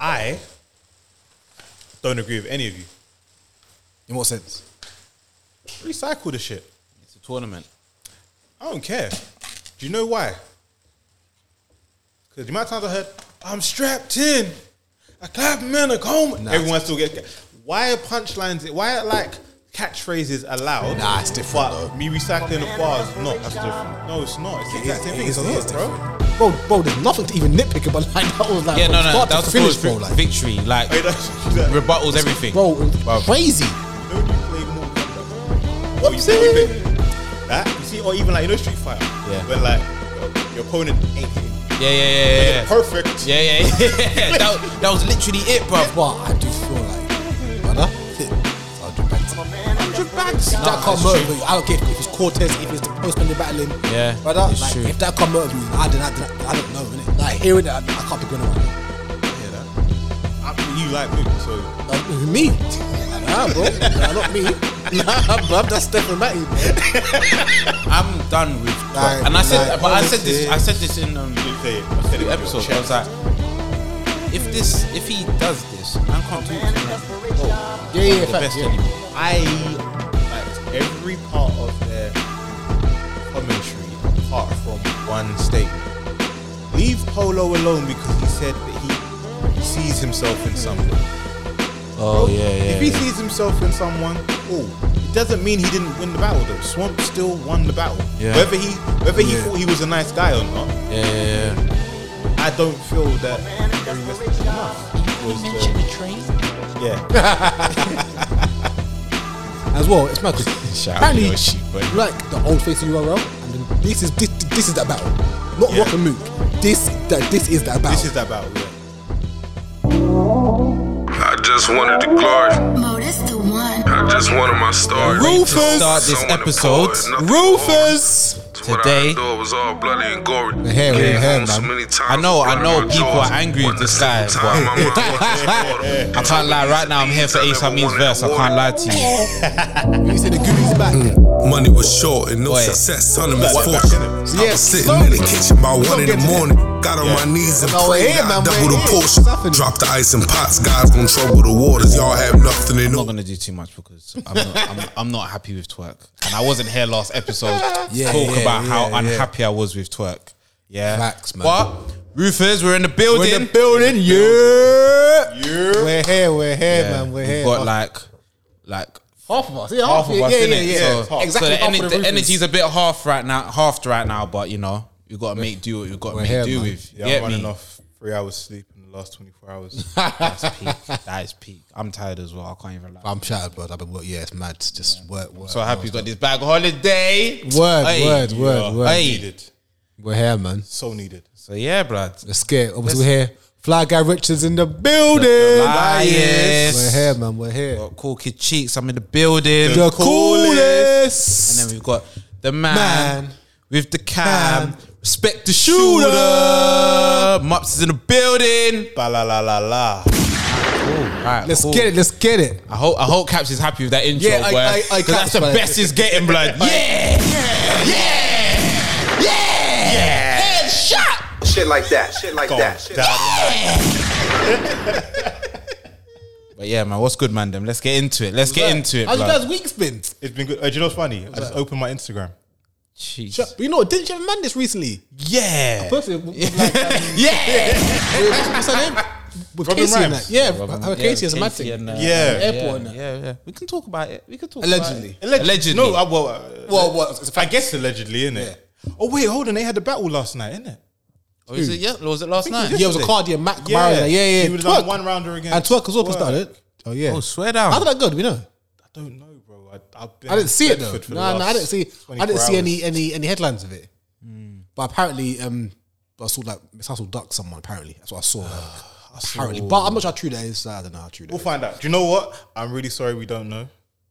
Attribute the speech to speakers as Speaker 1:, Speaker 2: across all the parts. Speaker 1: I don't agree with any of you.
Speaker 2: In what sense?
Speaker 1: Recycle the shit.
Speaker 3: It's a tournament.
Speaker 1: I don't care. Do you know why? Because the amount of times I heard, I'm strapped in, I clap men a comb.
Speaker 2: Nah.
Speaker 1: Everyone still gets. Why are punchlines, why are like catchphrases allowed?
Speaker 2: Nah, it's different,
Speaker 1: But
Speaker 2: though.
Speaker 1: me recycling the bars, no. That's different. No, it's not. It's the exact same
Speaker 2: it
Speaker 1: thing.
Speaker 2: is-
Speaker 1: It's
Speaker 2: it is
Speaker 1: not, bro.
Speaker 2: Bro, bro, there's nothing to even nitpick about. Like that was like
Speaker 3: Yeah,
Speaker 2: from
Speaker 3: no, no,
Speaker 2: start
Speaker 3: that was
Speaker 2: to
Speaker 3: the
Speaker 2: finish,
Speaker 3: finish,
Speaker 2: bro. Like,
Speaker 3: victory, like
Speaker 1: Hey, that's- that-
Speaker 3: rebuttals, everything.
Speaker 2: bro, it was crazy.
Speaker 1: You know when you play Mortal Kombat? Or you see
Speaker 2: Whoopsie.
Speaker 1: That you see, or even like you know Street Fighter.
Speaker 3: Yeah.
Speaker 1: When like your- your opponent ain't hitting.
Speaker 3: Yeah, yeah, yeah, yeah, yeah.
Speaker 1: Perfect.
Speaker 3: Yeah, yeah, yeah. that, that was literally it, bro.
Speaker 2: But I do feel like, brother, hundred bags. Hundred bags. that can't
Speaker 3: it's
Speaker 2: motivate you. I don't care if it's Cortez, if it's the postman you're battling.
Speaker 3: Yeah,
Speaker 2: brother.
Speaker 3: it's
Speaker 2: like,
Speaker 3: true.
Speaker 2: If that can't motivate you, I don't, I don't, I don't know, innit? Like hearing that, I, I can't be going around.
Speaker 1: Yeah, that. I, you like me, so
Speaker 2: Uh, me? Nah, bro. Nah, not me. Nah, bro. That's Stephen Matty.
Speaker 3: I'm done with.
Speaker 2: Like,
Speaker 3: and I said,
Speaker 2: like,
Speaker 3: but I said this. I said this in um,
Speaker 1: you say it. I said it
Speaker 3: the
Speaker 1: in your
Speaker 3: episode. I
Speaker 1: chat.
Speaker 3: was like, if this, if he does this, man can't do this. Man.
Speaker 2: Yeah, yeah,
Speaker 3: the
Speaker 2: fact,
Speaker 3: best
Speaker 2: yeah.
Speaker 3: anymore.
Speaker 1: I liked every part of their commentary apart from one statement. Leave Polo alone because he said that he sees himself in someone.
Speaker 3: Oh yeah,
Speaker 1: if he sees himself in someone, oh, it doesn't mean he didn't win the battle though. Swamp still won the battle.
Speaker 3: Yeah.
Speaker 1: Whether he whether he
Speaker 2: Yeah.
Speaker 1: thought he was a nice guy or not,
Speaker 3: yeah, yeah, yeah.
Speaker 1: I don't feel that Gary West did enough.
Speaker 3: uh,
Speaker 1: Was the,
Speaker 4: the train?
Speaker 1: yeah.
Speaker 2: as well. It's mad because
Speaker 3: Shout out
Speaker 2: apparently,
Speaker 3: to Yoshi, but-
Speaker 2: like the old face of URL, and then this is this, this is that battle, not
Speaker 1: Yeah.
Speaker 2: Rock and Mook. This that this is that battle.
Speaker 1: this is that battle, yeah.
Speaker 5: I just wanted the glory.
Speaker 6: Mo, that's the one.
Speaker 5: I just wanted my stars.
Speaker 3: Rufus! Start this episode.
Speaker 2: Rufus.
Speaker 3: Today-
Speaker 5: It was all bloody and gory.
Speaker 2: We're here, we're
Speaker 5: Came
Speaker 2: here,
Speaker 5: home so
Speaker 2: man.
Speaker 5: many times,
Speaker 3: I know, I
Speaker 5: blood
Speaker 3: know
Speaker 5: on my
Speaker 3: people
Speaker 5: jaws.
Speaker 3: are angry with
Speaker 5: Wasn't
Speaker 3: this
Speaker 5: the
Speaker 3: guy,
Speaker 5: same
Speaker 3: but-
Speaker 5: time my mind wasn't
Speaker 3: I can't lie. Right now, I'm here for Ace Amin's verse. I can't lie to you.
Speaker 2: You said the goodies back.
Speaker 3: Mm.
Speaker 7: Money was short and no
Speaker 3: Wait.
Speaker 7: success, son of misfortune. I
Speaker 2: Yeah,
Speaker 7: was sitting
Speaker 2: slowly.
Speaker 7: in the kitchen by
Speaker 2: We'll
Speaker 7: one in
Speaker 2: get
Speaker 7: the
Speaker 2: to that.
Speaker 7: morning. Got on my knees and
Speaker 2: No, we're
Speaker 7: prayed
Speaker 2: here,
Speaker 7: I
Speaker 2: man,
Speaker 7: double
Speaker 2: we're
Speaker 7: the
Speaker 2: here.
Speaker 7: portion.
Speaker 2: Nothing.
Speaker 7: Drop the ice and pots, guys gon' trouble the waters. Y'all have nothing they
Speaker 3: I'm
Speaker 7: know.
Speaker 3: not gonna do too much because I'm not, I'm, I'm not happy with twerk, and I wasn't here last episode
Speaker 2: Yeah,
Speaker 3: talk
Speaker 2: yeah,
Speaker 3: about how
Speaker 2: yeah, yeah.
Speaker 3: unhappy I was with twerk. Yeah,
Speaker 2: Facts, man.
Speaker 3: But Rufus, we're in the building.
Speaker 2: We're in the building, yeah. We're here, we're here,
Speaker 3: Yeah,
Speaker 2: man. We're
Speaker 3: we've
Speaker 2: here.
Speaker 3: got like, like
Speaker 2: half of us. Yeah,
Speaker 3: half of us,
Speaker 2: yeah,
Speaker 3: innit?
Speaker 2: yeah, yeah.
Speaker 3: So,
Speaker 2: exactly.
Speaker 3: So the,
Speaker 2: half
Speaker 3: ener-
Speaker 2: of
Speaker 3: the
Speaker 2: Rufus.
Speaker 3: energy's a bit half right now, halved right now, but you know you got to make do. what You got to make
Speaker 2: here,
Speaker 3: do
Speaker 2: man.
Speaker 3: with.
Speaker 1: Yeah,
Speaker 3: Get
Speaker 1: I'm
Speaker 3: me?
Speaker 1: running off three hours sleep in the last twenty four hours.
Speaker 3: That's peak. That is peak. I'm tired as well. I can't even lie.
Speaker 2: I'm shattered, bro. I've been work. Yeah, it's mad. Just work, work.
Speaker 3: so happy you got this bag holiday.
Speaker 2: Word,
Speaker 3: Hey.
Speaker 2: word, word, word.
Speaker 3: Hey.
Speaker 1: Needed.
Speaker 2: We're here, man.
Speaker 1: So needed.
Speaker 3: So yeah, blood.
Speaker 2: Let's get. it. Obviously, we're here. Fly guy Richards in the building.
Speaker 3: Lions.
Speaker 2: We're here, man. We're here.
Speaker 3: Got cool kid cheeks. I'm in the building.
Speaker 2: The
Speaker 3: And
Speaker 2: coolest.
Speaker 3: then we've got the man,
Speaker 2: Man.
Speaker 3: with the cam.
Speaker 2: Cam.
Speaker 3: Respect the shooter. Mops is in the building.
Speaker 1: Ba la la la la.
Speaker 3: Alright,
Speaker 2: Let's
Speaker 3: cool.
Speaker 2: get it. Let's get it.
Speaker 3: I hope I hope Caps is happy with that intro.
Speaker 2: Yeah, I-
Speaker 3: boy.
Speaker 2: I- I-
Speaker 3: 'Cause that's
Speaker 2: Caps,
Speaker 3: the
Speaker 2: man.
Speaker 3: best he's getting, blood. Yeah, yeah, yeah, yeah. Headshot.
Speaker 8: Shit like that. Shit like
Speaker 1: Gone.
Speaker 8: that.
Speaker 1: Down.
Speaker 3: But yeah, man, what's good, man? Them. Let's get into it. Let's get into it,
Speaker 2: How's you
Speaker 3: blood.
Speaker 2: guys' weeks been?
Speaker 1: It's been good. Uh, do you know what's funny? I just opened my Instagram.
Speaker 3: Jeez.
Speaker 2: Sh- You know, didn't you have a man this recently?
Speaker 3: Yeah,
Speaker 2: First, it was like, um,
Speaker 3: yeah.
Speaker 2: what's her name? With
Speaker 1: Robin
Speaker 2: Casey and
Speaker 1: Rhymes.
Speaker 2: that. Yeah,
Speaker 3: Robin-
Speaker 2: her
Speaker 3: um, yeah,
Speaker 2: Casey is a mad
Speaker 3: Casey
Speaker 2: thing.
Speaker 3: and, uh,
Speaker 1: Yeah.
Speaker 2: Airport and
Speaker 3: yeah,
Speaker 2: that.
Speaker 3: yeah, yeah. We can talk about it. We can talk
Speaker 2: Allegedly.
Speaker 3: About it. Allegedly.
Speaker 1: No, I, well, uh,
Speaker 2: Well, well, it's a
Speaker 1: I
Speaker 2: fact.
Speaker 1: guess allegedly, innit? Oh wait, hold on. They had the battle last night, innit?
Speaker 3: Or is it, yeah, or was it last night?
Speaker 2: Yeah, it was a Cardi and Mac. Yeah, yeah, yeah.
Speaker 1: He would have done
Speaker 2: Twerk.
Speaker 1: one rounder again.
Speaker 2: And Twerk as well, started. Oh, yeah.
Speaker 3: Oh, swear down.
Speaker 2: How did that go? Do we know?
Speaker 1: I don't know, bro. I, I've been
Speaker 2: I didn't see it though.
Speaker 1: Bedford for the
Speaker 2: No, no, I
Speaker 1: last
Speaker 2: didn't see. I
Speaker 1: 24
Speaker 2: didn't see
Speaker 1: hours.
Speaker 2: any any any headlines of it.
Speaker 1: Hmm.
Speaker 2: But apparently, um, I saw like Miss Hustle duck someone. Apparently, that's what I saw. Like, apparently, but I'm not sure how true that is. So I don't know how true that
Speaker 1: We'll
Speaker 2: is.
Speaker 1: find out. Do you know what? I'm really sorry we don't know.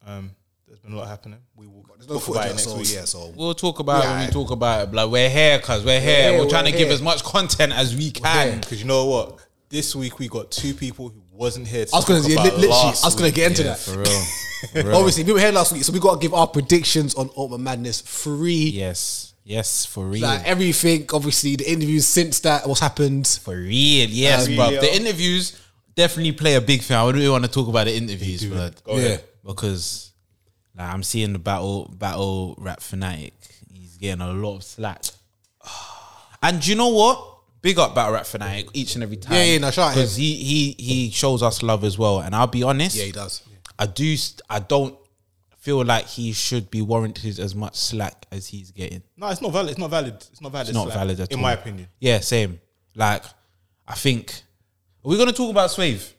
Speaker 1: Um, there's been a lot happening. We will
Speaker 2: There's no
Speaker 1: talk about
Speaker 2: footage
Speaker 1: it next
Speaker 2: so,
Speaker 1: week.
Speaker 2: Yeah, so
Speaker 3: We'll talk about it when we
Speaker 2: Right.
Speaker 3: talk about it. Like we're here, cause we're
Speaker 2: here,
Speaker 3: here. We're, trying to
Speaker 2: we're
Speaker 3: give
Speaker 2: here.
Speaker 3: as much content as we can.
Speaker 1: Because you know what? This week we got two people who wasn't here. To
Speaker 2: I was gonna
Speaker 1: talk
Speaker 2: yeah,
Speaker 1: about
Speaker 2: li- literally, I
Speaker 1: last
Speaker 2: was gonna get into
Speaker 3: Yeah,
Speaker 2: that.
Speaker 3: for real. For real.
Speaker 2: Obviously, we were here last week, so we got to give our predictions on Ultimate Madness free.
Speaker 3: Yes, yes, for real.
Speaker 2: Like everything, obviously, the interviews since that, what's happened.
Speaker 3: for real, yes,
Speaker 1: For
Speaker 3: bruv.
Speaker 1: real.
Speaker 3: The interviews definitely play a big thing. I really want to talk about the interviews, but
Speaker 1: Go ahead.
Speaker 3: because like, I'm seeing the battle battle rap fanatic. He's getting a lot of slack. And do you know what? Big up battle rap fanatic each and every time.
Speaker 2: Yeah, yeah, no, shout out
Speaker 3: because he he he shows us love as well. And I'll be honest,
Speaker 2: Yeah, he does.
Speaker 3: I do. st- I don't feel like he should be warranted as much slack as he's getting.
Speaker 1: No, it's not valid. It's not valid. It's not valid.
Speaker 3: It's not
Speaker 1: like,
Speaker 3: valid at
Speaker 1: in
Speaker 3: all.
Speaker 1: my opinion.
Speaker 3: Yeah, same. Like, I think are we gonna talk about Swave,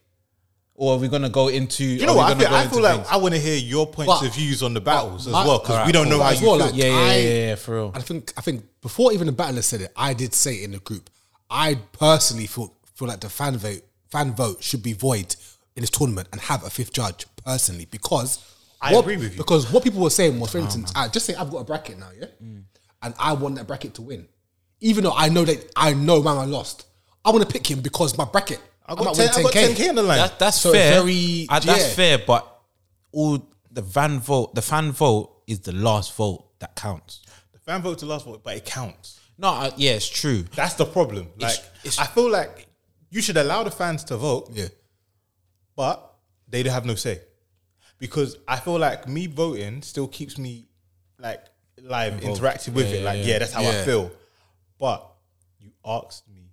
Speaker 3: or are we gonna go into?
Speaker 1: You know what? I feel, I feel like I want to hear your points
Speaker 2: But-
Speaker 1: of views on the battles
Speaker 2: but-
Speaker 1: as well because we don't know
Speaker 2: but
Speaker 1: how
Speaker 2: as
Speaker 1: you
Speaker 2: well,
Speaker 1: feel.
Speaker 2: like-
Speaker 3: yeah, yeah,
Speaker 2: I-
Speaker 3: yeah, yeah, for real.
Speaker 2: I think I think before even the battler said it, I did say it in the group. I personally feel feel like the fan vote fan vote should be void in this tournament and have a fifth judge personally because
Speaker 1: I
Speaker 2: what-
Speaker 1: agree with you.
Speaker 2: Because what people were saying
Speaker 3: Oh,
Speaker 2: was, for instance, I just say I've got a bracket now, yeah,
Speaker 3: Mm.
Speaker 2: and I want that bracket to win, even though I know that I know man I lost. I want to pick him because my bracket.
Speaker 1: I
Speaker 2: might
Speaker 1: got,
Speaker 2: win
Speaker 1: 10, I got 10k on the line.
Speaker 3: That, that's
Speaker 2: So
Speaker 3: fair.
Speaker 2: very-
Speaker 3: Uh, that's
Speaker 2: yeah.
Speaker 3: fair, but all the fan vote, the fan vote is the last vote that counts.
Speaker 1: Fan vote to last vote, but it counts.
Speaker 3: No, uh, yeah, it's true.
Speaker 1: That's the problem. Like
Speaker 3: It's- it's-
Speaker 1: I feel like you should allow the fans to vote,
Speaker 2: Yeah,
Speaker 1: but they don't have no say because I feel like me voting still keeps me like live, interactive with it. Like yeah, that's how I
Speaker 2: Yeah.
Speaker 1: feel. But you asked me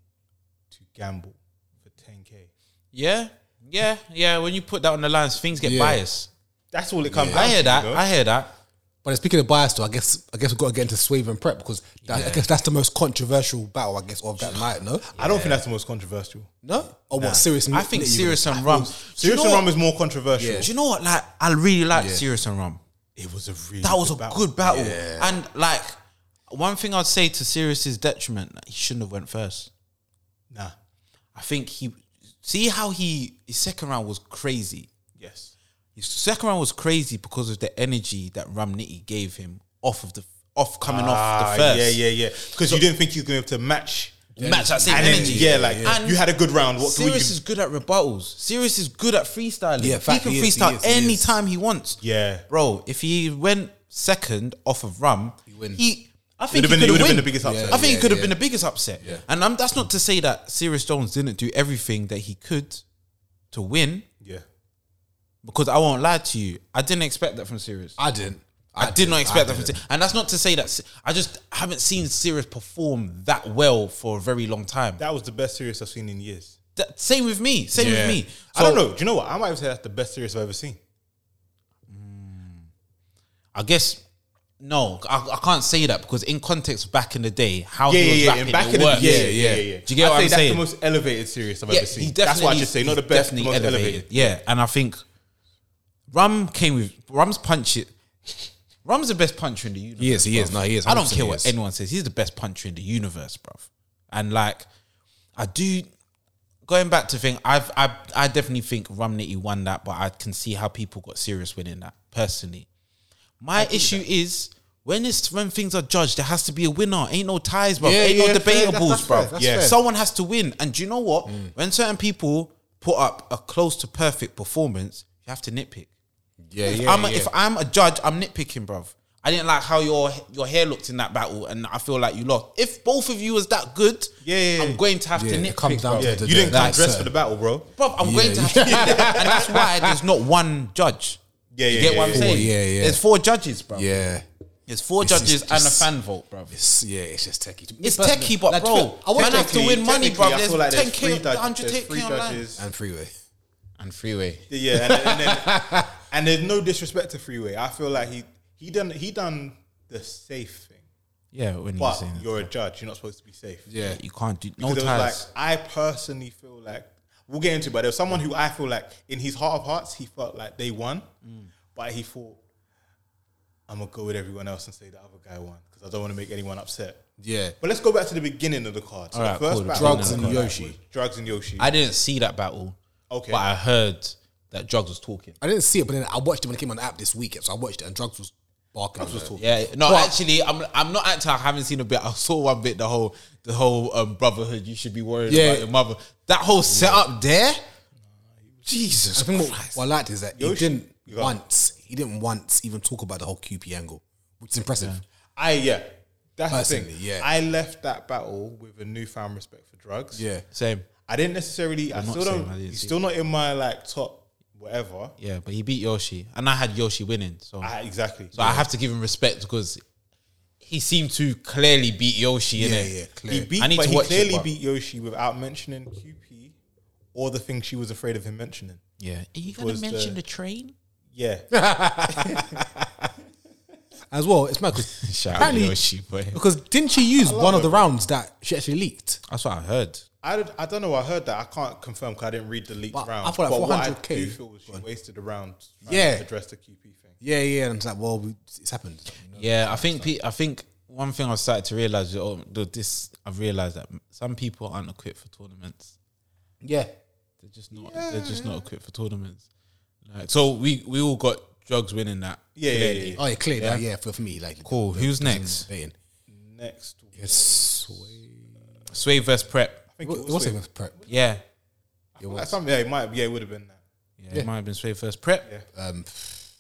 Speaker 1: to gamble for 10k.
Speaker 3: Yeah, yeah, yeah. When you put that on the lines, things get
Speaker 2: Yeah.
Speaker 3: biased.
Speaker 1: That's all it comes. down
Speaker 3: I hear
Speaker 1: to,
Speaker 3: that.
Speaker 1: you know?
Speaker 3: I hear that.
Speaker 2: But speaking of bias, though, I guess I guess we've got to get into Swave and Prep because that, I guess that's the most controversial battle, I guess, of that night. No,
Speaker 1: I don't think that's the most controversial.
Speaker 2: no, or what? Serious?
Speaker 3: I think
Speaker 2: nitty-gritty?
Speaker 3: serious and rum. Do you
Speaker 1: Serious
Speaker 3: know
Speaker 1: and
Speaker 3: what-
Speaker 1: Rum is more controversial.
Speaker 3: Do you know what? Like, I really like serious and rum.
Speaker 1: It was a really
Speaker 3: that was a
Speaker 1: battle.
Speaker 3: good battle. And like one thing I'd say to Sirius's detriment, like, he shouldn't have went first.
Speaker 1: Nah.
Speaker 3: I think he see how he his second round was crazy.
Speaker 1: Yes.
Speaker 3: His second round was crazy because of the energy that Ramniti gave him off of the off coming off the
Speaker 1: Ah,
Speaker 3: first.
Speaker 1: yeah, yeah, yeah. Because you didn't think he was going to match.
Speaker 3: Match that same
Speaker 1: And then,
Speaker 3: energy.
Speaker 1: yeah, like you had a good round. What can we
Speaker 3: Sirius
Speaker 1: do?
Speaker 3: is good at rebuttals. Sirius is good at freestyling.
Speaker 2: Yeah,
Speaker 3: he
Speaker 2: fact,
Speaker 3: can
Speaker 2: he is,
Speaker 3: freestyle
Speaker 2: he is, he is.
Speaker 3: anytime he wants.
Speaker 1: Yeah.
Speaker 3: bro. If he went second off of Rum,
Speaker 2: win.
Speaker 3: he. I think
Speaker 1: Would've been-
Speaker 3: he
Speaker 1: it
Speaker 3: could
Speaker 1: would've
Speaker 3: have
Speaker 1: been the biggest upset.
Speaker 3: I think
Speaker 2: Yeah,
Speaker 3: he could have
Speaker 2: yeah.
Speaker 3: been the biggest upset.
Speaker 2: Yeah.
Speaker 3: And um, that's not to say that Sirius Jones didn't do everything that he could to win,
Speaker 1: yeah.
Speaker 3: because I won't lie to you, I didn't expect that from Sirius.
Speaker 2: I didn't.
Speaker 3: I did not expect that from
Speaker 2: didn't.
Speaker 3: Sirius. And that's not to say that Si- I just haven't seen Sirius perform that well for a very long time.
Speaker 1: That was the best series I've seen in years.
Speaker 3: That- same with me. Same
Speaker 2: Yeah.
Speaker 3: with me.
Speaker 1: I don't
Speaker 3: So-
Speaker 1: know. Do you know what? I might have said that's the best series I've ever seen.
Speaker 3: I guess no, I, I can't say that because in context, back in the day, how
Speaker 1: Yeah,
Speaker 3: he was
Speaker 1: yeah, yeah.
Speaker 3: rapping,
Speaker 1: And back
Speaker 3: it
Speaker 1: in the
Speaker 3: worked.
Speaker 1: yeah, yeah, yeah, yeah.
Speaker 3: Do you
Speaker 1: I'd
Speaker 3: get what
Speaker 1: say
Speaker 3: I'm
Speaker 1: that's
Speaker 3: saying?
Speaker 1: the most elevated series I've
Speaker 3: yeah,
Speaker 1: ever
Speaker 3: he
Speaker 1: seen.
Speaker 3: definitely.
Speaker 1: That's what I just say. Not the
Speaker 3: he's
Speaker 1: best, the
Speaker 3: definitely
Speaker 1: most elevated.
Speaker 3: Yeah, and I think Rum came with Rum's punch. It Rum's the best puncher in the universe.
Speaker 2: He is, he is.
Speaker 3: bruv.
Speaker 2: No, he is.
Speaker 3: I don't
Speaker 2: 100%
Speaker 3: care
Speaker 2: he
Speaker 3: what
Speaker 2: is.
Speaker 3: anyone says. He's the best puncher in the universe, bruv. And like, I do. Going back to thing, I've I I definitely think Rum Nitty won that, but I can see how people got serious winning that personally. My issue is when it's when things are judged, there has to be a winner. Ain't no ties, bro.
Speaker 2: Yeah,
Speaker 3: Ain't
Speaker 2: yeah,
Speaker 3: no
Speaker 2: fair. That's-
Speaker 3: debatables,
Speaker 2: that's
Speaker 3: bro.
Speaker 2: fair. Mm. That's
Speaker 1: fair.
Speaker 3: someone has to win. And do you know what? When certain people put up a close to perfect performance, you have to nitpick.
Speaker 2: Yeah,
Speaker 3: If
Speaker 2: yeah,
Speaker 3: I'm a,
Speaker 2: yeah.
Speaker 3: if I'm a judge, I'm nitpicking, bruv. I didn't like how your your hair looked in that battle, and I feel like you lost. If both of you was that good,
Speaker 1: Yeah, yeah, yeah.
Speaker 3: I'm going to have to
Speaker 2: Yeah,
Speaker 3: nitpick.
Speaker 2: it comes down
Speaker 3: bruv.
Speaker 2: to
Speaker 1: Yeah,
Speaker 2: the-
Speaker 1: you didn't come
Speaker 2: That's
Speaker 1: dressed
Speaker 2: it.
Speaker 1: for the battle, bro.
Speaker 3: Bruv, I'm
Speaker 2: Yeah,
Speaker 3: going to have to nitpick. and that's why there's not one judge.
Speaker 1: Yeah,
Speaker 3: You
Speaker 1: yeah,
Speaker 3: get
Speaker 1: yeah,
Speaker 3: what I'm
Speaker 1: yeah.
Speaker 3: saying?
Speaker 2: yeah, yeah.
Speaker 3: There's four judges, bro.
Speaker 2: Yeah,
Speaker 3: There's four
Speaker 2: It's-
Speaker 3: judges
Speaker 2: it's-
Speaker 3: and a
Speaker 2: it's-
Speaker 3: fan vote, bro.
Speaker 2: it's, yeah, it's just techie. To me
Speaker 3: It's
Speaker 2: personally.
Speaker 3: techie, but
Speaker 2: Like,
Speaker 3: bro,
Speaker 2: I watched
Speaker 3: man have
Speaker 2: that
Speaker 3: to
Speaker 2: kid
Speaker 3: win money,
Speaker 1: Technically,
Speaker 3: bro.
Speaker 1: I
Speaker 3: There's
Speaker 1: feel like there's
Speaker 3: 10k,
Speaker 1: three judges-
Speaker 3: 100k
Speaker 1: there's three
Speaker 3: online.
Speaker 1: judges.
Speaker 2: and freeway.
Speaker 3: And freeway.
Speaker 1: Yeah, and, and, then, and there's no disrespect to Freeway. I feel like he he done he done the safe thing.
Speaker 3: Yeah, when you're
Speaker 1: But
Speaker 3: saying
Speaker 1: you're a judge. You're not supposed to be safe.
Speaker 3: yeah, you can't do no
Speaker 1: Because it
Speaker 3: ties.
Speaker 1: was like I personally feel like we'll get into, it, but there was someone who I feel like in his heart of hearts he felt like they won, but he thought I'm gonna go with everyone else and say the other guy won because I don't want to make anyone upset.
Speaker 2: Yeah,
Speaker 1: But let's go back to the beginning of the card. So
Speaker 3: All
Speaker 1: the
Speaker 3: right, cool.
Speaker 1: battle
Speaker 3: Drugs
Speaker 1: was
Speaker 3: and
Speaker 1: like
Speaker 2: Yoshi.
Speaker 1: was Drugs and Yoshi.
Speaker 3: I didn't see that battle.
Speaker 1: Okay.
Speaker 3: But I heard that drugs was talking.
Speaker 2: I didn't see it, but then I watched it when it came on the app this weekend. So I watched it, and drugs was barking. Drugs was
Speaker 3: Yeah, no, actually, I'm I'm not actually. I haven't seen a bit. I saw one bit. The whole the whole um, brotherhood. You should be worried
Speaker 2: Yeah.
Speaker 3: about your mother. That whole setup there.
Speaker 2: Jesus I think what, what I liked is that he
Speaker 1: Yoshi,
Speaker 2: didn't
Speaker 1: you got-
Speaker 2: once, he didn't once even talk about the whole QP angle, which is impressive.
Speaker 1: I yeah. That's the thing.
Speaker 2: Personally, yeah.
Speaker 1: I left that battle with a newfound respect for drugs.
Speaker 2: Yeah,
Speaker 3: Same.
Speaker 1: I didn't necessarily. i
Speaker 3: I'm not
Speaker 1: still
Speaker 3: saying
Speaker 1: don't.
Speaker 3: I didn't
Speaker 1: He's
Speaker 3: see
Speaker 1: still not in my like top whatever.
Speaker 3: Yeah, but he beat Yoshi, and I had Yoshi winning. So,
Speaker 1: I, exactly.
Speaker 3: so I have to give him respect because he seemed to clearly beat Yoshi.
Speaker 2: Yeah,
Speaker 3: innit?
Speaker 2: yeah, clear.
Speaker 1: he beat,
Speaker 3: I need
Speaker 1: but
Speaker 3: to
Speaker 1: he
Speaker 3: watch it,
Speaker 1: clearly
Speaker 3: but-
Speaker 1: beat Yoshi without mentioning QP or the thing she was afraid of him mentioning.
Speaker 3: Yeah, are you gonna
Speaker 1: was the-
Speaker 3: mention the, train?
Speaker 1: Yeah,
Speaker 2: As well, it's mad because
Speaker 3: Shout out
Speaker 2: apparently
Speaker 3: Yoshi, boy.
Speaker 2: because didn't she use one of the rounds that she actually leaked?
Speaker 3: That's what I heard.
Speaker 1: I, did- I don't know. I heard that. I can't confirm because I didn't read the leaked
Speaker 2: But
Speaker 1: round.
Speaker 2: I thought at
Speaker 1: but what I
Speaker 2: 400K
Speaker 1: do feel was she wasted a round. trying
Speaker 2: Yeah.
Speaker 1: to address the QP thing.
Speaker 2: Yeah, yeah. And it's like, well, we, it's happened.
Speaker 3: Yeah, I think pe- I think one thing I've started to realize is oh, the- this. I've realized that some people aren't equipped for tournaments.
Speaker 2: Yeah,
Speaker 3: They're just not. they're just not equipped for tournaments. Like, so we we all got drugs winning that.
Speaker 1: Yeah, yeah, yeah, yeah.
Speaker 2: oh, yeah, clear. Yeah, yeah for, for me, like,
Speaker 3: Cool. Who's next?
Speaker 2: Debating.
Speaker 1: Next,
Speaker 2: Yes.
Speaker 3: Sway versus Prep.
Speaker 1: I think
Speaker 2: What,
Speaker 1: it
Speaker 2: what's
Speaker 1: was
Speaker 2: it
Speaker 1: with,
Speaker 2: with prep?
Speaker 3: Yeah.
Speaker 2: It
Speaker 1: that's
Speaker 2: was,
Speaker 1: something. Yeah, it might. Yeah, it would have been that.
Speaker 3: yeah, It might have been Sway versus Prep.
Speaker 1: Yeah.
Speaker 2: um,
Speaker 3: Mm.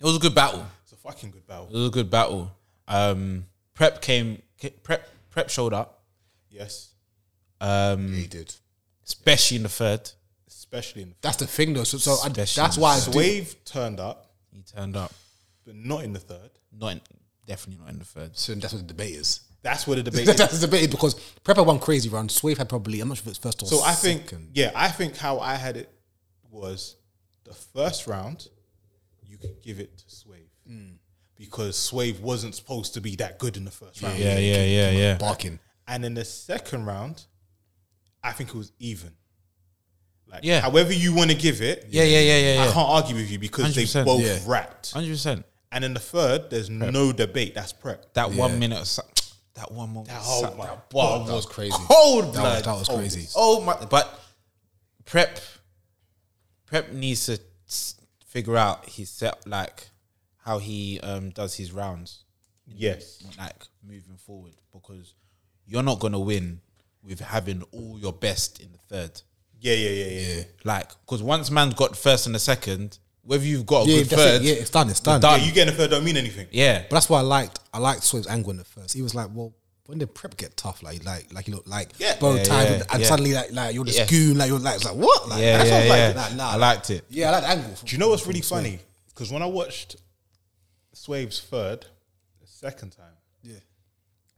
Speaker 3: It was a good battle.
Speaker 1: It's a fucking good
Speaker 3: It
Speaker 1: battle.
Speaker 3: was a good battle. Um, Prep came. Prep Prep showed up,
Speaker 1: Yes,
Speaker 2: he did.
Speaker 3: especially in the third.
Speaker 1: especially in the
Speaker 2: That's the thing, though. So, so I,
Speaker 3: Special
Speaker 2: that's why I
Speaker 1: third.
Speaker 2: do-
Speaker 1: Wave turned up,
Speaker 3: He turned up.
Speaker 1: but not in the third.
Speaker 3: Not in, definitely not in the third.
Speaker 2: So that's what the debate is.
Speaker 1: That's where the debate. is.
Speaker 2: that's the debate because Prepper won crazy round. Swave had probably I'm not sure if it's first or
Speaker 1: So I
Speaker 2: second.
Speaker 1: think, yeah, I think how I had it was the first round, you could give it to Swave because Swave wasn't supposed to be that good in the first round.
Speaker 3: Yeah, yeah, yeah, yeah.
Speaker 2: barking.
Speaker 1: And in the second round, I think it was even. Like,
Speaker 3: Yeah.
Speaker 1: however you want to give it,
Speaker 3: Yeah, yeah, yeah, yeah,
Speaker 1: I
Speaker 3: yeah.
Speaker 1: can't argue with you because they
Speaker 3: 100%,
Speaker 1: both
Speaker 2: yeah.
Speaker 1: rapped.
Speaker 3: Hundred percent.
Speaker 1: And in the third, there's no debate. That's prep.
Speaker 3: That one minute. of si- That one moment.
Speaker 1: That-
Speaker 3: of
Speaker 1: oh
Speaker 3: si-
Speaker 1: my
Speaker 3: that
Speaker 1: God,
Speaker 3: one
Speaker 1: that
Speaker 2: was
Speaker 3: was
Speaker 2: crazy.
Speaker 3: Cold
Speaker 2: That
Speaker 3: blood.
Speaker 2: was, that was
Speaker 3: Oh,
Speaker 2: crazy.
Speaker 3: Oh my! But prep, prep needs to s- figure out his set, like how he um does his rounds,
Speaker 1: Yes.
Speaker 3: like moving forward, because you're not gonna win with having all your best in the third.
Speaker 1: Yeah, yeah, yeah, yeah. yeah.
Speaker 3: Like, because once man's got first and the second, whether you've got a
Speaker 2: Yeah,
Speaker 3: good
Speaker 2: that's
Speaker 3: third,
Speaker 2: it. yeah, it's done. It's done.
Speaker 3: done.
Speaker 1: Yeah, you getting a third don't mean anything.
Speaker 3: yeah,
Speaker 2: But that's why I liked I liked Swift's angle in the first. He was like, well, when did prep get tough? Like like like you look like
Speaker 1: Yeah.
Speaker 2: bow
Speaker 3: Yeah,
Speaker 2: tied
Speaker 3: yeah,
Speaker 2: and, and
Speaker 3: yeah.
Speaker 2: suddenly like like you're this
Speaker 3: Yeah.
Speaker 2: goon like you're like it's like what? Like,
Speaker 3: yeah,
Speaker 2: that's what
Speaker 3: yeah,
Speaker 2: I was
Speaker 3: yeah.
Speaker 2: like, nah, nah.
Speaker 3: I liked it.
Speaker 2: Yeah, I like the angle.
Speaker 1: Do you know what's really funny? Because when I watched Swave's third, the second time,
Speaker 2: Yeah.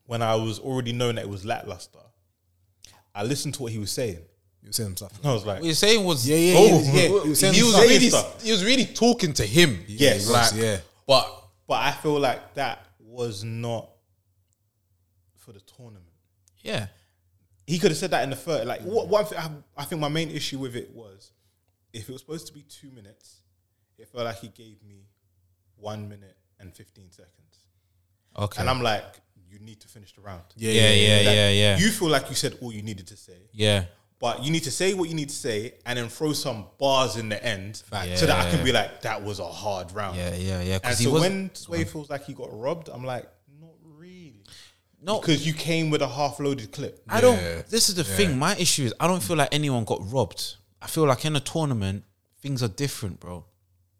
Speaker 1: when I was already knowing that it was lackluster, I listened to what he was saying.
Speaker 2: You were saying stuff.
Speaker 1: And I was like,
Speaker 3: What you're saying was
Speaker 2: Yeah, yeah,
Speaker 3: oh,
Speaker 2: yeah, yeah. You were saying
Speaker 3: he was
Speaker 1: stuff.
Speaker 3: really
Speaker 1: Stuff.
Speaker 3: he was really talking to him.
Speaker 1: Yes.
Speaker 3: he was,
Speaker 2: Like- yeah.
Speaker 3: But
Speaker 1: but I feel like that was not for the tournament.
Speaker 3: yeah,
Speaker 1: He could have said that in the third. Like, what, one thing, I, I think my main issue with it was if it was supposed to be two minutes, it felt like he gave me one minute and 15 seconds.
Speaker 3: okay,
Speaker 1: And I'm like, you need to finish the round.
Speaker 3: yeah, yeah, yeah, yeah,
Speaker 1: Like,
Speaker 3: yeah, yeah.
Speaker 1: You feel like you said all you needed to say,
Speaker 3: yeah.
Speaker 1: but you need to say what you need to say and then throw some bars in the end so that I can be like, that was a hard round.
Speaker 3: Yeah, yeah, yeah, 'cause
Speaker 1: And
Speaker 3: he
Speaker 1: so
Speaker 3: was-
Speaker 1: when Sway feels like he got robbed, I'm like, not really.
Speaker 3: No,
Speaker 1: Because you came with a half loaded clip.
Speaker 3: I don't. This is the thing. My issue is I don't feel like anyone got robbed. I feel like in a tournament things are different, bro.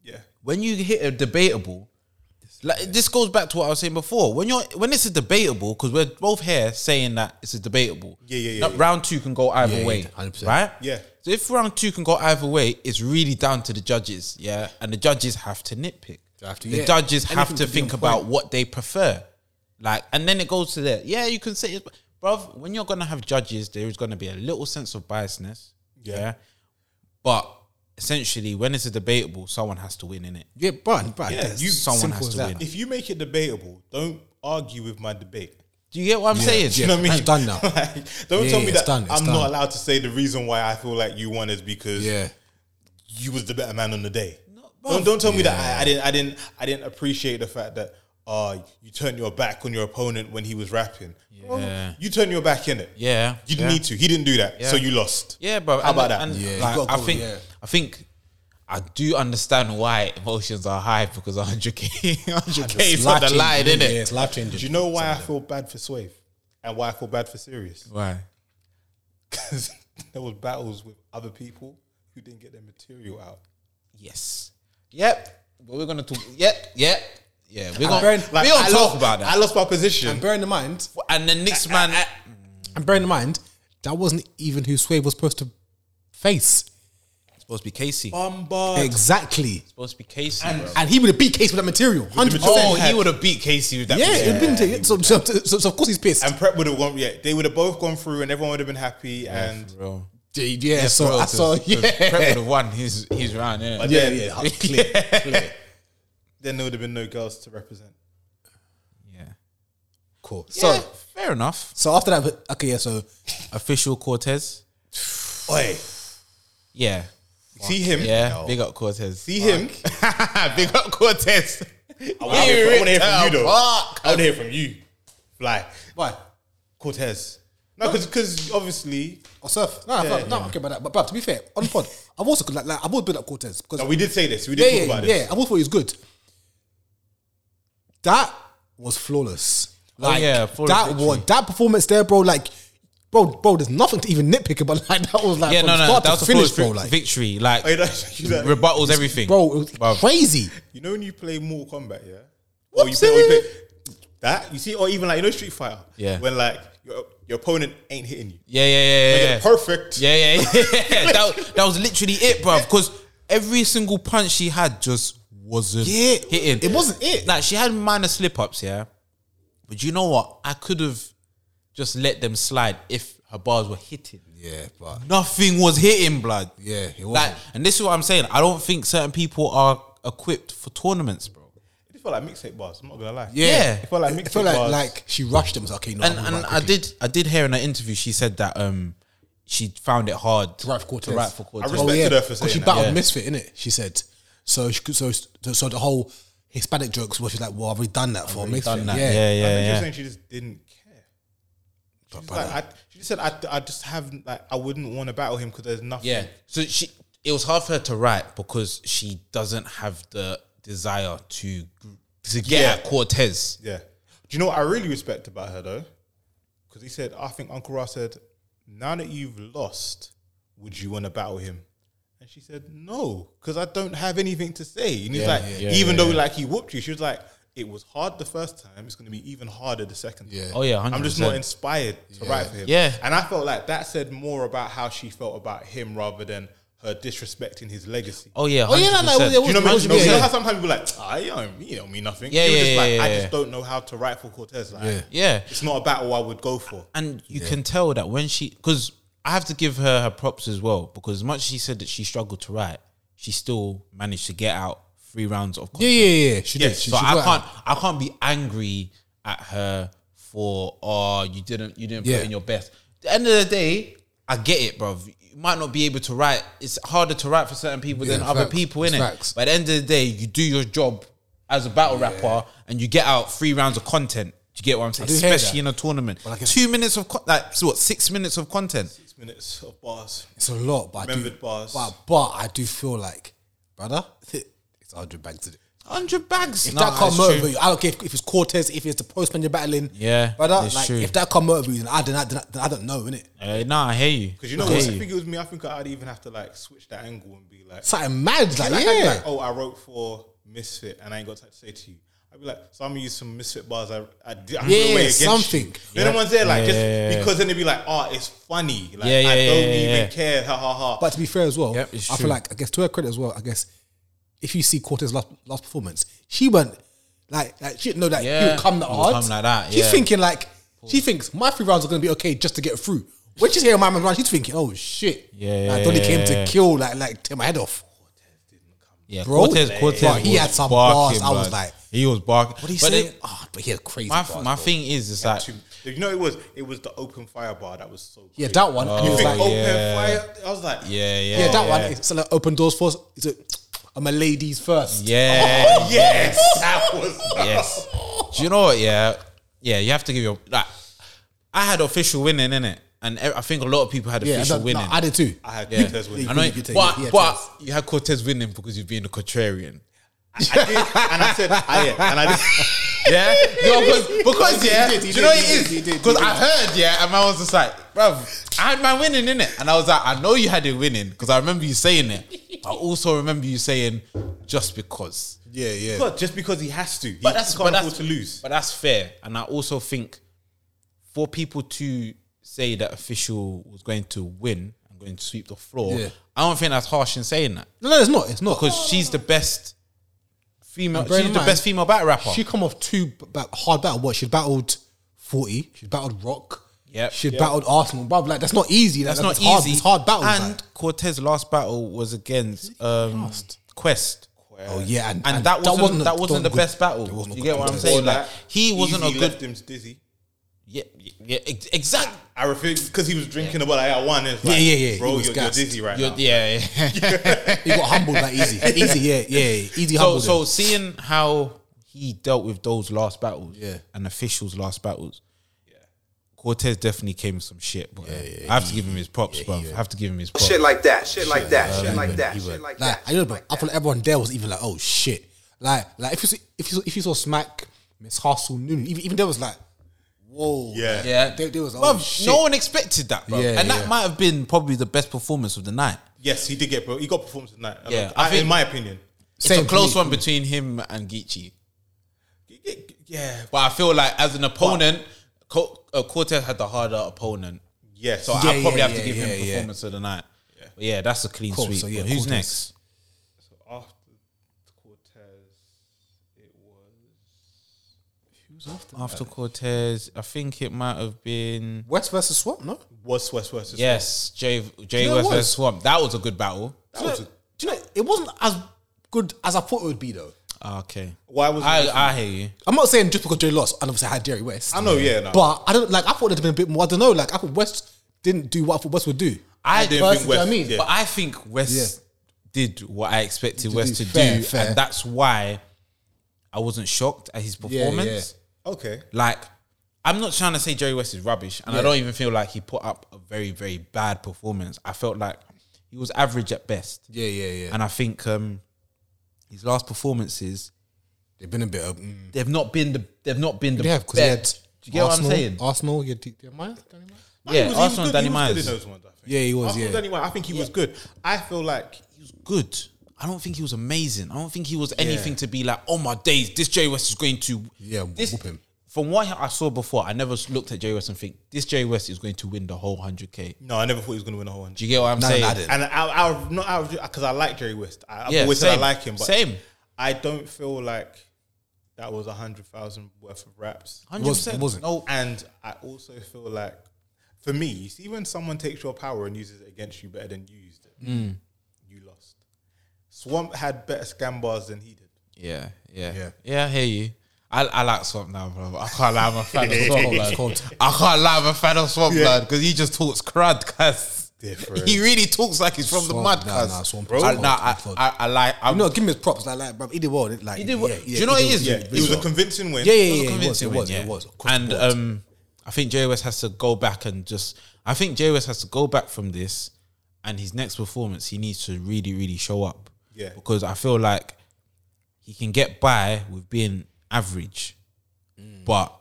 Speaker 1: yeah.
Speaker 3: When you hit a debatable, like this goes back to what I was saying before. When you're when it's a debatable, because we're both here saying that it's a debatable.
Speaker 1: Yeah, yeah, yeah,
Speaker 3: That
Speaker 1: yeah.
Speaker 3: Round two can go either
Speaker 2: Yeah, yeah,
Speaker 3: way,
Speaker 2: 100%.
Speaker 3: right?
Speaker 1: Yeah.
Speaker 3: So if round two can go either way, it's really down to the judges, yeah. And the judges have to nitpick.
Speaker 2: They have to,
Speaker 3: the
Speaker 2: yeah.
Speaker 3: judges have
Speaker 2: Anything
Speaker 3: to
Speaker 2: to be on
Speaker 3: think about what they prefer, like, and then it goes to there. Yeah, you can say, it, bruv, when you're gonna have judges, there is gonna be a little sense of biasness, yeah. But essentially, when it's a debatable, someone has to win in it.
Speaker 2: Yeah, but but
Speaker 1: Yeah,
Speaker 2: it's
Speaker 1: you-
Speaker 3: someone
Speaker 2: simple
Speaker 3: has
Speaker 2: as
Speaker 3: to
Speaker 2: that.
Speaker 3: win.
Speaker 1: If you make it debatable, don't argue with my debate.
Speaker 3: Do you get what I'm saying?
Speaker 1: Do you know what I mean?
Speaker 2: That's done now.
Speaker 1: Like, don't
Speaker 2: Yeah,
Speaker 1: tell
Speaker 2: yeah,
Speaker 1: me
Speaker 2: it's
Speaker 1: that
Speaker 2: done, it's
Speaker 1: I'm
Speaker 2: done.
Speaker 1: not allowed to say the reason why I feel like you won is because
Speaker 2: Yeah.
Speaker 1: you was the better man on the day. don't don't tell me that I, I didn't I didn't I didn't appreciate the fact that uh you turned your back on your opponent when he was rapping. Well,
Speaker 3: Yeah.
Speaker 1: you turned your back in it.
Speaker 3: Yeah,
Speaker 1: You didn't
Speaker 3: yeah.
Speaker 1: need to. He didn't do that. So you lost.
Speaker 3: Yeah, bro.
Speaker 1: How about that?
Speaker 2: Yeah, you
Speaker 3: like,
Speaker 2: gotta
Speaker 3: I
Speaker 2: go,
Speaker 3: think
Speaker 2: yeah.
Speaker 3: I think I do understand why emotions are high because 100k, 100k is on the line,
Speaker 2: Life-changing,
Speaker 3: isn't
Speaker 2: Yeah,
Speaker 3: it?
Speaker 2: it's life changing.
Speaker 1: Do you know why I feel bad for Swave? And why I feel bad for Sirius?
Speaker 3: Why?
Speaker 1: Because there was battles with other people who didn't get their material out.
Speaker 3: Yes. Yep. But we're gonna talk. Yep. Yep. Yeah. We're gonna
Speaker 2: Baron,
Speaker 3: we
Speaker 1: Like,
Speaker 3: gonna
Speaker 1: I
Speaker 3: talk
Speaker 1: lost-
Speaker 3: about that.
Speaker 1: I lost my position.
Speaker 2: And bearing in mind,
Speaker 3: and the next man.
Speaker 2: and bearing in mind, That wasn't even who Sway was supposed to face.
Speaker 3: It's supposed to be Casey.
Speaker 1: Bombard.
Speaker 2: Exactly.
Speaker 3: supposed to be Casey. bro.
Speaker 2: And he would have beat Case with that material. 100%.
Speaker 1: material.
Speaker 3: oh, he would have beat Casey with that.
Speaker 2: Yeah,
Speaker 3: piece.
Speaker 2: it would have been. So, so, so, so of course he's pissed.
Speaker 1: And prep would have gone. Yeah, they would have both gone through, and everyone would have been happy. and
Speaker 3: Bro.
Speaker 2: yeah, so,
Speaker 3: Bro,
Speaker 2: I saw,
Speaker 3: to- to- Prep would
Speaker 2: yeah.
Speaker 3: have won his his round. Yeah.
Speaker 1: But
Speaker 2: Yeah,
Speaker 1: then,
Speaker 2: yeah, clear, clear.
Speaker 1: then there would have been no girls to represent.
Speaker 3: yeah.
Speaker 2: Cool.
Speaker 3: So
Speaker 2: So,
Speaker 3: fair enough.
Speaker 2: so after that, okay, yeah, so,
Speaker 3: Official Cortez.
Speaker 1: Oi,
Speaker 3: Yeah.
Speaker 1: see him.
Speaker 3: Yeah. Big up Cortez.
Speaker 1: See him.
Speaker 3: Big up Cortez.
Speaker 1: I want to hear, I wanna hear from you
Speaker 3: the
Speaker 1: though.
Speaker 3: fuck?
Speaker 1: I want to hear from you. Fly.
Speaker 2: why?
Speaker 1: Cortez. No, because obviously
Speaker 2: Or surf? No, no, no, okay, but, that- but, but to be fair, on pod, I've also, like, like, I've always been up Cortez because
Speaker 1: no, we did say this. We did
Speaker 2: yeah,
Speaker 1: talk
Speaker 2: yeah,
Speaker 1: about
Speaker 2: yeah.
Speaker 1: this.
Speaker 2: I always thought he was good. That was flawless. Like
Speaker 3: Oh, yeah, flawless
Speaker 2: that
Speaker 3: victory.
Speaker 2: was that performance there, bro. Like, bro, bro. There's nothing to even nitpick about. Like that was like
Speaker 3: Yeah,
Speaker 2: from
Speaker 3: no, no,
Speaker 2: start
Speaker 3: that
Speaker 2: to
Speaker 3: was a
Speaker 2: finish,
Speaker 3: finish,
Speaker 2: bro. Like,
Speaker 3: victory, like
Speaker 1: Oh, you know- you know-
Speaker 3: rebuttals, everything,
Speaker 2: bro, it was
Speaker 3: Bruv.
Speaker 2: crazy.
Speaker 1: You know when you play Mortal Kombat, yeah? Or you, play, or you play that, you see, or even like you know Street Fighter.
Speaker 3: Yeah.
Speaker 1: When like your, your opponent ain't hitting you.
Speaker 3: Yeah, yeah, yeah,
Speaker 1: Like,
Speaker 3: yeah, yeah.
Speaker 1: Perfect.
Speaker 3: yeah, yeah, yeah. that, that was literally it, bro. Because every single punch she had just wasn't
Speaker 2: Yeah,
Speaker 3: hitting.
Speaker 2: it wasn't it.
Speaker 3: Like she had minor slip ups, yeah. But you know what? I could have just let them slide if her bars were hitting.
Speaker 2: Yeah, but
Speaker 3: Nothing was hitting, blood.
Speaker 2: yeah, it was.
Speaker 3: Like, and this is what I'm saying. I don't think certain people are equipped for tournaments, bro.
Speaker 1: It felt like mixtape bars, I'm not gonna lie.
Speaker 3: Yeah.
Speaker 1: It felt like
Speaker 2: I
Speaker 1: mixtape
Speaker 2: feel like
Speaker 1: bars.
Speaker 2: like she rushed him. It's like, okay, no,
Speaker 3: and
Speaker 2: I'm
Speaker 3: and
Speaker 2: right,
Speaker 3: I
Speaker 2: okay.
Speaker 3: did I did hear in her interview she said that um she found it hard
Speaker 2: To write for Cortez.
Speaker 3: to write for Oh, Cortez.
Speaker 1: I respect- respected her for
Speaker 2: 'cause
Speaker 1: saying
Speaker 2: she
Speaker 1: that.
Speaker 2: battled
Speaker 3: Yeah.
Speaker 2: Misfit in it. She said so. She could, so so so the whole Hispanic jokes. Well, she's like, well, I've already done that for Misfit.
Speaker 3: done that.
Speaker 2: Yeah,
Speaker 1: I think she was
Speaker 3: yeah, yeah, yeah.
Speaker 1: saying she just didn't care. She, was like, I, she just said, I, I just have, like, I wouldn't want to battle him because there's nothing.
Speaker 3: Yeah. So she it was hard for her to write because she doesn't have the desire to to get
Speaker 1: Yeah.
Speaker 3: at Cortez.
Speaker 1: Yeah. Do you know what I really respect about her though? Because he said, I think Uncle Ra said, now that you've lost, would you want to battle him? And she said, no, because I don't have anything to say. And he's like,
Speaker 3: yeah,
Speaker 1: even though like he whooped you, she was like, it was hard the first time. It's going to be even harder the second time.
Speaker 2: Yeah.
Speaker 3: Oh yeah,
Speaker 1: I'm just
Speaker 3: 100%.
Speaker 1: not inspired to write for him.
Speaker 3: Yeah.
Speaker 1: And I felt like that said more about how she felt about him rather than her disrespecting his legacy.
Speaker 3: Oh yeah, 100%.
Speaker 2: Oh, yeah, no, no, it
Speaker 1: Do you know,
Speaker 2: was-
Speaker 1: what I mean?
Speaker 2: yeah,
Speaker 1: you know
Speaker 2: yeah.
Speaker 1: how sometimes people are like, ah, you don't, you don't mean nothing.
Speaker 3: Yeah,
Speaker 1: He was
Speaker 3: yeah,
Speaker 1: just
Speaker 3: yeah,
Speaker 1: like, I
Speaker 3: yeah,
Speaker 1: just don't know how to write for Cortez. Like,
Speaker 2: Yeah.
Speaker 3: Yeah.
Speaker 1: it's not a battle I would go for.
Speaker 3: and you can tell that when she because I have to give her her props as well because as much as she said that she struggled to write, she still managed to get out three rounds of
Speaker 2: yeah, yeah, yeah. She did.
Speaker 1: Yes,
Speaker 2: She,
Speaker 3: so
Speaker 2: she
Speaker 3: I
Speaker 2: worked.
Speaker 3: can't I can't be angry at her for oh you didn't you didn't
Speaker 2: Yeah.
Speaker 3: put in your best. At the end of the day, I get it, bro. You might not be able to write. It's harder to write for certain people than
Speaker 2: Yeah,
Speaker 3: other
Speaker 2: facts,
Speaker 3: people, innit?
Speaker 2: facts.
Speaker 3: But at the end of the day, you do your job as a battle rapper and you get out three rounds of content. Do you get what I'm saying?
Speaker 2: do hear
Speaker 3: Especially in
Speaker 2: that.
Speaker 3: a tournament.
Speaker 2: But like if-
Speaker 3: Two minutes of con- like so what, six minutes of content.
Speaker 1: Six minutes of bars.
Speaker 2: It's a lot, but I do,
Speaker 1: Remembered bars.
Speaker 2: But, but I do feel like, brother, it's hundred bags. If
Speaker 3: Hundred bags. Nah,
Speaker 2: that can't
Speaker 3: it's
Speaker 2: motivate
Speaker 3: true.
Speaker 2: you, I don't care if, if it's Cortez, if it's the postman you're battling.
Speaker 3: Yeah,
Speaker 2: brother,
Speaker 3: it's
Speaker 2: like
Speaker 3: true.
Speaker 2: if that can't motivate you, then I don't, I don't, then I don't know, innit?
Speaker 3: Uh, nah, I hear you.
Speaker 1: Because you know
Speaker 3: I
Speaker 1: what?
Speaker 3: hear
Speaker 1: I
Speaker 3: you.
Speaker 1: think it was me. I think I'd even have to like switch that angle and be like,
Speaker 2: Something mad, like,
Speaker 1: like, I'd be
Speaker 2: yeah,
Speaker 1: like, oh, I wrote for Misfit and I ain't got time to say to you. I'd be like, so I'm gonna use some Misfit bars. I, I did, I'm
Speaker 2: Yeah,
Speaker 1: yeah, against
Speaker 2: something.
Speaker 1: You. Then no one's there like just
Speaker 3: yeah, yeah.
Speaker 1: because then they'd be like, oh, it's funny. Like
Speaker 3: Yeah,
Speaker 1: I
Speaker 3: yeah,
Speaker 1: don't
Speaker 3: yeah, yeah,
Speaker 1: even
Speaker 3: yeah.
Speaker 1: care. Ha ha ha.
Speaker 2: But to be fair as well,
Speaker 3: Yep, it's
Speaker 2: I
Speaker 3: true.
Speaker 2: feel like I guess to her credit as well, I guess if you see Cortez's last, last performance, she went like like she didn't know that he
Speaker 3: Yeah.
Speaker 2: would come that
Speaker 3: He would
Speaker 2: hard.
Speaker 3: come like that,
Speaker 2: She's
Speaker 3: yeah.
Speaker 2: thinking like she thinks my three rounds are gonna be okay just to get through. When she's hearing my man round, she's thinking, oh shit,
Speaker 3: Yeah,
Speaker 2: like
Speaker 3: yeah,
Speaker 2: Donny
Speaker 3: yeah,
Speaker 2: came
Speaker 3: yeah.
Speaker 2: to kill, like like tear my head off.
Speaker 3: Yeah,
Speaker 2: Bro,
Speaker 3: Cortez,
Speaker 2: like,
Speaker 3: Cortez.
Speaker 2: bro, he
Speaker 3: was
Speaker 2: had some
Speaker 3: barking,
Speaker 2: bars. I was
Speaker 3: blood.
Speaker 2: like,
Speaker 3: he was barking.
Speaker 2: What do you
Speaker 3: But
Speaker 2: say?
Speaker 3: then,
Speaker 2: Ah, but he had crazy.
Speaker 3: My
Speaker 2: bars,
Speaker 3: my
Speaker 2: bro.
Speaker 3: thing is, it's like,
Speaker 1: Too- you know, it was it was the open fire bar that was so.
Speaker 2: yeah,
Speaker 1: crazy.
Speaker 2: that one. and he
Speaker 1: You
Speaker 2: was
Speaker 1: think
Speaker 2: like,
Speaker 1: open
Speaker 2: yeah,
Speaker 1: fire? I was like,
Speaker 3: yeah, Oh, yeah,
Speaker 2: that one. It's like open doors for us. It's a, I'm a ladies first.
Speaker 3: yeah,
Speaker 1: yes, that was
Speaker 3: yes. Do you know what? Yeah, yeah. You have to give your like. I had official winning in it, and e- I think a lot of people had
Speaker 2: yeah.
Speaker 3: official
Speaker 2: no, no,
Speaker 3: winning.
Speaker 2: I did too.
Speaker 1: I had
Speaker 3: yeah.
Speaker 1: Cortez winning.
Speaker 3: I know,
Speaker 2: You could take
Speaker 3: but
Speaker 2: it, yeah,
Speaker 3: but you had Cortez winning because you're being a contrarian.
Speaker 1: I did, and I said, I, yeah, and I did.
Speaker 3: Yeah, no, because, because
Speaker 1: He
Speaker 3: yeah,
Speaker 1: did, he
Speaker 3: do you know
Speaker 1: did,
Speaker 3: what
Speaker 1: he
Speaker 3: it
Speaker 1: did, he
Speaker 3: is?
Speaker 1: did, he
Speaker 3: Because
Speaker 1: did.
Speaker 3: I heard, yeah, and I was just like, bruv, I had my winning in it, and I was like, I know you had it winning because I remember you saying it. I also remember you saying just because.
Speaker 2: Yeah, yeah.
Speaker 1: But just because he has to, he
Speaker 3: but that's
Speaker 1: can't
Speaker 3: but
Speaker 1: afford
Speaker 3: that's
Speaker 1: to lose.
Speaker 3: But that's fair, and I also think for people to say that official was going to win and going to sweep the floor,
Speaker 2: Yeah.
Speaker 3: I don't think that's harsh in saying that
Speaker 2: No, no, it's not. It's not.
Speaker 3: because she's the best female.
Speaker 2: And bear in
Speaker 3: She's the
Speaker 2: mind,
Speaker 3: best female battle rapper.
Speaker 2: She come off two b- ba- hard battle. What she battled forty. She battled Rock.
Speaker 3: Yep.
Speaker 2: She battled Arsenal. But like that's not easy. That-
Speaker 3: that's
Speaker 2: that's
Speaker 3: not
Speaker 2: hard,
Speaker 3: easy.
Speaker 2: It's hard battle.
Speaker 3: And Cortez's last battle was against um, Quest.
Speaker 2: oh yeah, and,
Speaker 3: And, that wasn't,
Speaker 2: a-
Speaker 3: that wasn't the
Speaker 2: good-
Speaker 3: best battle.
Speaker 2: that wasn't a
Speaker 3: You
Speaker 2: good
Speaker 3: get what I'm
Speaker 2: contest.
Speaker 3: saying?
Speaker 1: Before
Speaker 3: Like
Speaker 1: that,
Speaker 3: he wasn't a
Speaker 1: Easy
Speaker 3: good.
Speaker 1: Left him dizzy.
Speaker 3: Yeah, yeah, ex- exact.
Speaker 1: I refuse because he was drinking about like, I won. It's like,
Speaker 2: Yeah, yeah, yeah, he
Speaker 1: Bro,
Speaker 2: was
Speaker 1: you're, you're
Speaker 2: gassed.
Speaker 1: dizzy right
Speaker 3: You're,
Speaker 1: now.
Speaker 3: yeah, yeah.
Speaker 2: He got humbled that easy. Easy, yeah, yeah, yeah. easy
Speaker 3: so,
Speaker 2: humbled.
Speaker 3: so
Speaker 2: him.
Speaker 3: seeing how he dealt with those last battles,
Speaker 2: Yeah.
Speaker 3: and officials' last battles, Cortez definitely came with some shit. But I have to give him his props, bro. I have to give him his props.
Speaker 9: Shit like that. Shit like that. Shit
Speaker 2: He
Speaker 9: like that.
Speaker 2: went, he
Speaker 9: Shit
Speaker 2: went.
Speaker 9: like
Speaker 2: Like,
Speaker 9: that.
Speaker 2: I know, but I feel like everyone there was even like, oh shit. Like, like if you see, if you saw, if you saw Smack, Miss Hustle, Noon, even even there was like, whoa,
Speaker 1: Yeah.
Speaker 3: yeah,
Speaker 2: They, they was like,
Speaker 3: Bruv,
Speaker 2: oh, shit.
Speaker 3: no one expected that, bro.
Speaker 2: Yeah,
Speaker 3: and that
Speaker 2: yeah.
Speaker 3: might have been probably the best performance of the night.
Speaker 1: Yes, he did get. He got performance tonight. I
Speaker 3: Yeah,
Speaker 1: like-
Speaker 3: I
Speaker 1: I-
Speaker 3: think-
Speaker 1: in my opinion.
Speaker 3: it's
Speaker 2: Same
Speaker 3: a close
Speaker 2: for me.
Speaker 3: one between him and Geechee.
Speaker 1: Yeah.
Speaker 3: But I feel like as an opponent, Co- uh, Cortez had the harder opponent.
Speaker 1: Yes.
Speaker 3: So
Speaker 1: So
Speaker 3: I
Speaker 2: Yeah,
Speaker 3: probably
Speaker 2: yeah,
Speaker 3: have to
Speaker 2: yeah,
Speaker 3: give
Speaker 2: yeah,
Speaker 3: him
Speaker 2: yeah.
Speaker 3: performance of the night. Yeah, yeah that's a clean
Speaker 2: Cool,
Speaker 3: sweep.
Speaker 2: so yeah,
Speaker 3: but who's
Speaker 2: Cortez.
Speaker 3: next?
Speaker 1: after Cortez, it was
Speaker 3: After Cortez, I think it might have been
Speaker 2: West versus Swamp, no.
Speaker 1: was West versus
Speaker 3: yes, Jay Jay
Speaker 2: you know
Speaker 3: West
Speaker 2: what?
Speaker 3: versus Swamp. That was a good battle.
Speaker 2: Do you, know, do you know it wasn't as good as I thought it would be though.
Speaker 3: Ah, Okay,
Speaker 1: Why was
Speaker 3: I
Speaker 1: it-
Speaker 3: I hear you.
Speaker 2: I'm not saying just because Jay lost and obviously I had Jerry West.
Speaker 1: I know, yeah, no.
Speaker 2: But I don't like I thought there'd been a bit more. I don't know, like I thought West didn't do what I thought West would do.
Speaker 3: I
Speaker 1: didn't think
Speaker 2: do you know
Speaker 3: personally-
Speaker 1: West.
Speaker 2: what I mean?
Speaker 1: yeah.
Speaker 3: But I think West did what I expected
Speaker 2: To
Speaker 3: West
Speaker 2: do-
Speaker 3: to
Speaker 2: fair,
Speaker 3: do,
Speaker 2: fair.
Speaker 3: and that's why I wasn't shocked at his
Speaker 2: Yeah,
Speaker 3: performance.
Speaker 1: okay.
Speaker 3: Like, I'm not trying to say Jerry West is rubbish, and I don't even feel like he put up a very, very bad performance. I felt like he was average at best,
Speaker 2: yeah, yeah, yeah.
Speaker 3: and I think um, his last performances
Speaker 2: They've been a bit of mm,
Speaker 3: they've not been the they've not been the
Speaker 2: yeah,
Speaker 3: best.
Speaker 2: because they had
Speaker 3: Do you get
Speaker 2: Arsenal,
Speaker 3: what I'm saying?
Speaker 2: Arsenal, you had D- Jeremiah? Danny Myers?
Speaker 3: yeah,
Speaker 1: he was,
Speaker 3: Arsenal,
Speaker 1: he was good, he was
Speaker 3: Danny
Speaker 1: good in
Speaker 3: Myers,
Speaker 1: those ones. I think.
Speaker 2: Yeah, he was,
Speaker 1: Arsenal,
Speaker 2: yeah.
Speaker 1: Danny Myers. I think he was good. I feel like
Speaker 3: he was good. I don't think he was amazing. I don't think he was anything to be like, oh my days, this Jerry West is going to
Speaker 2: Yeah,
Speaker 3: this,
Speaker 2: whoop him.
Speaker 3: From what I saw before, I never looked at Jerry West and think this Jerry West is going to win the whole hundred k.
Speaker 1: no, I never thought he was going to win a whole one.
Speaker 3: Do you get what I'm
Speaker 2: No, no,
Speaker 3: saying?
Speaker 2: I didn't.
Speaker 1: And I, I, I not out because I like Jerry West. I, I've
Speaker 3: Yeah,
Speaker 1: always said I
Speaker 3: same,
Speaker 1: like him, but
Speaker 3: same.
Speaker 1: I don't feel like that was a hundred thousand worth of raps.
Speaker 3: Hundred percent.
Speaker 2: It wasn't.
Speaker 3: No,
Speaker 1: And I also feel like, for me, you see, when someone takes your power and uses it against you better than you used it,
Speaker 3: Hmm.
Speaker 1: you lost. Swamp had better scam bars than he did.
Speaker 3: yeah, yeah,
Speaker 2: Yeah.
Speaker 3: yeah, I hear you. I, I like Swamp now, bro. I can't lie, I'm a fan of Swamp.
Speaker 2: Cold,
Speaker 3: blood.
Speaker 2: cold.
Speaker 3: I can't lie, I'm a fan of Swamp blood because he just talks crud, cuz.
Speaker 1: Different.
Speaker 3: He really talks like he's from the
Speaker 2: Swamp,
Speaker 3: mud,
Speaker 2: nah,
Speaker 3: cuz.
Speaker 2: nah, Swamp
Speaker 3: Bro,
Speaker 2: is
Speaker 3: I,
Speaker 2: cold,
Speaker 3: nah, I,
Speaker 2: cold.
Speaker 3: I, I like. I'm,
Speaker 2: You know, give him his props. Like, like, bro, he did well. Like,
Speaker 3: He did well.
Speaker 2: yeah,
Speaker 3: Do you know what
Speaker 2: he
Speaker 3: it
Speaker 2: did-
Speaker 3: is?
Speaker 1: Yeah,
Speaker 3: It
Speaker 1: it
Speaker 3: was
Speaker 1: was a
Speaker 3: what-
Speaker 1: convincing win.
Speaker 2: Yeah, yeah, yeah. It
Speaker 3: It was a
Speaker 2: was, it
Speaker 3: convincing
Speaker 2: was,
Speaker 3: win, yeah.
Speaker 2: it was. Across the
Speaker 3: And
Speaker 2: board.
Speaker 3: um, I think Jay West has to go back and just. I think Jay West has to go back from this, and his next performance, he needs to really, really show up.
Speaker 1: Yeah.
Speaker 3: because I feel like he can get by with being average,
Speaker 2: Mm.
Speaker 3: but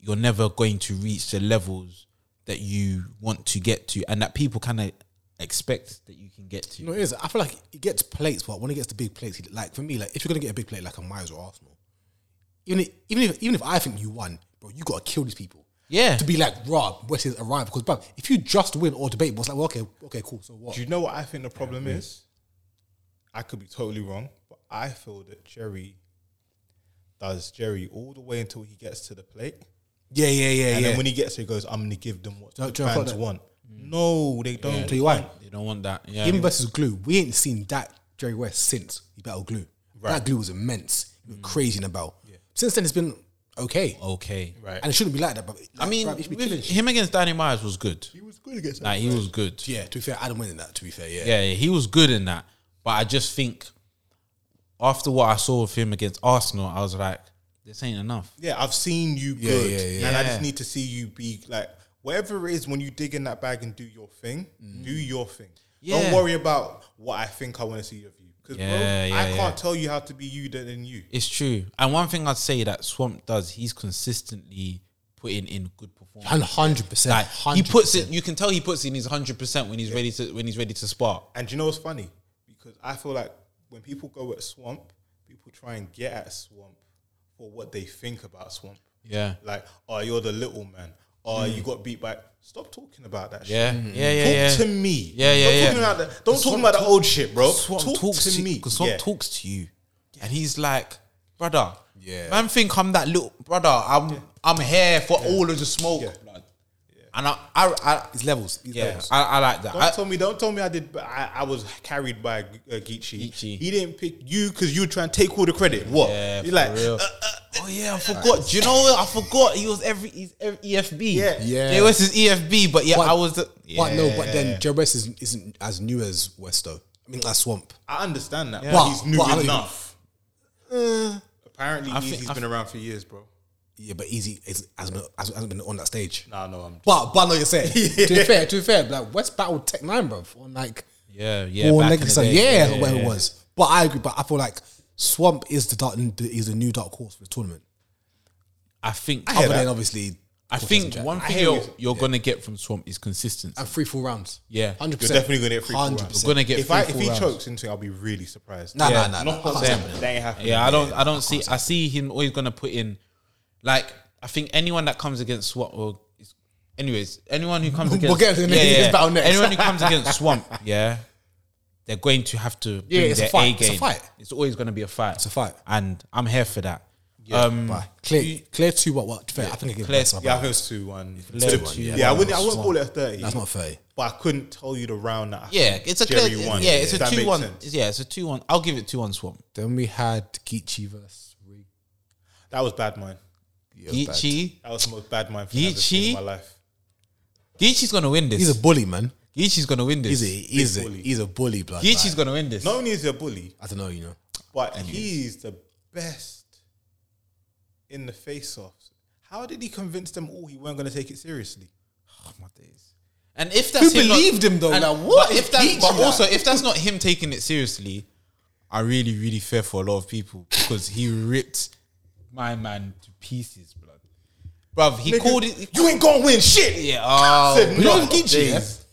Speaker 3: you're never going to reach the levels that you want to get to, and that people kind of expect that you can get to.
Speaker 2: No, it is. I feel like he gets plates, but when he gets the big plates, he, like for me, like if you're gonna get a big plate like a Myers or Arsenal, even if, even if even if I think you won, bro, you gotta kill these people.
Speaker 3: Yeah.
Speaker 2: To be like, Rob, West is arrived because, bro, if you just win or debate, it's like, well, okay, okay, cool. So what?
Speaker 1: Do you know what I think the problem is? I could be totally wrong, but I feel that Jerry does Jerry all the way until he gets to the plate.
Speaker 2: yeah, yeah, yeah,
Speaker 1: And
Speaker 2: yeah.
Speaker 1: then when he gets there, he goes, I'm going to give them what
Speaker 2: Do
Speaker 1: the
Speaker 2: you know- do you know what
Speaker 1: fans
Speaker 2: that-
Speaker 1: want. No, they don't.
Speaker 2: Tell you why.
Speaker 3: They don't want that. Yeah,
Speaker 2: Him versus Glue, we ain't seen that Jerry West since he battled Glue. That Glue was immense, He
Speaker 3: Mm.
Speaker 2: went crazy in the battle. Since then, it's been okay,
Speaker 3: okay.
Speaker 1: Right.
Speaker 2: and it shouldn't be like that. But
Speaker 3: Oh, I mean,
Speaker 2: bruv, it should be
Speaker 3: with
Speaker 2: killing shit.
Speaker 3: him against Danny Myers was good.
Speaker 1: He was good against
Speaker 3: Like he was good.
Speaker 2: yeah. To be fair, Adam winning that. To be fair, yeah,
Speaker 3: yeah, yeah, he was good in that. But I just think after what I saw of him against Arsenal, I was like, this ain't enough.
Speaker 1: Yeah, I've seen you good,
Speaker 2: yeah, yeah.
Speaker 1: and I just
Speaker 3: Yeah.
Speaker 1: need to see you be like whatever it is when you dig in that bag and do your thing. Do your thing.
Speaker 3: Yeah.
Speaker 1: Don't worry about what I think I want to see of you, because bro,
Speaker 3: Yeah, yeah,
Speaker 1: I can't
Speaker 3: yeah.
Speaker 1: tell you how to be you than than you.
Speaker 3: It's true. And one thing I'd say that Swamp does, he's consistently putting in good performance.
Speaker 2: and hundred percent.
Speaker 3: Like he puts it, you can tell he puts in his hundred percent when he's ready to when he's ready to spar.
Speaker 1: And you know what's funny? Because I feel like when people go at Swamp, people try and get at Swamp for what they think about Swamp.
Speaker 3: Yeah. Mm.
Speaker 1: Like, oh, you're the little man. or you got beat by. Stop talking about that
Speaker 3: Yeah,
Speaker 1: shit.
Speaker 3: yeah, yeah,
Speaker 1: Mm-hmm. Talk
Speaker 3: yeah.
Speaker 1: to me.
Speaker 3: Yeah, yeah,
Speaker 1: Don't
Speaker 3: yeah.
Speaker 1: Talk about that. Don't talk about the old shit, bro.
Speaker 3: Swamp
Speaker 1: Talk
Speaker 3: talks
Speaker 1: to me.
Speaker 3: Because Swamp
Speaker 1: Yeah.
Speaker 3: talks to you, and he's like, brother.
Speaker 2: Yeah.
Speaker 3: Man, think I'm that little brother. I'm I'm here for all of the smoke. blood. And I, I, I
Speaker 2: It's levels. It's
Speaker 3: yeah,
Speaker 2: levels.
Speaker 3: I, I like that.
Speaker 1: Don't
Speaker 3: I-
Speaker 1: tell me. Don't tell me I did. I, I was carried by uh, Geechee.
Speaker 3: Geechee.
Speaker 1: He didn't pick you because you were trying to take all the credit. What?
Speaker 3: yeah,
Speaker 1: You're
Speaker 3: for
Speaker 1: like,
Speaker 3: real.
Speaker 1: uh,
Speaker 3: oh yeah, I forgot. Do you know what? I forgot he was every he's every E EFB.
Speaker 1: Yeah.
Speaker 2: Yeah.
Speaker 3: It was his EFB, but yeah,
Speaker 2: But-
Speaker 3: I was. The,
Speaker 2: But no,
Speaker 3: Yeah.
Speaker 2: but then Joe West isn't, isn't as new as West though. I mean, like Swamp.
Speaker 1: I understand that,
Speaker 2: But-
Speaker 1: but he's new
Speaker 2: but I don't
Speaker 1: enough. Apparently,
Speaker 3: Eh. I
Speaker 1: he's,
Speaker 3: think-
Speaker 1: he's
Speaker 3: I
Speaker 1: been around for years, bro.
Speaker 2: Yeah, but Easy is, hasn't, been, hasn't hasn't been on that stage.
Speaker 1: Nah, no, I'm.
Speaker 2: But but I know what you're saying. To be fair, to be fair, like West battled Tech Nine, bro, on like
Speaker 3: Yeah, yeah,
Speaker 2: or
Speaker 3: back in
Speaker 2: like
Speaker 3: the
Speaker 2: yeah,
Speaker 3: day.
Speaker 2: yeah, where it was. But I agree. But I feel like Swamp is the dark is the new dark horse for the tournament.
Speaker 3: I think.
Speaker 2: Other
Speaker 3: I,
Speaker 2: than obviously,
Speaker 3: think one
Speaker 1: I
Speaker 3: thing
Speaker 1: hear
Speaker 3: you're,
Speaker 1: you.
Speaker 3: you're gonna get from Swamp is consistency.
Speaker 2: and three full rounds.
Speaker 3: Yeah.
Speaker 2: hundred
Speaker 1: You're
Speaker 2: percent.
Speaker 1: definitely gonna get free.
Speaker 2: Hundred
Speaker 1: Hundred.
Speaker 2: percent.
Speaker 3: We're gonna get.
Speaker 1: If
Speaker 3: three,
Speaker 1: I
Speaker 3: four
Speaker 1: if he
Speaker 3: rounds.
Speaker 1: chokes into it, I'll be really surprised.
Speaker 2: Nah,
Speaker 3: Yeah.
Speaker 2: nah, nah,
Speaker 1: Not
Speaker 2: nah.
Speaker 1: for them. That ain't happening.
Speaker 3: Yeah, I don't. I don't see. I see him always gonna put in. Like I think anyone that comes against Swamp or, is- anyways, anyone who comes against
Speaker 2: We'll get to the next battle next.
Speaker 3: anyone who comes against Swamp, yeah, they're going to have to bring
Speaker 2: it's a
Speaker 3: their a,
Speaker 2: fight. It's a
Speaker 3: game.
Speaker 2: fight.
Speaker 3: It's always gonna be a fight. It's
Speaker 2: a fight.
Speaker 3: and I'm here for that. um,
Speaker 2: But clear, clear two. What? What? To be fair, I think it
Speaker 3: clear-
Speaker 2: clear.
Speaker 1: Yeah, I think it was two one.
Speaker 3: Let's do one,
Speaker 1: yeah,
Speaker 3: yeah.
Speaker 1: I wouldn't. I wouldn't call it a thirty.
Speaker 2: That's not fair.
Speaker 1: But I couldn't tell you the round that. I
Speaker 3: yeah,
Speaker 1: think
Speaker 3: it's a
Speaker 1: Jerry
Speaker 3: clear,
Speaker 1: won.
Speaker 3: yeah, it's
Speaker 1: That
Speaker 3: a
Speaker 1: makes
Speaker 3: two one.
Speaker 1: sense.
Speaker 3: Yeah, it's a two one. I'll give it two one Swamp.
Speaker 2: Then we had Geechee versus Rig.
Speaker 1: That was bad, mine.
Speaker 3: Geechee,
Speaker 1: That was the most bad mind thing I've ever seen in
Speaker 3: Geechee?
Speaker 1: my life.
Speaker 3: Geechee's gonna win this.
Speaker 2: He's a bully, man.
Speaker 3: Geechee's gonna win this.
Speaker 2: He's a he's a
Speaker 1: bully.
Speaker 2: he's a bully, blood.
Speaker 3: Geechee's gonna win this.
Speaker 1: Not only is he a bully,
Speaker 2: I don't know, you know.
Speaker 1: but he's the best in the face-offs. How did he convince them all he weren't going to take it seriously?
Speaker 3: my days. And if that's
Speaker 2: Who
Speaker 3: him not-
Speaker 2: believed him, though?
Speaker 3: and-
Speaker 2: Like, what
Speaker 3: But,
Speaker 2: is
Speaker 3: if that's,
Speaker 2: Geechee
Speaker 3: but
Speaker 2: like?
Speaker 3: also, if that's not him taking it seriously, I really, really fear for a lot of people because he ripped my man to pieces, blood. Bruv, he called it.
Speaker 1: You ain't gonna win shit.
Speaker 3: Yeah, oh,
Speaker 1: Said
Speaker 2: You know
Speaker 1: no.
Speaker 2: Geechee,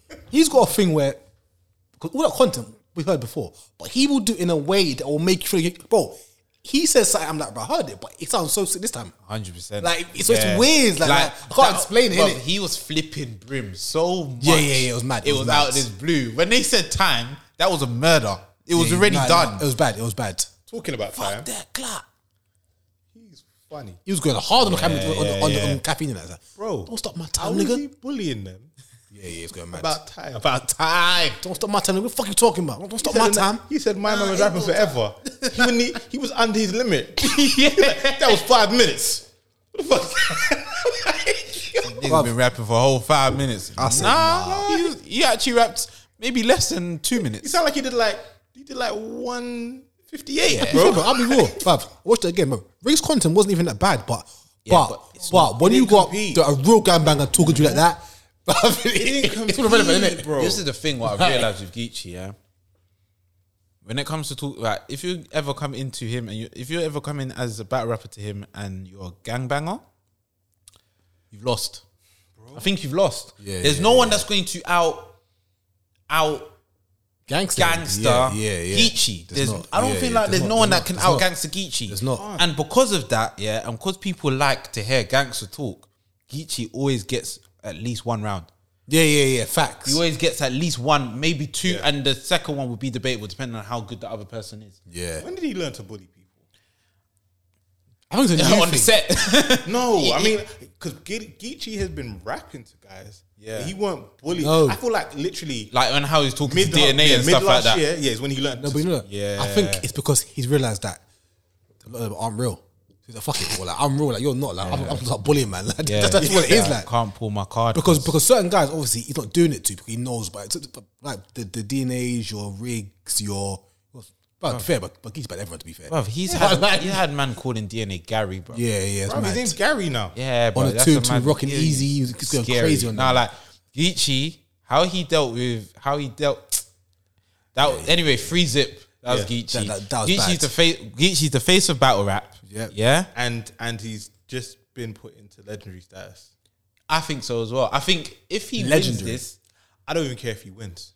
Speaker 2: yeah? he's got a thing where 'cause all that content we've heard before, but he will do it in a way that will make you feel, like, bro. He says something, I'm like, bro, I heard it, but it sounds so sick this time.
Speaker 3: hundred percent.
Speaker 2: Like, it's- so it's weird, like, like, I can't explain it,
Speaker 3: bruv,
Speaker 2: innit?
Speaker 3: He was flipping brim so much.
Speaker 2: Yeah, yeah, yeah, it was mad, it
Speaker 3: It,
Speaker 2: was
Speaker 3: was,
Speaker 2: mad.
Speaker 3: out of this blue. When they said time, that was a murder. It was
Speaker 2: Yeah,
Speaker 3: already
Speaker 2: nah, nah,
Speaker 3: done.
Speaker 2: It was bad. It was bad.
Speaker 1: Talking about time,
Speaker 2: That clap.
Speaker 1: he's funny,
Speaker 2: He was going hard on the camera on, on, on, caffeine and that. Like,
Speaker 1: bro.
Speaker 2: don't stop my
Speaker 1: How
Speaker 2: time,
Speaker 1: was
Speaker 2: nigga.
Speaker 1: he bullying them
Speaker 2: Yeah, yeah, it's going mad.
Speaker 1: about time?
Speaker 3: About time.
Speaker 2: don't stop my time. nigga. What the fuck you talking about? Don't stop
Speaker 1: He
Speaker 2: my
Speaker 1: said
Speaker 2: time.
Speaker 1: He said my man was rapping forever. he, wouldn't e- he was under his limit. that was five minutes. What the fuck?
Speaker 3: Nigga been rapping for a whole five minutes. I
Speaker 2: said,
Speaker 3: nah, He, was- he actually rapped maybe less than two
Speaker 1: he
Speaker 3: minutes.
Speaker 1: sounded like he did like he did like one fifty eight,
Speaker 2: Bro,
Speaker 1: bro.
Speaker 2: I'll be real, bruv. I watched it again, bro. Riggs' content wasn't even that bad, but
Speaker 3: Yeah,
Speaker 2: but
Speaker 3: but
Speaker 2: but, when you got a
Speaker 1: compete.
Speaker 2: real gangbanger talking to you like that, bruv,
Speaker 1: didn't
Speaker 2: it's irrelevant,
Speaker 1: compete,
Speaker 2: isn't it,
Speaker 1: bro.
Speaker 3: This is the thing what I've realized with Geechee, yeah. When it comes to talk, like if you ever come into him and you, if you ever come in as a battle rapper to him and you're a gangbanger, you've lost. I think you've lost.
Speaker 2: Yeah,
Speaker 3: There's
Speaker 2: yeah,
Speaker 3: no one that's going to out out
Speaker 2: Gangster,
Speaker 3: gangster
Speaker 2: yeah, yeah, yeah.
Speaker 3: Geechee.
Speaker 2: There's
Speaker 3: There's,
Speaker 2: not-
Speaker 3: I don't
Speaker 2: yeah,
Speaker 3: feel
Speaker 2: yeah,
Speaker 3: like there's,
Speaker 2: there's
Speaker 3: no
Speaker 2: not-
Speaker 3: one
Speaker 2: there's
Speaker 3: that can
Speaker 2: not-
Speaker 3: out
Speaker 2: there's
Speaker 3: gangster Geechee.
Speaker 2: There's not.
Speaker 3: And because of that, yeah, and because people like to hear gangster talk, Geechee always gets at least one round.
Speaker 2: Yeah, yeah, yeah. Facts.
Speaker 3: He always gets at least one, maybe two, and the second one would be debatable depending on how good the other person is.
Speaker 2: yeah,
Speaker 1: When did he learn to bully people?
Speaker 2: I think it's a new
Speaker 3: on
Speaker 2: thing.
Speaker 3: the set.
Speaker 1: No, I mean, because Geechee has been rapping to guys. Yeah, he weren't bullied.
Speaker 2: No.
Speaker 1: I feel like literally
Speaker 3: like on how he's talking
Speaker 1: mid
Speaker 3: to DNA
Speaker 1: yeah,
Speaker 3: and
Speaker 1: mid
Speaker 3: stuff like
Speaker 1: last
Speaker 3: that.
Speaker 1: Year, yeah, is when he learned.
Speaker 2: No, but you know that.
Speaker 3: Yeah.
Speaker 2: I think it's because he's realized that a lot of them aren't real. He's like, fuck it, bro. Like, I'm real. Like, you're not. Like, I'm, I'm just like bullying, man. Like,
Speaker 3: Yeah.
Speaker 2: that's, that's what it is,
Speaker 3: Yeah,
Speaker 2: like.
Speaker 3: I can't pull my card
Speaker 2: Because because certain guys, obviously, he's not doing it to because he knows, but it's, but, like the, the DNAs, your rigs, your. But to be fair, but, but he's about everyone, to be fair.
Speaker 3: Bruv, he's had he had man calling DNA Gary, bro.
Speaker 2: Yeah, yeah. It's
Speaker 1: Bro, his
Speaker 2: mad.
Speaker 1: name's Gary now.
Speaker 3: Yeah, bro,
Speaker 2: a
Speaker 3: that's
Speaker 2: two-two
Speaker 3: mad-
Speaker 2: rocking
Speaker 3: yeah,
Speaker 2: easy, he was just going
Speaker 3: scary.
Speaker 2: crazy on
Speaker 3: Nah,
Speaker 2: that.
Speaker 3: like Geechee, how he dealt with how he dealt. That was- anyway, free zip. That was
Speaker 1: Yeah,
Speaker 3: Geechee.
Speaker 2: that- that- that was
Speaker 3: Geechee's
Speaker 2: bad.
Speaker 3: the face. Geechee's the face of battle rap.
Speaker 2: Yep.
Speaker 3: Yeah,
Speaker 1: and and he's just been put into legendary status.
Speaker 3: I think so as well. I think if he
Speaker 2: Legendary.
Speaker 3: wins this,
Speaker 1: I don't even care if he wins.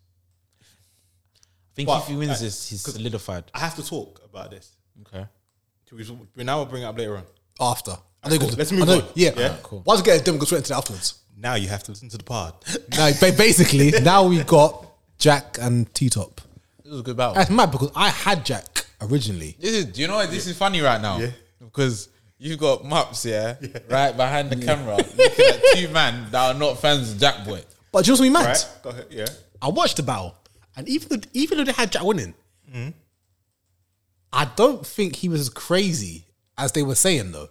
Speaker 3: I think
Speaker 1: But,
Speaker 3: if he wins
Speaker 1: like,
Speaker 3: this, he's solidified.
Speaker 1: I have to talk about this.
Speaker 3: Okay.
Speaker 1: Can we, now we'll bring it up later on.
Speaker 2: after. I know you
Speaker 1: Cool.
Speaker 2: could-
Speaker 1: Let's move
Speaker 2: I know,
Speaker 1: on.
Speaker 2: Yeah,
Speaker 1: Yeah?
Speaker 2: cool. Once we get them, go straight into the afterwards.
Speaker 1: Now you have to listen to the pod.
Speaker 2: Now, ba- basically, now we got Jack and T Top.
Speaker 3: This was a good battle.
Speaker 2: That's mad because I had Jack originally.
Speaker 3: This is, do you know what? This is funny right now.
Speaker 1: Yeah.
Speaker 3: Because you've got Mups, yeah, right behind the camera, looking at two men that are not fans of Jack Boy.
Speaker 2: But do you know what's mad?
Speaker 1: Right? Go ahead. Yeah.
Speaker 2: I watched the battle, and even though, even though they had Jack winning,
Speaker 1: Mm-hmm.
Speaker 2: I don't think he was as crazy as they were saying though.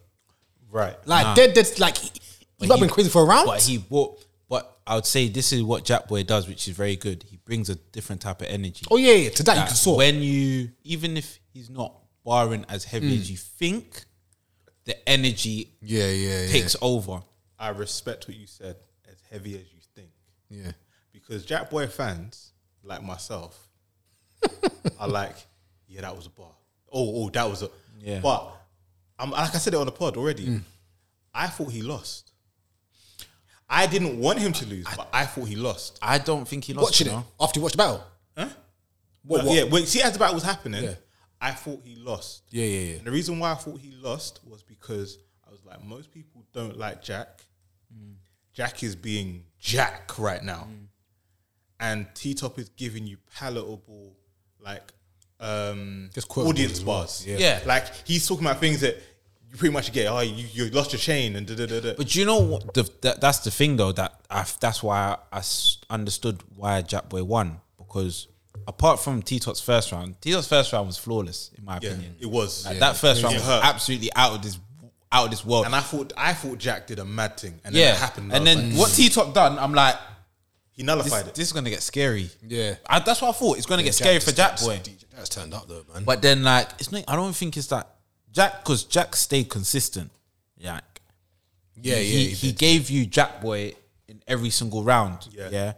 Speaker 1: Right.
Speaker 2: Like dead, dead, like he, he's not been crazy for a round.
Speaker 3: But he brought. But I would say this is what Jack Boy does, which is very good. He brings a different type of energy.
Speaker 2: oh yeah, yeah, to that, you
Speaker 3: That
Speaker 2: can sort.
Speaker 3: When you, even if he's not barring as heavy
Speaker 2: Mm.
Speaker 3: as you think, the energy
Speaker 10: Yeah, yeah, yeah.
Speaker 3: takes over.
Speaker 1: I respect what you said as heavy as you think.
Speaker 10: Yeah.
Speaker 1: Because Jack Boy fans, like myself, are like, yeah, that was a bar. Oh, oh, that was a.
Speaker 3: Yeah.
Speaker 1: But I'm, like I said it on the pod already, I thought he lost. I didn't want him to lose, but I thought he lost.
Speaker 3: I don't think he lost.
Speaker 2: Watching
Speaker 3: you
Speaker 2: it
Speaker 3: know?
Speaker 2: after you watch the battle,
Speaker 1: Well,
Speaker 2: what?
Speaker 1: Yeah, when, see, as the battle was happening,
Speaker 2: Yeah.
Speaker 1: I thought he lost.
Speaker 2: Yeah, yeah, yeah.
Speaker 1: And the reason why I thought he lost was because I was like, most people don't like Jack.
Speaker 2: Mm.
Speaker 1: Jack is being Jack right now, and T Top is giving you palatable, like, um,
Speaker 2: Just quotable
Speaker 1: audience
Speaker 2: as well.
Speaker 1: bars.
Speaker 2: Yeah.
Speaker 3: Yeah.
Speaker 1: like he's talking about things that you pretty much get. Oh, you, you lost your chain and da da da da.
Speaker 3: But you know what? The, that, that's the thing, though. That I, that's why I, s- understood why Jack Boy won because apart from T Tot's first round, T Tot's first round was flawless in my
Speaker 1: Yeah,
Speaker 3: opinion.
Speaker 1: it was
Speaker 3: Like, that first round
Speaker 1: It
Speaker 3: was
Speaker 1: hurt.
Speaker 3: absolutely out of this out of this world.
Speaker 1: And I thought I thought Jack did a mad thing, and
Speaker 3: yeah,
Speaker 1: then it happened.
Speaker 3: and
Speaker 1: I was
Speaker 3: then
Speaker 1: like,
Speaker 2: Mm.
Speaker 3: what T Top done? I'm like,
Speaker 1: he
Speaker 3: this,
Speaker 1: nullified it.
Speaker 3: this is gonna get scary.
Speaker 2: Yeah.
Speaker 3: I, that's what I thought. It's gonna get scary for Jack Boy.
Speaker 2: That's turned up though, man.
Speaker 3: But then, like, it's not. I don't think it's that Jack because Jack stayed consistent. Jack.
Speaker 2: yeah, yeah,
Speaker 3: he,
Speaker 2: he
Speaker 3: he
Speaker 2: did.
Speaker 3: gave you Jack Boy in every single round.
Speaker 1: Yeah.
Speaker 3: Yeah.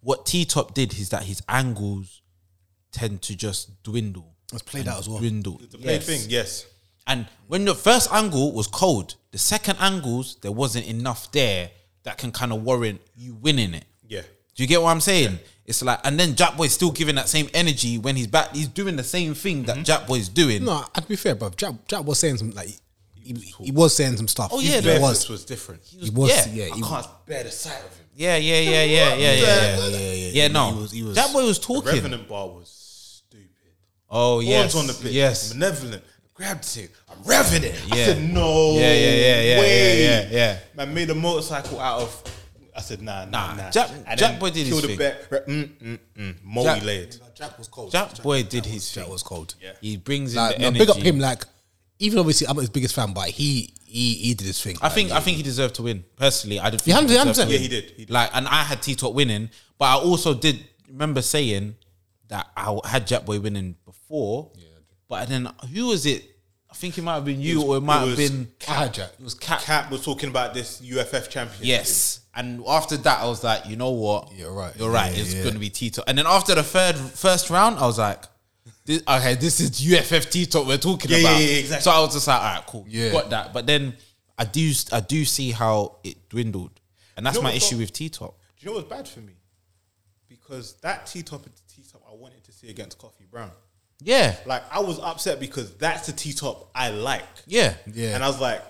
Speaker 3: What T Top did is that his angles tend to just dwindle.
Speaker 2: Let's play that as well.
Speaker 3: Dwindle.
Speaker 1: the play thing, yes.
Speaker 3: And when the first angle was cold, the second angles, there wasn't enough there that can kind of warrant you winning it.
Speaker 1: Yeah.
Speaker 3: Do you get what I'm saying? It's like, and then Jack Boy's still giving that same energy when he's back. He's doing the same thing that Jack Boy's doing.
Speaker 2: No, I'd be fair, bruv. Jack, Jack was saying some like he, he was saying some stuff.
Speaker 3: Oh,
Speaker 2: He-
Speaker 3: yeah,
Speaker 2: he
Speaker 3: there
Speaker 1: Barefoot
Speaker 2: was.
Speaker 1: was different.
Speaker 2: He was.
Speaker 3: Yeah,
Speaker 2: Yeah, he,
Speaker 1: bear the sight of him.
Speaker 3: Yeah, yeah, yeah, yeah, yeah, yeah, yeah, yeah, No,
Speaker 2: was- he was-
Speaker 3: that boy was
Speaker 1: The
Speaker 3: talking.
Speaker 1: Revenant bar was stupid.
Speaker 3: Oh yes,
Speaker 1: Horns on the pitch.
Speaker 3: Yes,
Speaker 1: Benevolent. Grabbed him. I'm revenant. I
Speaker 3: Yeah.
Speaker 1: said, no.
Speaker 3: Yeah, yeah, yeah, yeah,
Speaker 1: way.
Speaker 3: yeah, yeah, yeah.
Speaker 1: Man made a motorcycle out of. I said, nah, nah,
Speaker 3: Nah,
Speaker 1: nah.
Speaker 3: Jack-
Speaker 1: And
Speaker 3: Jack
Speaker 1: then
Speaker 3: Boy did
Speaker 1: killed
Speaker 3: his
Speaker 1: a bear. Re- Mm, mm, mm. Multi layered.
Speaker 2: Jack was cold.
Speaker 3: Jack Boy did his
Speaker 2: Jack
Speaker 3: thing.
Speaker 2: was cold. Yeah.
Speaker 3: he brings in
Speaker 2: Like,
Speaker 3: the
Speaker 2: no,
Speaker 3: energy.
Speaker 2: big up him. Like, even obviously, I'm not his biggest fan, but he he he did his thing.
Speaker 3: I think I think he deserved to win. Personally, I did.
Speaker 2: Yeah,
Speaker 3: Think
Speaker 2: 100%,
Speaker 3: deserved to
Speaker 2: 100%.
Speaker 1: Yeah,
Speaker 3: win.
Speaker 1: he did, he did.
Speaker 3: Like, and I had T Top winning, but I also did remember saying that I had Jack Boy winning before. But then who was it? I think it might have been you, or it might
Speaker 1: it was
Speaker 3: have been
Speaker 2: I had Jack.
Speaker 3: it was Cap.
Speaker 1: Cap was talking about this UFF championship.
Speaker 3: Yes. And after that, I was like, you know what?
Speaker 2: You're right.
Speaker 3: You're right.
Speaker 2: Yeah,
Speaker 3: it's
Speaker 2: yeah.
Speaker 3: going to be T Top. And then after the third, first round, I was like, this, okay, this is UFF T Top we're talking
Speaker 1: Yeah, yeah,
Speaker 3: about.
Speaker 1: yeah, exactly.
Speaker 3: So I was just like, all right, cool.
Speaker 2: Yeah.
Speaker 3: Got that. But then I do, I do see how it dwindled. And that's
Speaker 1: You know
Speaker 3: my
Speaker 1: what,
Speaker 3: issue
Speaker 1: though?
Speaker 3: with T Top.
Speaker 1: Do you know what's bad for me? Because that T top is the T top I wanted to see against Coffee Brown.
Speaker 3: Yeah.
Speaker 1: Like I was upset because that's the T top I like.
Speaker 3: Yeah.
Speaker 2: Yeah.
Speaker 1: And I was like,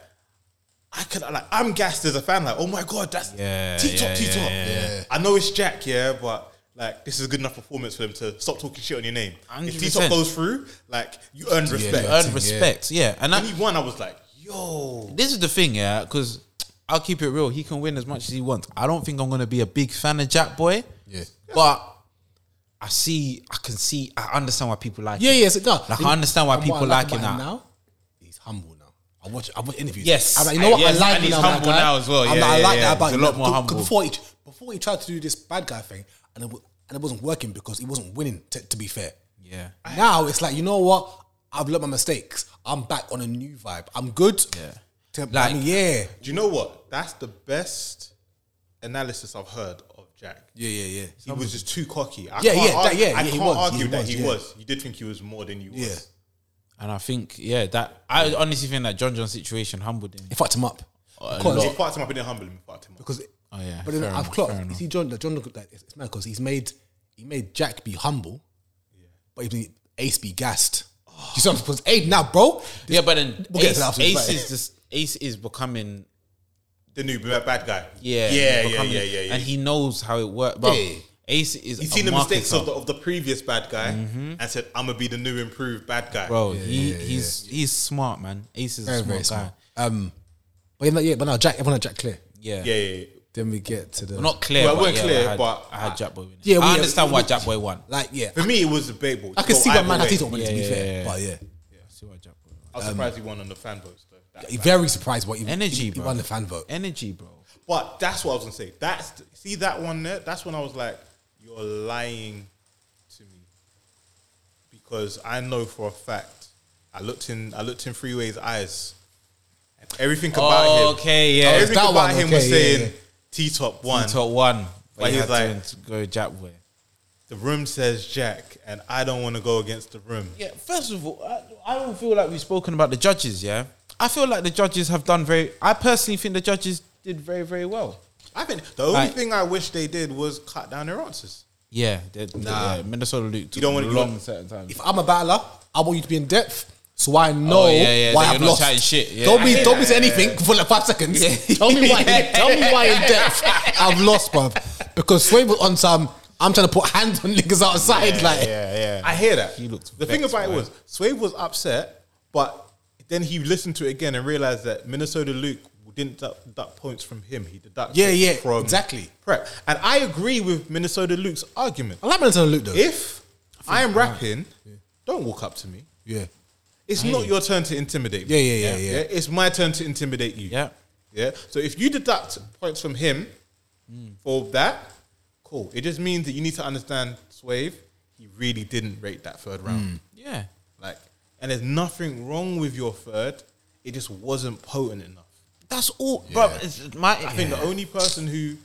Speaker 1: I could like I'm gassed as a fan, like, oh my god, that's
Speaker 3: Yeah,
Speaker 1: T top,
Speaker 3: yeah,
Speaker 1: T top.
Speaker 3: yeah,
Speaker 1: I know it's Jack, yeah, but like this is a good enough performance for them to stop talking shit on your name. If T top
Speaker 3: 100%.
Speaker 1: goes through, like you earn respect.
Speaker 2: yeah.
Speaker 3: Earn respect. Yeah. And
Speaker 1: When
Speaker 3: I,
Speaker 1: he won, I was like, yo.
Speaker 3: this is the thing, yeah, because I'll keep it real. He can win as much as he wants. I don't think I'm going to be a big fan of Jack Boy.
Speaker 2: Yeah.
Speaker 3: But I see, I can see, I understand why people like
Speaker 2: Yeah,
Speaker 3: him.
Speaker 2: yeah, so, no,
Speaker 3: Like, I understand why
Speaker 2: And
Speaker 3: people
Speaker 2: what I
Speaker 3: like him
Speaker 2: about
Speaker 3: now.
Speaker 2: He's humble now. I watch. I watch interviews.
Speaker 3: Yes.
Speaker 2: I'm like, you know what?
Speaker 3: Yes,
Speaker 2: I like
Speaker 3: and
Speaker 2: him
Speaker 3: he's
Speaker 2: now, that
Speaker 3: humble
Speaker 2: guy.
Speaker 3: now as well.
Speaker 2: I'm
Speaker 3: Yeah,
Speaker 2: like, I
Speaker 3: yeah,
Speaker 2: like
Speaker 3: yeah.
Speaker 2: that about
Speaker 3: He's a
Speaker 2: him.
Speaker 3: lot
Speaker 2: Like,
Speaker 3: more
Speaker 2: c- c-
Speaker 3: humble.
Speaker 2: Before he, before he tried to do this bad guy thing, and it, w- and it wasn't working because he wasn't winning. To, to be fair,
Speaker 3: Yeah.
Speaker 2: Now it's like you know what? I've learned my mistakes. I'm back on a new vibe. I'm good.
Speaker 3: Yeah.
Speaker 2: To,
Speaker 3: Like-
Speaker 2: I mean, yeah.
Speaker 1: Do you know what? That's the best analysis I've heard of Jack.
Speaker 2: Yeah, yeah,
Speaker 1: He was just too cocky. I
Speaker 2: Yeah,
Speaker 1: can't
Speaker 2: yeah,
Speaker 1: argue,
Speaker 2: that- yeah,
Speaker 1: I
Speaker 2: yeah, he
Speaker 1: can't
Speaker 2: was,
Speaker 1: argue
Speaker 2: he
Speaker 1: that
Speaker 2: was,
Speaker 1: he
Speaker 2: yeah.
Speaker 1: was. You did think he was more than you was.
Speaker 2: Yeah.
Speaker 3: And I think, yeah, that I honestly think that John John situation humbled him.
Speaker 2: It fucked him up.
Speaker 1: He
Speaker 2: Because,
Speaker 1: fucked him up and then humbled him. Fucked him up.
Speaker 2: because
Speaker 3: Oh, yeah,
Speaker 2: But then
Speaker 3: fair
Speaker 2: I've
Speaker 3: enough,
Speaker 2: clocked.
Speaker 3: fair
Speaker 2: You
Speaker 3: enough.
Speaker 2: see, John, like, John, like, it's it's mad because he's made he made Jack be humble, but he made Ace be gassed. You see what I'm supposed? Ace now, bro.
Speaker 3: Yeah, but then
Speaker 2: We'll get to
Speaker 3: Ace,
Speaker 2: that afterwards,
Speaker 3: Ace
Speaker 2: right?
Speaker 3: is just Ace is becoming
Speaker 1: The new ba- bad guy.
Speaker 3: yeah
Speaker 1: yeah, yeah,
Speaker 3: becoming-
Speaker 1: yeah, yeah, yeah.
Speaker 3: and he knows how it works. But
Speaker 2: Yeah.
Speaker 3: Ace is
Speaker 1: He's
Speaker 3: a
Speaker 1: seen the mistakes
Speaker 3: marketer.
Speaker 1: of the, of the previous bad guy
Speaker 2: Mm-hmm.
Speaker 1: and said, "I'm gonna be the new improved bad guy."
Speaker 3: bro. he, he's he's smart, man. Ace is
Speaker 2: Very,
Speaker 3: a smart
Speaker 2: very
Speaker 3: guy.
Speaker 2: smart. Um, but yeah, no, yeah, but no, Jack, everyone had Jack Clear.
Speaker 3: Yeah,
Speaker 1: Yeah, yeah, yeah.
Speaker 2: Then we get to the
Speaker 3: Well, not clear.
Speaker 1: Well,
Speaker 3: but
Speaker 1: weren't
Speaker 3: yeah,
Speaker 1: clear,
Speaker 3: I had,
Speaker 1: but-
Speaker 3: I had Jack Boy. winning.
Speaker 2: Yeah, we-
Speaker 3: I understand
Speaker 2: we-
Speaker 3: why
Speaker 2: we-
Speaker 3: Jack Boy won.
Speaker 2: like yeah.
Speaker 1: For me, it was debatable.
Speaker 2: I can see why
Speaker 1: what
Speaker 2: Man United won it. To be
Speaker 3: Yeah,
Speaker 2: fair,
Speaker 3: yeah, yeah.
Speaker 2: but yeah,
Speaker 3: See why Jack Boy. Won.
Speaker 1: I was
Speaker 2: Um,
Speaker 1: surprised he won on the fan votes though. That-
Speaker 2: very surprised what he
Speaker 3: Energy,
Speaker 2: He, he
Speaker 3: bro.
Speaker 2: won the fan vote.
Speaker 3: Energy, bro.
Speaker 1: But that's what I was gonna say. That's see that one there. That's when I was like, "You're lying to me," because I know for a fact. I looked in. I looked in Freeway's eyes. And everything about him.
Speaker 3: okay, yeah. Oh, it's
Speaker 1: Everything
Speaker 2: that
Speaker 1: about
Speaker 2: one,
Speaker 1: him was
Speaker 2: okay, yeah,
Speaker 1: saying
Speaker 2: yeah.
Speaker 1: T top one.
Speaker 3: Top one.
Speaker 1: But
Speaker 3: But
Speaker 1: he's
Speaker 3: he's
Speaker 1: like-
Speaker 3: like to go Jack Boy.
Speaker 1: The room says Jack, and I don't want to go against the room.
Speaker 3: Yeah. First of all, I, I don't feel like we've spoken about the judges. Yeah, I feel like the judges have done very. I personally think the judges did very very well.
Speaker 1: I think the only
Speaker 3: Like-
Speaker 1: thing I wish they did was cut down their answers.
Speaker 3: Yeah, they- they-
Speaker 1: Nah.
Speaker 3: yeah, Minnesota Luke. Took
Speaker 1: You don't wanna-
Speaker 3: a
Speaker 1: you
Speaker 3: long
Speaker 1: don't-
Speaker 3: certain time.
Speaker 2: If I'm a battler, I want you to be in depth. So I know
Speaker 3: Oh, yeah, yeah,
Speaker 2: why
Speaker 3: that
Speaker 2: I've
Speaker 3: you're not
Speaker 2: lost.
Speaker 3: chatting shit, yeah.
Speaker 2: Don't be,
Speaker 3: Yeah.
Speaker 2: don't be to anything for like five seconds. Tell me why. Tell me why in depth I've lost, bruv. Because Sway was on some. I'm trying to put hands on niggas outside. like,
Speaker 3: yeah,
Speaker 1: I hear that.
Speaker 3: He looked
Speaker 1: the thing
Speaker 3: vexed,
Speaker 1: about it
Speaker 3: man.
Speaker 1: was Swave was upset, but then he listened to it again and realized that Minnesota Luke didn't deduct, deduct points from him. He deducted
Speaker 2: Yeah, yeah,
Speaker 1: from
Speaker 2: exactly. Oh.
Speaker 1: prep. And I agree with Minnesota Luke's argument.
Speaker 2: I like Manson Luke though.
Speaker 1: If I am rapping, don't walk up to me.
Speaker 2: yeah,
Speaker 1: It's not your turn to intimidate me.
Speaker 2: Yeah, yeah, yeah, yeah.
Speaker 1: It's my turn to intimidate you.
Speaker 3: Yeah.
Speaker 1: Yeah. So if you deduct points from him for that, cool. It just means that you need to understand Swave, he really didn't rate that third round.
Speaker 3: yeah.
Speaker 1: Like, and there's nothing wrong with your third. It just wasn't potent enough.
Speaker 3: That's all, bro. It's my.
Speaker 1: I think the only person who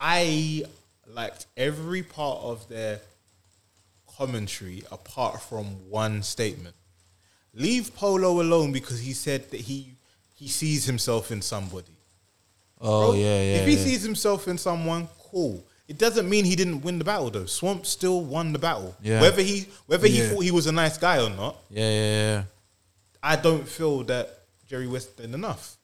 Speaker 1: I liked every part of their commentary apart from one statement. Leave Polo alone because he said that he he sees himself in somebody.
Speaker 3: Oh
Speaker 1: Bro,
Speaker 3: yeah, yeah.
Speaker 1: If he
Speaker 3: yeah.
Speaker 1: sees himself in someone, cool. It doesn't mean he didn't win the battle though. Swamp still won the battle.
Speaker 3: Yeah.
Speaker 1: Whether he whether
Speaker 2: Yeah.
Speaker 1: he thought he was a nice guy or not,
Speaker 3: yeah, yeah, yeah.
Speaker 1: I don't feel that Jerry West did enough.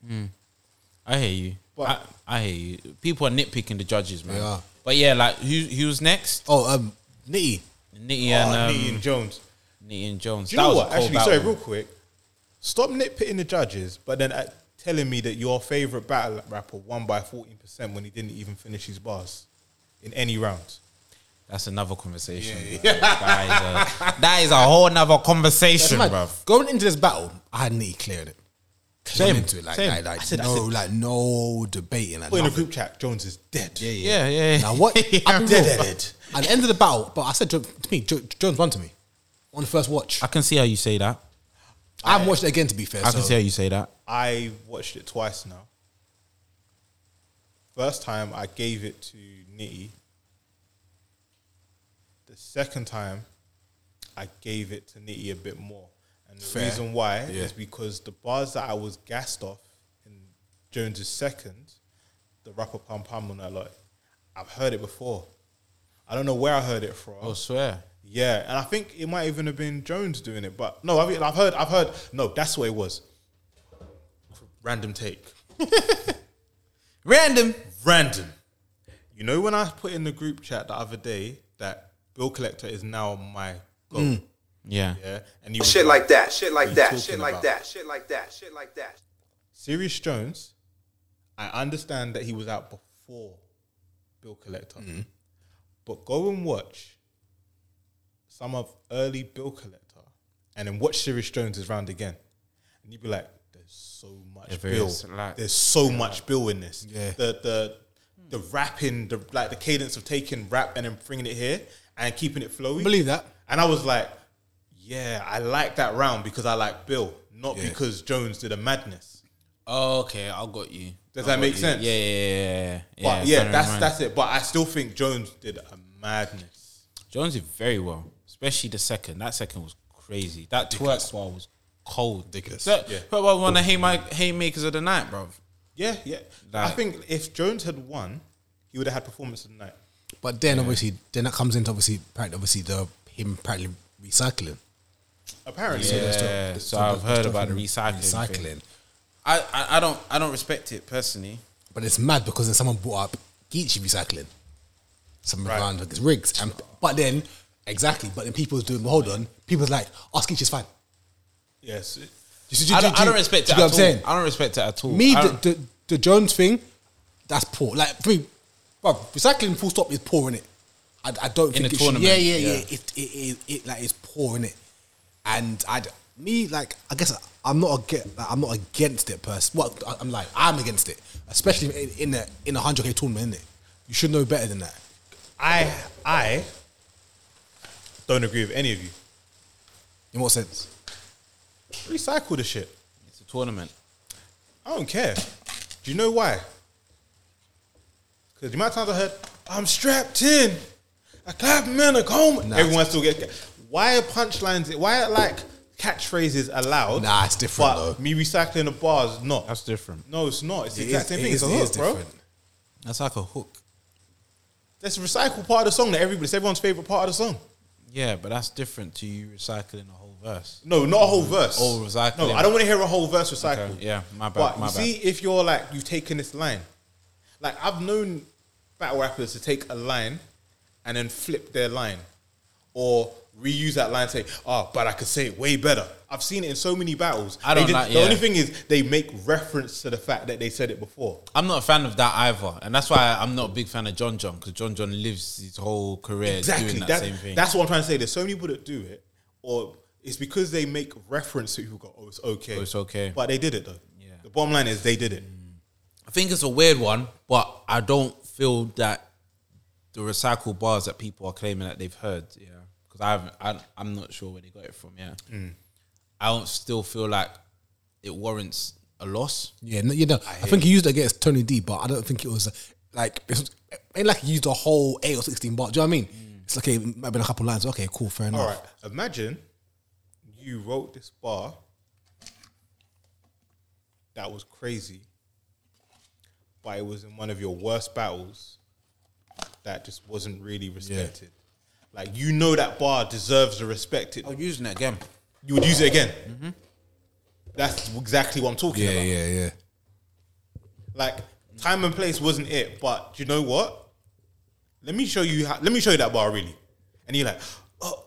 Speaker 3: I hear you.
Speaker 1: But-
Speaker 3: I, I hear you. People are nitpicking the judges, man.
Speaker 2: They are.
Speaker 3: But yeah, like who who was next?
Speaker 2: Oh, um, Nitty.
Speaker 3: Nitty
Speaker 1: Yeah,
Speaker 3: and um,
Speaker 1: Oh, Nitty and Jones.
Speaker 3: Nitty and Jones.
Speaker 1: Do you
Speaker 3: That
Speaker 1: know
Speaker 3: was a
Speaker 1: what?
Speaker 3: cold
Speaker 1: Actually, sorry,
Speaker 3: battle.
Speaker 1: real quick. Stop nitpicking the judges, but then uh, telling me that your favorite battle rapper won by fourteen percent when he didn't even finish his bars in any round.
Speaker 3: That's another conversation. bro. That, is a, that is a whole nother conversation,
Speaker 2: Man,
Speaker 3: bro.
Speaker 2: Going into this battle, I had Nitty clearing it. Same into it, like,
Speaker 1: same.
Speaker 2: like, like
Speaker 1: I said- I
Speaker 2: no,
Speaker 1: said-
Speaker 2: like no debating. Like,
Speaker 1: Put in a
Speaker 2: nothing.
Speaker 1: group chat, Jones is dead. Yeah,
Speaker 3: Yeah, yeah.
Speaker 2: Now what? I'll
Speaker 1: Dead,
Speaker 2: be real.
Speaker 1: dead, dead.
Speaker 2: At the end of the battle, but I said Jo- to me, Jo- Jones won to me on the first watch.
Speaker 3: I can see how you say that.
Speaker 2: I haven't watched it again to be fair.
Speaker 3: I
Speaker 2: so.
Speaker 3: can see how you say that.
Speaker 1: I watched it twice now. First time I gave it to Nitty. The second time I gave it to Nitty a bit more. And the
Speaker 2: Fair.
Speaker 1: reason why
Speaker 2: Yeah.
Speaker 1: is because the bars that I was gassed off in Jones's second, the rapper Pam Pam on that lot, I've heard it before. I don't know where I heard it from.
Speaker 2: Oh,
Speaker 3: I swear.
Speaker 1: Yeah, and I think it might even have been Jones doing it, but no, I've, I've heard, I've heard. No, that's what it was. Random take.
Speaker 3: Random.
Speaker 1: Random. You know when I put in the group chat the other day that Bill Collector is now my goal.
Speaker 3: Yeah.
Speaker 1: Yeah, and you
Speaker 9: Shit like Mm. that. Shit
Speaker 1: What
Speaker 9: like
Speaker 1: you
Speaker 9: that.
Speaker 1: talking
Speaker 9: Shit like
Speaker 1: about?
Speaker 9: that. Shit like that. Shit like that.
Speaker 1: Sirius Jones. I understand that he was out before Bill Collector, but go and watch some of early Bill Collector, and then watch Sirius Jones's round again, and you'd be like, "There's so much
Speaker 3: If it
Speaker 1: Bill.
Speaker 3: is, like-
Speaker 1: There's so much Bill in this. The the the rapping, the like the cadence of taking rap and then bringing it here and keeping it flowy.
Speaker 2: Believe that.
Speaker 1: And I was like, yeah, I like that round because I like Bill, not because Jones did a madness.
Speaker 3: Oh, okay, I got you.
Speaker 1: Does that
Speaker 2: Oh,
Speaker 3: I got
Speaker 1: make
Speaker 3: you.
Speaker 1: sense?
Speaker 3: Yeah, yeah, yeah.
Speaker 1: But
Speaker 3: it's
Speaker 1: yeah,
Speaker 3: gonna
Speaker 1: that's
Speaker 3: remind-
Speaker 1: that's it. But I still think Jones did a madness.
Speaker 3: Jones did very well, especially the second. That second was crazy. That twerk bar was cold. Ridiculous. That,
Speaker 1: Yeah.
Speaker 3: That was one of the haymi- haymakers of the night, bro.
Speaker 1: Yeah, yeah. I
Speaker 3: Like-
Speaker 1: think if Jones had won, he would have had performance of the night.
Speaker 2: But then obviously, then that comes into obviously, pract- obviously the him practically recycling.
Speaker 1: Apparently,
Speaker 2: So there's still-
Speaker 3: Yeah,
Speaker 2: there's
Speaker 3: so
Speaker 2: still-
Speaker 3: I've
Speaker 2: there's
Speaker 3: heard
Speaker 2: still
Speaker 3: about the
Speaker 2: thing-
Speaker 3: recycling thing.
Speaker 2: Recycling.
Speaker 3: I, I, I don't I don't respect it personally.
Speaker 2: But it's mad because then someone brought up Geechee recycling. Some
Speaker 3: Right.
Speaker 2: around like it's rigs. And, but then, exactly, but then people's doing, well, hold on, people's like, ask Geechee's fine.
Speaker 3: Yes.
Speaker 2: You see-
Speaker 3: I
Speaker 2: do-
Speaker 3: don't,
Speaker 2: do-
Speaker 3: I don't respect
Speaker 2: do
Speaker 3: it
Speaker 2: you know
Speaker 3: at
Speaker 2: what I'm
Speaker 3: all. I don't respect it at all.
Speaker 2: Me,
Speaker 3: I
Speaker 2: the,
Speaker 3: don't-
Speaker 2: the, the Jones thing, that's poor. Like, for me, bruv, recycling full stop is poor in it. I, I don't
Speaker 3: In
Speaker 2: think
Speaker 3: the
Speaker 2: it should-
Speaker 3: tournament,
Speaker 2: yeah, yeah, yeah.
Speaker 3: yeah.
Speaker 2: It, it, it, it, like, it's poor in it. And I, d- me, like, I guess I'm not against, like, I'm not against it, person. Well, I- I'm like, I'm against it, especially in, in a in a hundred k tournament. Innit? You should know better than that.
Speaker 10: I I
Speaker 1: Don't agree with any of you.
Speaker 2: In what sense?
Speaker 1: Recycle the shit.
Speaker 3: it's a tournament.
Speaker 1: I don't care. Do you know why? Because the amount of times I heard, I'm strapped in. I clap men a coma. Everyone still gets. Why are punchlines, why are like catchphrases allowed?
Speaker 2: Nah, it's different,
Speaker 1: But
Speaker 2: though.
Speaker 1: me recycling the bar is not.
Speaker 3: That's different.
Speaker 1: no, it's not. It's the
Speaker 2: It
Speaker 1: exact
Speaker 2: is-
Speaker 1: same
Speaker 2: it
Speaker 1: thing.
Speaker 2: is-
Speaker 1: It's a
Speaker 2: it is
Speaker 1: hook, bro.
Speaker 2: different.
Speaker 3: That's like a hook.
Speaker 1: That's a recycle part of the song that everybody, it's everyone's favorite part of the song.
Speaker 3: Yeah, but that's different to you recycling a whole verse.
Speaker 1: No, not a whole verse.
Speaker 3: Oh, recycling.
Speaker 1: No, I don't want to hear a whole verse recycled.
Speaker 3: Okay, yeah, my bad,
Speaker 1: But
Speaker 3: my
Speaker 1: you
Speaker 3: bad.
Speaker 1: see, if you're like you've taken this line, like I've known battle rappers to take a line and then flip their line, or reuse that line. And say, oh, but I could say it way better. I've seen it in so many battles.
Speaker 3: I
Speaker 1: They
Speaker 3: don't
Speaker 1: did-
Speaker 3: like-
Speaker 1: The
Speaker 3: yeah.
Speaker 1: only thing is they make reference to the fact that they said it before.
Speaker 3: I'm not a fan of that either, and that's why I'm not a big fan of John John because John John lives his whole career doing that,
Speaker 1: That-
Speaker 3: same thing.
Speaker 1: That's what I'm trying to say. There's so many people that do it, or it's because they make reference to who go, oh, it's okay.
Speaker 3: Oh, it's okay.
Speaker 1: But they did it though.
Speaker 3: Yeah.
Speaker 1: The bottom line is they did it.
Speaker 3: I think it's a weird one, but I don't feel that the recycled bars that people are claiming that they've heard, yeah, because I haven't, I, I'm not sure where they got it from, yeah. I don't still feel like it warrants a loss.
Speaker 2: Yeah, no, you know, I, think he used it against Tony D, but I don't think it was uh, like it was, ain't like he used a whole eight or sixteen bar. Do you know what I mean? It's like okay, it might have been a couple lines. Okay, cool, fair enough.
Speaker 1: All right. Imagine you wrote this bar that was crazy, but it was in one of your worst battles that just wasn't really respected. Like you know that bar deserves the respect it.
Speaker 2: Oh.
Speaker 3: I'm using it again.
Speaker 1: You would use it again. That's exactly what I'm talking
Speaker 2: Yeah,
Speaker 1: about.
Speaker 2: yeah, yeah.
Speaker 1: Like time and place wasn't it, but do you know what? Let me show you. How, let me show you that bar really. And you're like, oh,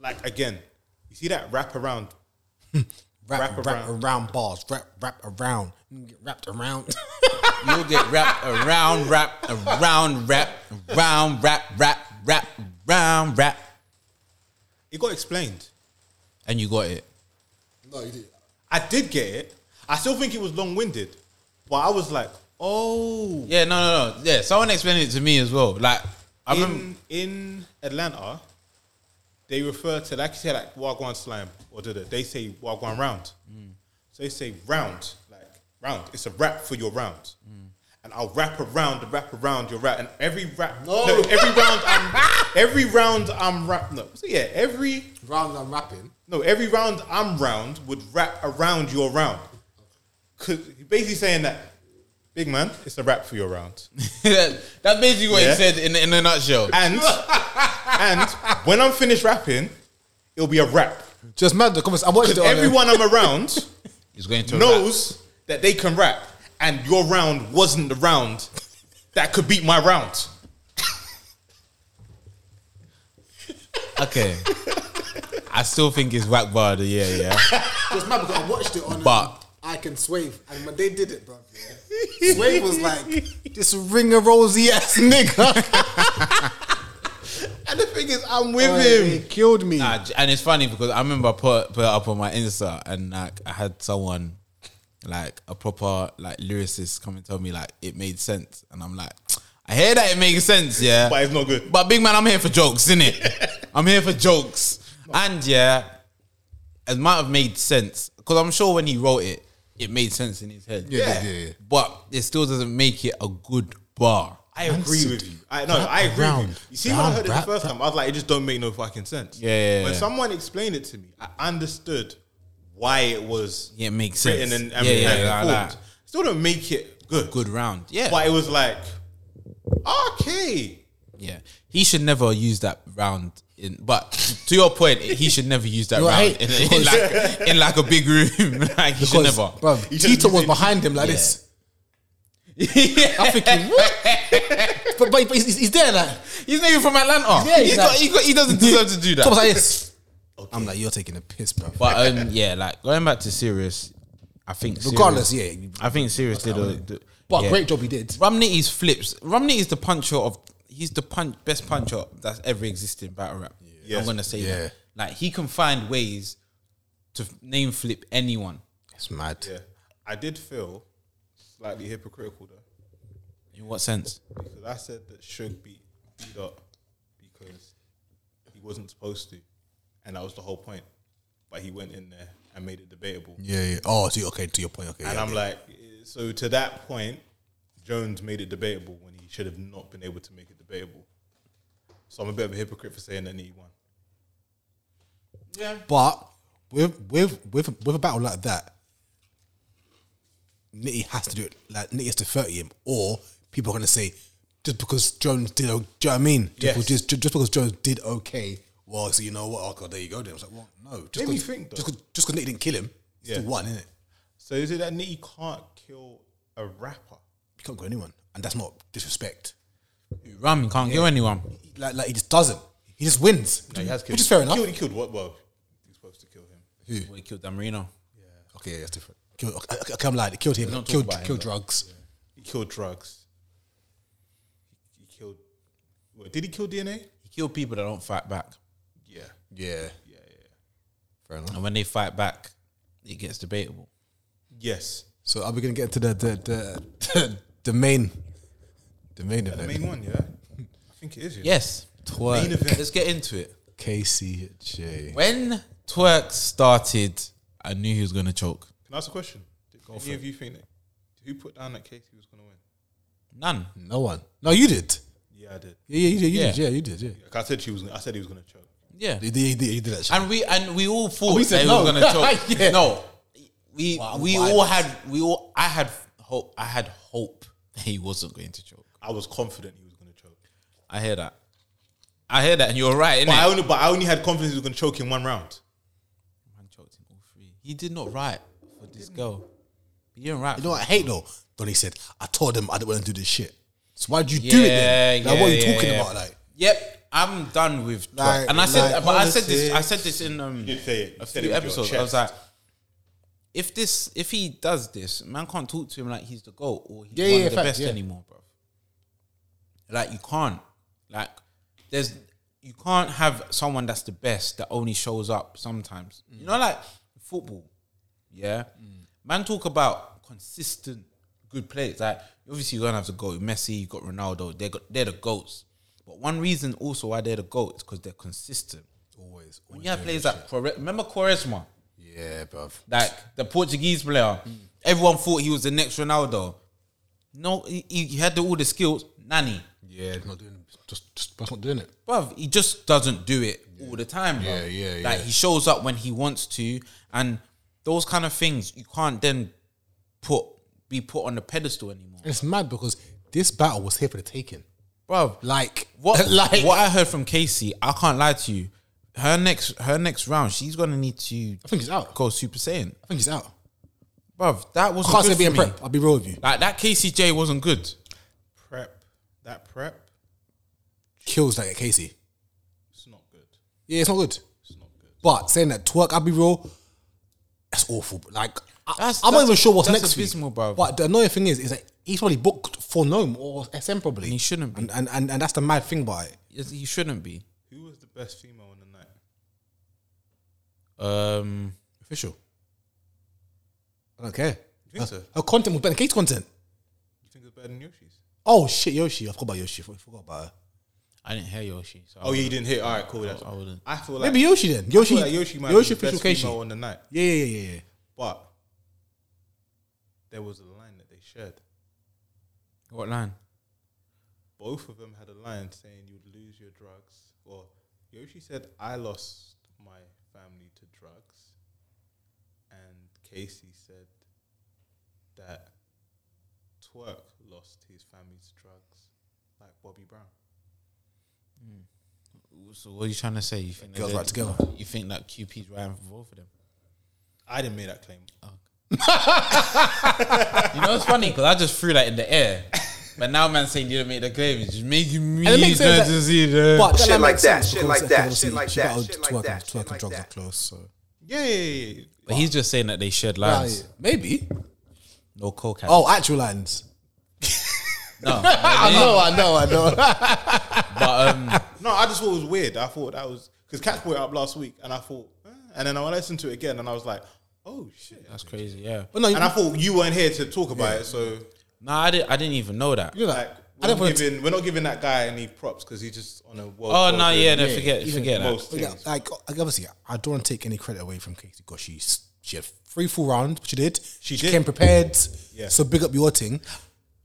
Speaker 1: like again. You see that wrap around
Speaker 2: Wrap,
Speaker 1: Wrap
Speaker 2: wrap around.
Speaker 1: around.
Speaker 2: bars. Wrap, wrap around. You can get wrapped around.
Speaker 3: You'll get wrapped around, wrap around, wrap around, wrap, wrap, wrap, round, wrap,
Speaker 1: It got explained.
Speaker 3: and you got it.
Speaker 2: no, you did.
Speaker 1: I did get it. I still think it was long winded, but I was like, oh.
Speaker 3: Yeah, no, no, no. Yeah, someone explained it to me as well. Like, I remember.
Speaker 1: In, in Atlanta, they refer to like you say like Wagwan slam or did it? They say Wagwan round. So they say round like round. It's a wrap for your round. And I'll wrap around the wrap around your wrap, and every wrap, no, every round, I'm, every round I'm wrap. No, so yeah, every
Speaker 2: Round and rapping.
Speaker 1: No, every round I'm round would wrap around your round. Cause you're basically saying that, big man, it's a wrap for your round.
Speaker 3: That's basically what
Speaker 1: Yeah.
Speaker 3: he said in, in a nutshell.
Speaker 1: And and when I'm finished rapping, itll be a wrap.
Speaker 2: Just mad the comments. I watched it.
Speaker 1: Because
Speaker 2: on, um,
Speaker 1: everyone I'm around
Speaker 3: He's going to wrap.
Speaker 1: knows that they can rap, and your round wasn't the round that could beat my round.
Speaker 3: Okay. I still think it's whack bar of the year, yeah.
Speaker 2: Just mad because I watched it on. um,
Speaker 3: But-
Speaker 2: I can swave, and when they did it, bro. Yeah. Swave was like this ring of rosy ass nigga.
Speaker 1: And the thing is, I'm with
Speaker 2: He
Speaker 1: him.
Speaker 2: killed me.
Speaker 3: Nah, j- and it's funny because I remember I put put it up on my Insta and like I had someone like a proper like lyricist come and tell me like it made sense. And I'm like, I hear that it makes sense, yeah.
Speaker 1: But it's not good.
Speaker 3: But big man, I'm here for jokes, innit? I'm here for jokes. And yeah, it might have made sense. Because I'm sure when he wrote it, it made sense in his head.
Speaker 2: Yeah, yeah, yeah.
Speaker 3: But it still doesn't make it a good bar.
Speaker 1: I agree with you. I no, I agree with
Speaker 2: round,
Speaker 1: you. You see, when I
Speaker 2: round,
Speaker 1: heard it the
Speaker 2: rap,
Speaker 1: first time, I was like, it just don't make no fucking sense.
Speaker 3: Yeah, yeah,
Speaker 1: When
Speaker 3: yeah.
Speaker 1: someone explained it to me, I understood why it was
Speaker 3: Yeah, it makes
Speaker 1: written
Speaker 3: sense.
Speaker 1: and, and,
Speaker 3: yeah, yeah,
Speaker 1: and
Speaker 3: like
Speaker 1: performed.
Speaker 3: that.
Speaker 1: Still don't make it good.
Speaker 3: Good round. Yeah.
Speaker 1: But it was like, okay,
Speaker 3: yeah. He should never use that round In, but to your point, he should never use that
Speaker 2: You're
Speaker 3: round
Speaker 2: right.
Speaker 3: in, in like, in like a big room. like he should never.
Speaker 2: Bro,
Speaker 1: You should've
Speaker 2: Tito was
Speaker 1: used it.
Speaker 2: behind him like this. I'm thinking, what? but but he's, he's- he's there, like.
Speaker 3: He's not even from Atlanta.
Speaker 2: Yeah,
Speaker 3: Yeah,
Speaker 2: he's
Speaker 3: he's
Speaker 2: like-
Speaker 3: got, he, got, he doesn't deserve to do that.
Speaker 2: Tom's like this. I'm like, you're taking a piss, bro.
Speaker 3: But um, yeah, like going back to serious, I think Sirius-
Speaker 2: Regardless, yeah.
Speaker 3: I think serious did a did-
Speaker 2: But
Speaker 3: yeah.
Speaker 2: great job he did.
Speaker 3: Romney's flips. Romney is the puncher of he's the punch best puncher that's ever existed in battle rap.
Speaker 1: Yes.
Speaker 3: I'm gonna say
Speaker 2: Yeah.
Speaker 3: that. Like he can find ways to f- name flip anyone.
Speaker 2: It's mad.
Speaker 1: Yeah, I did feel slightly hypocritical though
Speaker 3: In what sense?
Speaker 1: because I said that Suge beat beat up because he wasn't supposed to, and that was the whole point. But he went in there and made it debatable.
Speaker 2: Yeah, yeah. Oh, to, okay, to your point. Okay.
Speaker 1: And
Speaker 2: yeah.
Speaker 1: I'm like, eh, so to that point, Jones made it debatable when he should have not been able to make it debatable. So I'm a bit of a hypocrite for saying that he won.
Speaker 2: But with with with with a battle like that, Nitty has to do it. Like Nitty has to thirty him, or people are gonna say just because Jones did. o- Do you know what I mean? Just,
Speaker 1: Yes.
Speaker 2: because- just just because Jones did okay. Well, so you know what? Oh god, there you go. Then I was like, well, no. Just
Speaker 1: Made me
Speaker 2: because-
Speaker 1: think, though.
Speaker 2: Just because just 'cause Nitty didn't kill him, it's
Speaker 1: Yeah.
Speaker 2: still one, isn't it?
Speaker 1: So is it that Nitty can't kill a rapper?
Speaker 2: You can't go anyone, and that's not disrespect.
Speaker 3: Romney can't kill anyone.
Speaker 2: Like like he just doesn't. He just wins,
Speaker 1: He has killed.
Speaker 2: which is fair
Speaker 1: he
Speaker 2: enough.
Speaker 1: Killed, he killed what? Well, he was supposed to kill him.
Speaker 3: Well, he killed Dan Marino.
Speaker 2: Okay, yeah, that's different. Killed, okay, okay, I'm lying. They Killed him. Killed
Speaker 3: about him,
Speaker 2: killed
Speaker 3: though.
Speaker 2: drugs.
Speaker 1: He killed drugs. He killed. Wait, did he kill DNA?
Speaker 3: He killed people that don't fight back,
Speaker 1: Yeah.
Speaker 2: Yeah. Yeah, yeah. Fair enough.
Speaker 3: and when they fight back, it gets debatable.
Speaker 1: Yes.
Speaker 2: So are we gonna get into the the the, the, the main the main event?
Speaker 1: The main one, yeah. I think it is. Yeah.
Speaker 3: Yes,
Speaker 2: Twerk.
Speaker 1: Main event.
Speaker 3: let's get into it.
Speaker 2: KCJ.
Speaker 3: When Twerk started, I knew he was gonna choke.
Speaker 1: Can I ask a question? Did any of you think that who put down that Casey was going to win?
Speaker 3: None.
Speaker 2: No one. No, you did.
Speaker 1: Yeah, I did.
Speaker 2: Yeah, yeah, you did. You did.
Speaker 3: Yeah.
Speaker 2: Yeah, you did. Yeah.
Speaker 1: Like I said, she was. I said he was going to choke.
Speaker 3: Yeah.
Speaker 2: You did, you did, you did that shit.
Speaker 3: And we and we all thought
Speaker 2: we Oh, said
Speaker 3: they
Speaker 2: no.
Speaker 3: were gonna choke.
Speaker 2: Yeah.
Speaker 3: No, we
Speaker 2: Wow,
Speaker 3: we
Speaker 2: vibes.
Speaker 3: all had we all I had hope I had hope that he wasn't going to choke.
Speaker 1: I was confident he was going to choke.
Speaker 3: I hear that. I hear that, and you're right.
Speaker 1: But I
Speaker 3: innit?
Speaker 1: only, but I only had confidence he was going to choke in one round.
Speaker 3: Man choked in all three. He did not write for this girl. He didn't write.
Speaker 2: You know
Speaker 3: for-
Speaker 2: what I hate though? Donnie said, I told him I didn't want to do this shit. So why'd you do it then? Like what are you
Speaker 3: yeah,
Speaker 2: talking
Speaker 3: yeah.
Speaker 2: about? Like
Speaker 3: Yep, I'm done with. Twerk.
Speaker 2: Like-
Speaker 3: and I said,
Speaker 2: like
Speaker 3: but I said this. I said this in um
Speaker 1: You did say it. You
Speaker 3: a
Speaker 1: said
Speaker 3: few
Speaker 1: it with your
Speaker 3: episodes. I was like,
Speaker 1: chest.
Speaker 3: if this, if he does this, man can't talk to him like he's the goat or he's
Speaker 2: Yeah,
Speaker 3: one
Speaker 2: yeah,
Speaker 3: of the
Speaker 2: facts,
Speaker 3: best
Speaker 2: yeah.
Speaker 3: anymore, bro. Like you can't. Like there's you can't have someone that's the best that only shows up sometimes.
Speaker 2: Mm.
Speaker 3: You know, like football. Yeah. Man talk about consistent good players. Like obviously you're gonna have to go Messi, you got Ronaldo, they got they're the goats. But one reason also why they're the goats because they're consistent.
Speaker 2: always.
Speaker 3: When you have players like Quare- remember Quaresma,
Speaker 2: Yeah, bruv.
Speaker 3: like the Portuguese player,
Speaker 2: Hmm.
Speaker 3: everyone thought he was the next Ronaldo. No, he, he had the, all the skills. Nani,
Speaker 2: Yeah, not doing just just that's not doing it.
Speaker 3: bruv, he just doesn't do it all the time, bruv.
Speaker 2: Yeah, yeah,
Speaker 3: Like
Speaker 2: yeah.
Speaker 3: he shows up when he wants to, and those kind of things you can't then put be put on the pedestal anymore,
Speaker 2: And it's mad because this battle was here for the taking.
Speaker 3: bruv.
Speaker 2: Like
Speaker 3: What
Speaker 2: like
Speaker 3: what I heard from Casey, I can't lie to you. Her next her next round, she's gonna need to
Speaker 2: I think he's out.
Speaker 3: go Super Saiyan,
Speaker 2: I think he's out.
Speaker 3: bruv. That was
Speaker 2: I can't say
Speaker 3: good
Speaker 2: being
Speaker 3: for me.
Speaker 2: prep. I'll be real with you.
Speaker 3: Like that Casey J wasn't good.
Speaker 1: Prep. That prep.
Speaker 2: Kills like Casey.
Speaker 1: It's not good.
Speaker 2: Yeah, it's not good.
Speaker 1: It's not good.
Speaker 2: But saying that twerk, I'll be real, that's awful. Like I,
Speaker 3: That's-
Speaker 2: I'm not
Speaker 3: that's-
Speaker 2: even sure what's
Speaker 3: that's
Speaker 2: next
Speaker 3: abysmal,
Speaker 2: week.
Speaker 3: bro.
Speaker 2: But the annoying thing is, is that he's probably booked for Gnome or SM probably.
Speaker 3: And he shouldn't be.
Speaker 2: And and, and and that's the mad thing about it.
Speaker 3: He shouldn't be.
Speaker 1: Who was the best female in the night?
Speaker 3: Um,
Speaker 2: Official. I don't care.
Speaker 1: You think
Speaker 2: her,
Speaker 1: so?
Speaker 2: her content was better than Kate's content.
Speaker 1: You think it's better than Yoshi's?
Speaker 2: Oh shit, Yoshi. I forgot about Yoshi. I forgot about her.
Speaker 3: I didn't hear Yoshi. So
Speaker 1: Oh yeah, you didn't hit. All right, cool. That's,
Speaker 3: I wouldn't.
Speaker 1: I feel like
Speaker 2: Maybe Yoshi then. Yoshi.
Speaker 1: I feel like Yoshi might
Speaker 2: Yoshi
Speaker 1: be the
Speaker 2: official
Speaker 1: best
Speaker 2: Casey.
Speaker 1: female on the night,
Speaker 2: Yeah, yeah, yeah, yeah.
Speaker 1: but there was a line that they shared.
Speaker 3: What line?
Speaker 1: Both of them had a line saying you'd lose your drugs. Or Yoshi said, "I lost my family to drugs," and Casey said that Twerk lost his family to drugs, like Bobby Brown.
Speaker 3: So what are you trying to say? You think
Speaker 2: Girls
Speaker 3: that-
Speaker 2: right together.
Speaker 3: You think that QP's right for both of them?
Speaker 1: I didn't make that claim.
Speaker 2: Oh.
Speaker 3: You know, it's funny because I just threw that in the air. But now, man, saying you don't make the claim, it's just making me
Speaker 2: And it makes sense
Speaker 3: nervous
Speaker 2: that-
Speaker 3: to see the.
Speaker 2: But
Speaker 9: Shit
Speaker 2: that
Speaker 9: like
Speaker 2: makes
Speaker 9: that,
Speaker 2: sense
Speaker 9: shit
Speaker 2: because
Speaker 9: like
Speaker 2: I think
Speaker 9: that,
Speaker 2: obviously
Speaker 9: shit like
Speaker 2: she got
Speaker 9: that,
Speaker 2: her
Speaker 9: shit like
Speaker 2: twerk and-
Speaker 9: that,
Speaker 2: twerk
Speaker 9: shit
Speaker 2: and
Speaker 9: like
Speaker 2: drugs are
Speaker 9: that.
Speaker 2: close. So
Speaker 1: Yeah, yeah, yeah, yeah.
Speaker 3: But he's just saying that they shared lines.
Speaker 2: Uh, maybe.
Speaker 3: No coke. habit.
Speaker 2: Oh, actual lines.
Speaker 3: no.
Speaker 2: I know, I know, I know.
Speaker 3: But um,
Speaker 1: No, I just thought it was weird. I thought that was because Cats brought it up last week, and I thought, eh. and then I listened to it again, and I was like, oh shit.
Speaker 3: that's crazy. Yeah.
Speaker 2: But no, you,
Speaker 1: And I thought you weren't here to talk about it, so
Speaker 3: No, I didn't. I didn't even know that.
Speaker 2: you know,
Speaker 1: like
Speaker 2: like,
Speaker 1: we're,
Speaker 2: I don't
Speaker 1: not
Speaker 2: put
Speaker 1: giving, we're not giving that guy any props because he's just on a world.
Speaker 3: Oh
Speaker 1: world
Speaker 3: no, yeah,
Speaker 1: doing
Speaker 3: no, forget,
Speaker 2: even
Speaker 3: forget that.
Speaker 1: most
Speaker 2: Yeah,
Speaker 1: things.
Speaker 2: like like, obviously, I don't want to take any credit away from Casey because she she had three full rounds, but she did. She,
Speaker 1: did.
Speaker 2: came prepared.
Speaker 1: Yeah.
Speaker 2: So big up your thing.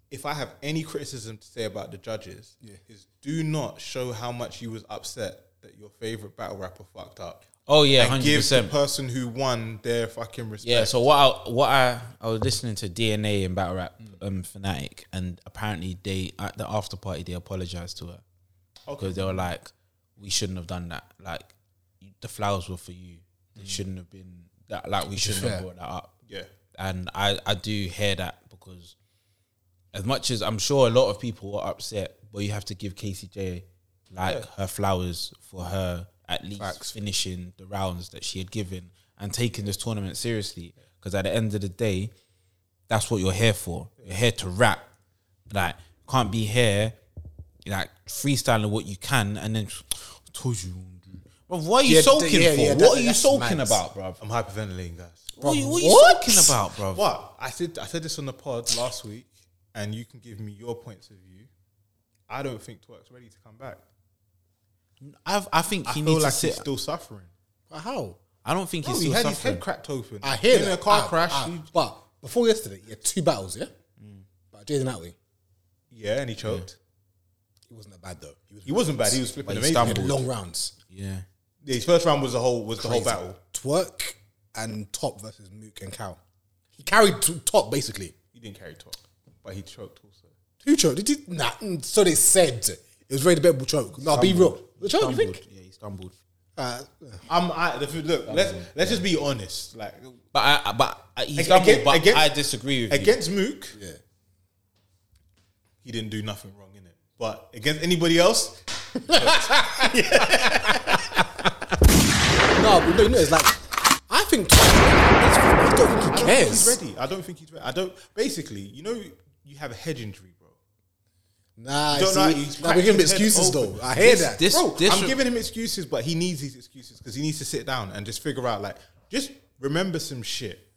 Speaker 1: If I have any criticism to say about the judges, is do not show how much you was upset that your favorite battle rapper fucked up.
Speaker 3: Oh yeah,
Speaker 1: And
Speaker 3: hundred
Speaker 1: give the
Speaker 3: percent.
Speaker 1: person who won their fucking respect.
Speaker 3: Yeah. So what? I, what I I was listening to DNA and battle rap um fanatic, and apparently they at the after party they apologized to her because they were like, we shouldn't have done that. Like the flowers were for you. They shouldn't have been that. Like we shouldn't have
Speaker 2: fair.
Speaker 3: brought that up.
Speaker 1: Yeah.
Speaker 3: And I I do hear that because as much as I'm sure a lot of people were upset, but you have to give Casey J like her flowers for her at least finishing the rounds that she had given and taking this tournament seriously. Because at the end of the day, that's what you're here for. You're here to rap. Like, can't be here like freestyling what you can and then told you. Bro, what are you
Speaker 2: Yeah,
Speaker 3: sulking
Speaker 2: yeah,
Speaker 3: for?
Speaker 2: yeah,
Speaker 3: what
Speaker 2: that-
Speaker 3: are you
Speaker 2: that's
Speaker 3: sulking
Speaker 2: mad.
Speaker 3: about, bro?
Speaker 1: I'm hyperventilating, guys.
Speaker 3: What are you, what are you
Speaker 2: What?
Speaker 3: sulking about, bro?
Speaker 1: But I said I said this on the pod last week, and you can give me your points of view. I don't think Twerk's ready to come back.
Speaker 3: I've, I think
Speaker 1: I
Speaker 3: he
Speaker 1: feel
Speaker 3: needs
Speaker 1: like
Speaker 3: to sit.
Speaker 1: he's still suffering.
Speaker 2: How?
Speaker 3: I don't think
Speaker 1: Bro,
Speaker 3: he's
Speaker 1: he
Speaker 3: still
Speaker 1: had his
Speaker 3: suffering.
Speaker 1: head cracked open.
Speaker 2: I hear
Speaker 1: in
Speaker 2: that. Ah,
Speaker 1: a car
Speaker 2: I-
Speaker 1: crash.
Speaker 2: I-
Speaker 1: he-
Speaker 2: but before yesterday, you had two battles, yeah. But Jaden Outley,
Speaker 1: yeah, and he choked.
Speaker 2: he wasn't that bad though. He was.
Speaker 1: He wasn't bad. He was flipping
Speaker 3: he
Speaker 1: amazing.
Speaker 2: he had
Speaker 3: stumbled.
Speaker 2: long rounds.
Speaker 3: Yeah.
Speaker 1: Yeah, his first round was the whole was the whole battle.
Speaker 2: Twerk and Top versus Mook and Cow. He carried t- Top basically.
Speaker 1: He didn't carry Twerk, but he choked also.
Speaker 2: Who choked? Did he? Nah. mm, So they said it was very debatable choke. No, be real. The choke, you think?
Speaker 3: Yeah, he stumbled.
Speaker 2: Uh,
Speaker 1: I'm I, the, look. Let's let's just be honest. Like
Speaker 3: But I, I- but I- he
Speaker 1: Ag-
Speaker 3: stumbled.
Speaker 1: again-
Speaker 3: but
Speaker 1: again-
Speaker 3: I disagree with you.
Speaker 1: against Mook,
Speaker 2: yeah.
Speaker 1: he didn't do nothing wrong in it. But against anybody else,
Speaker 2: No, but no, no, it's like I think I don't think he
Speaker 1: I don't think he's
Speaker 2: cares.
Speaker 1: ready. I don't think he's ready. I don't. Basically, you know, you have a head injury, bro.
Speaker 2: Nah,
Speaker 1: Don't
Speaker 2: see,
Speaker 1: know, he's
Speaker 2: nah, we're
Speaker 1: cracked
Speaker 2: giving
Speaker 1: his head
Speaker 2: excuses
Speaker 1: open.
Speaker 2: though. I hear that.
Speaker 3: This,
Speaker 1: Bro,
Speaker 3: this
Speaker 1: I'm giving him excuses, but he needs these excuses because he needs to sit down and just figure out, like, just remember some shit.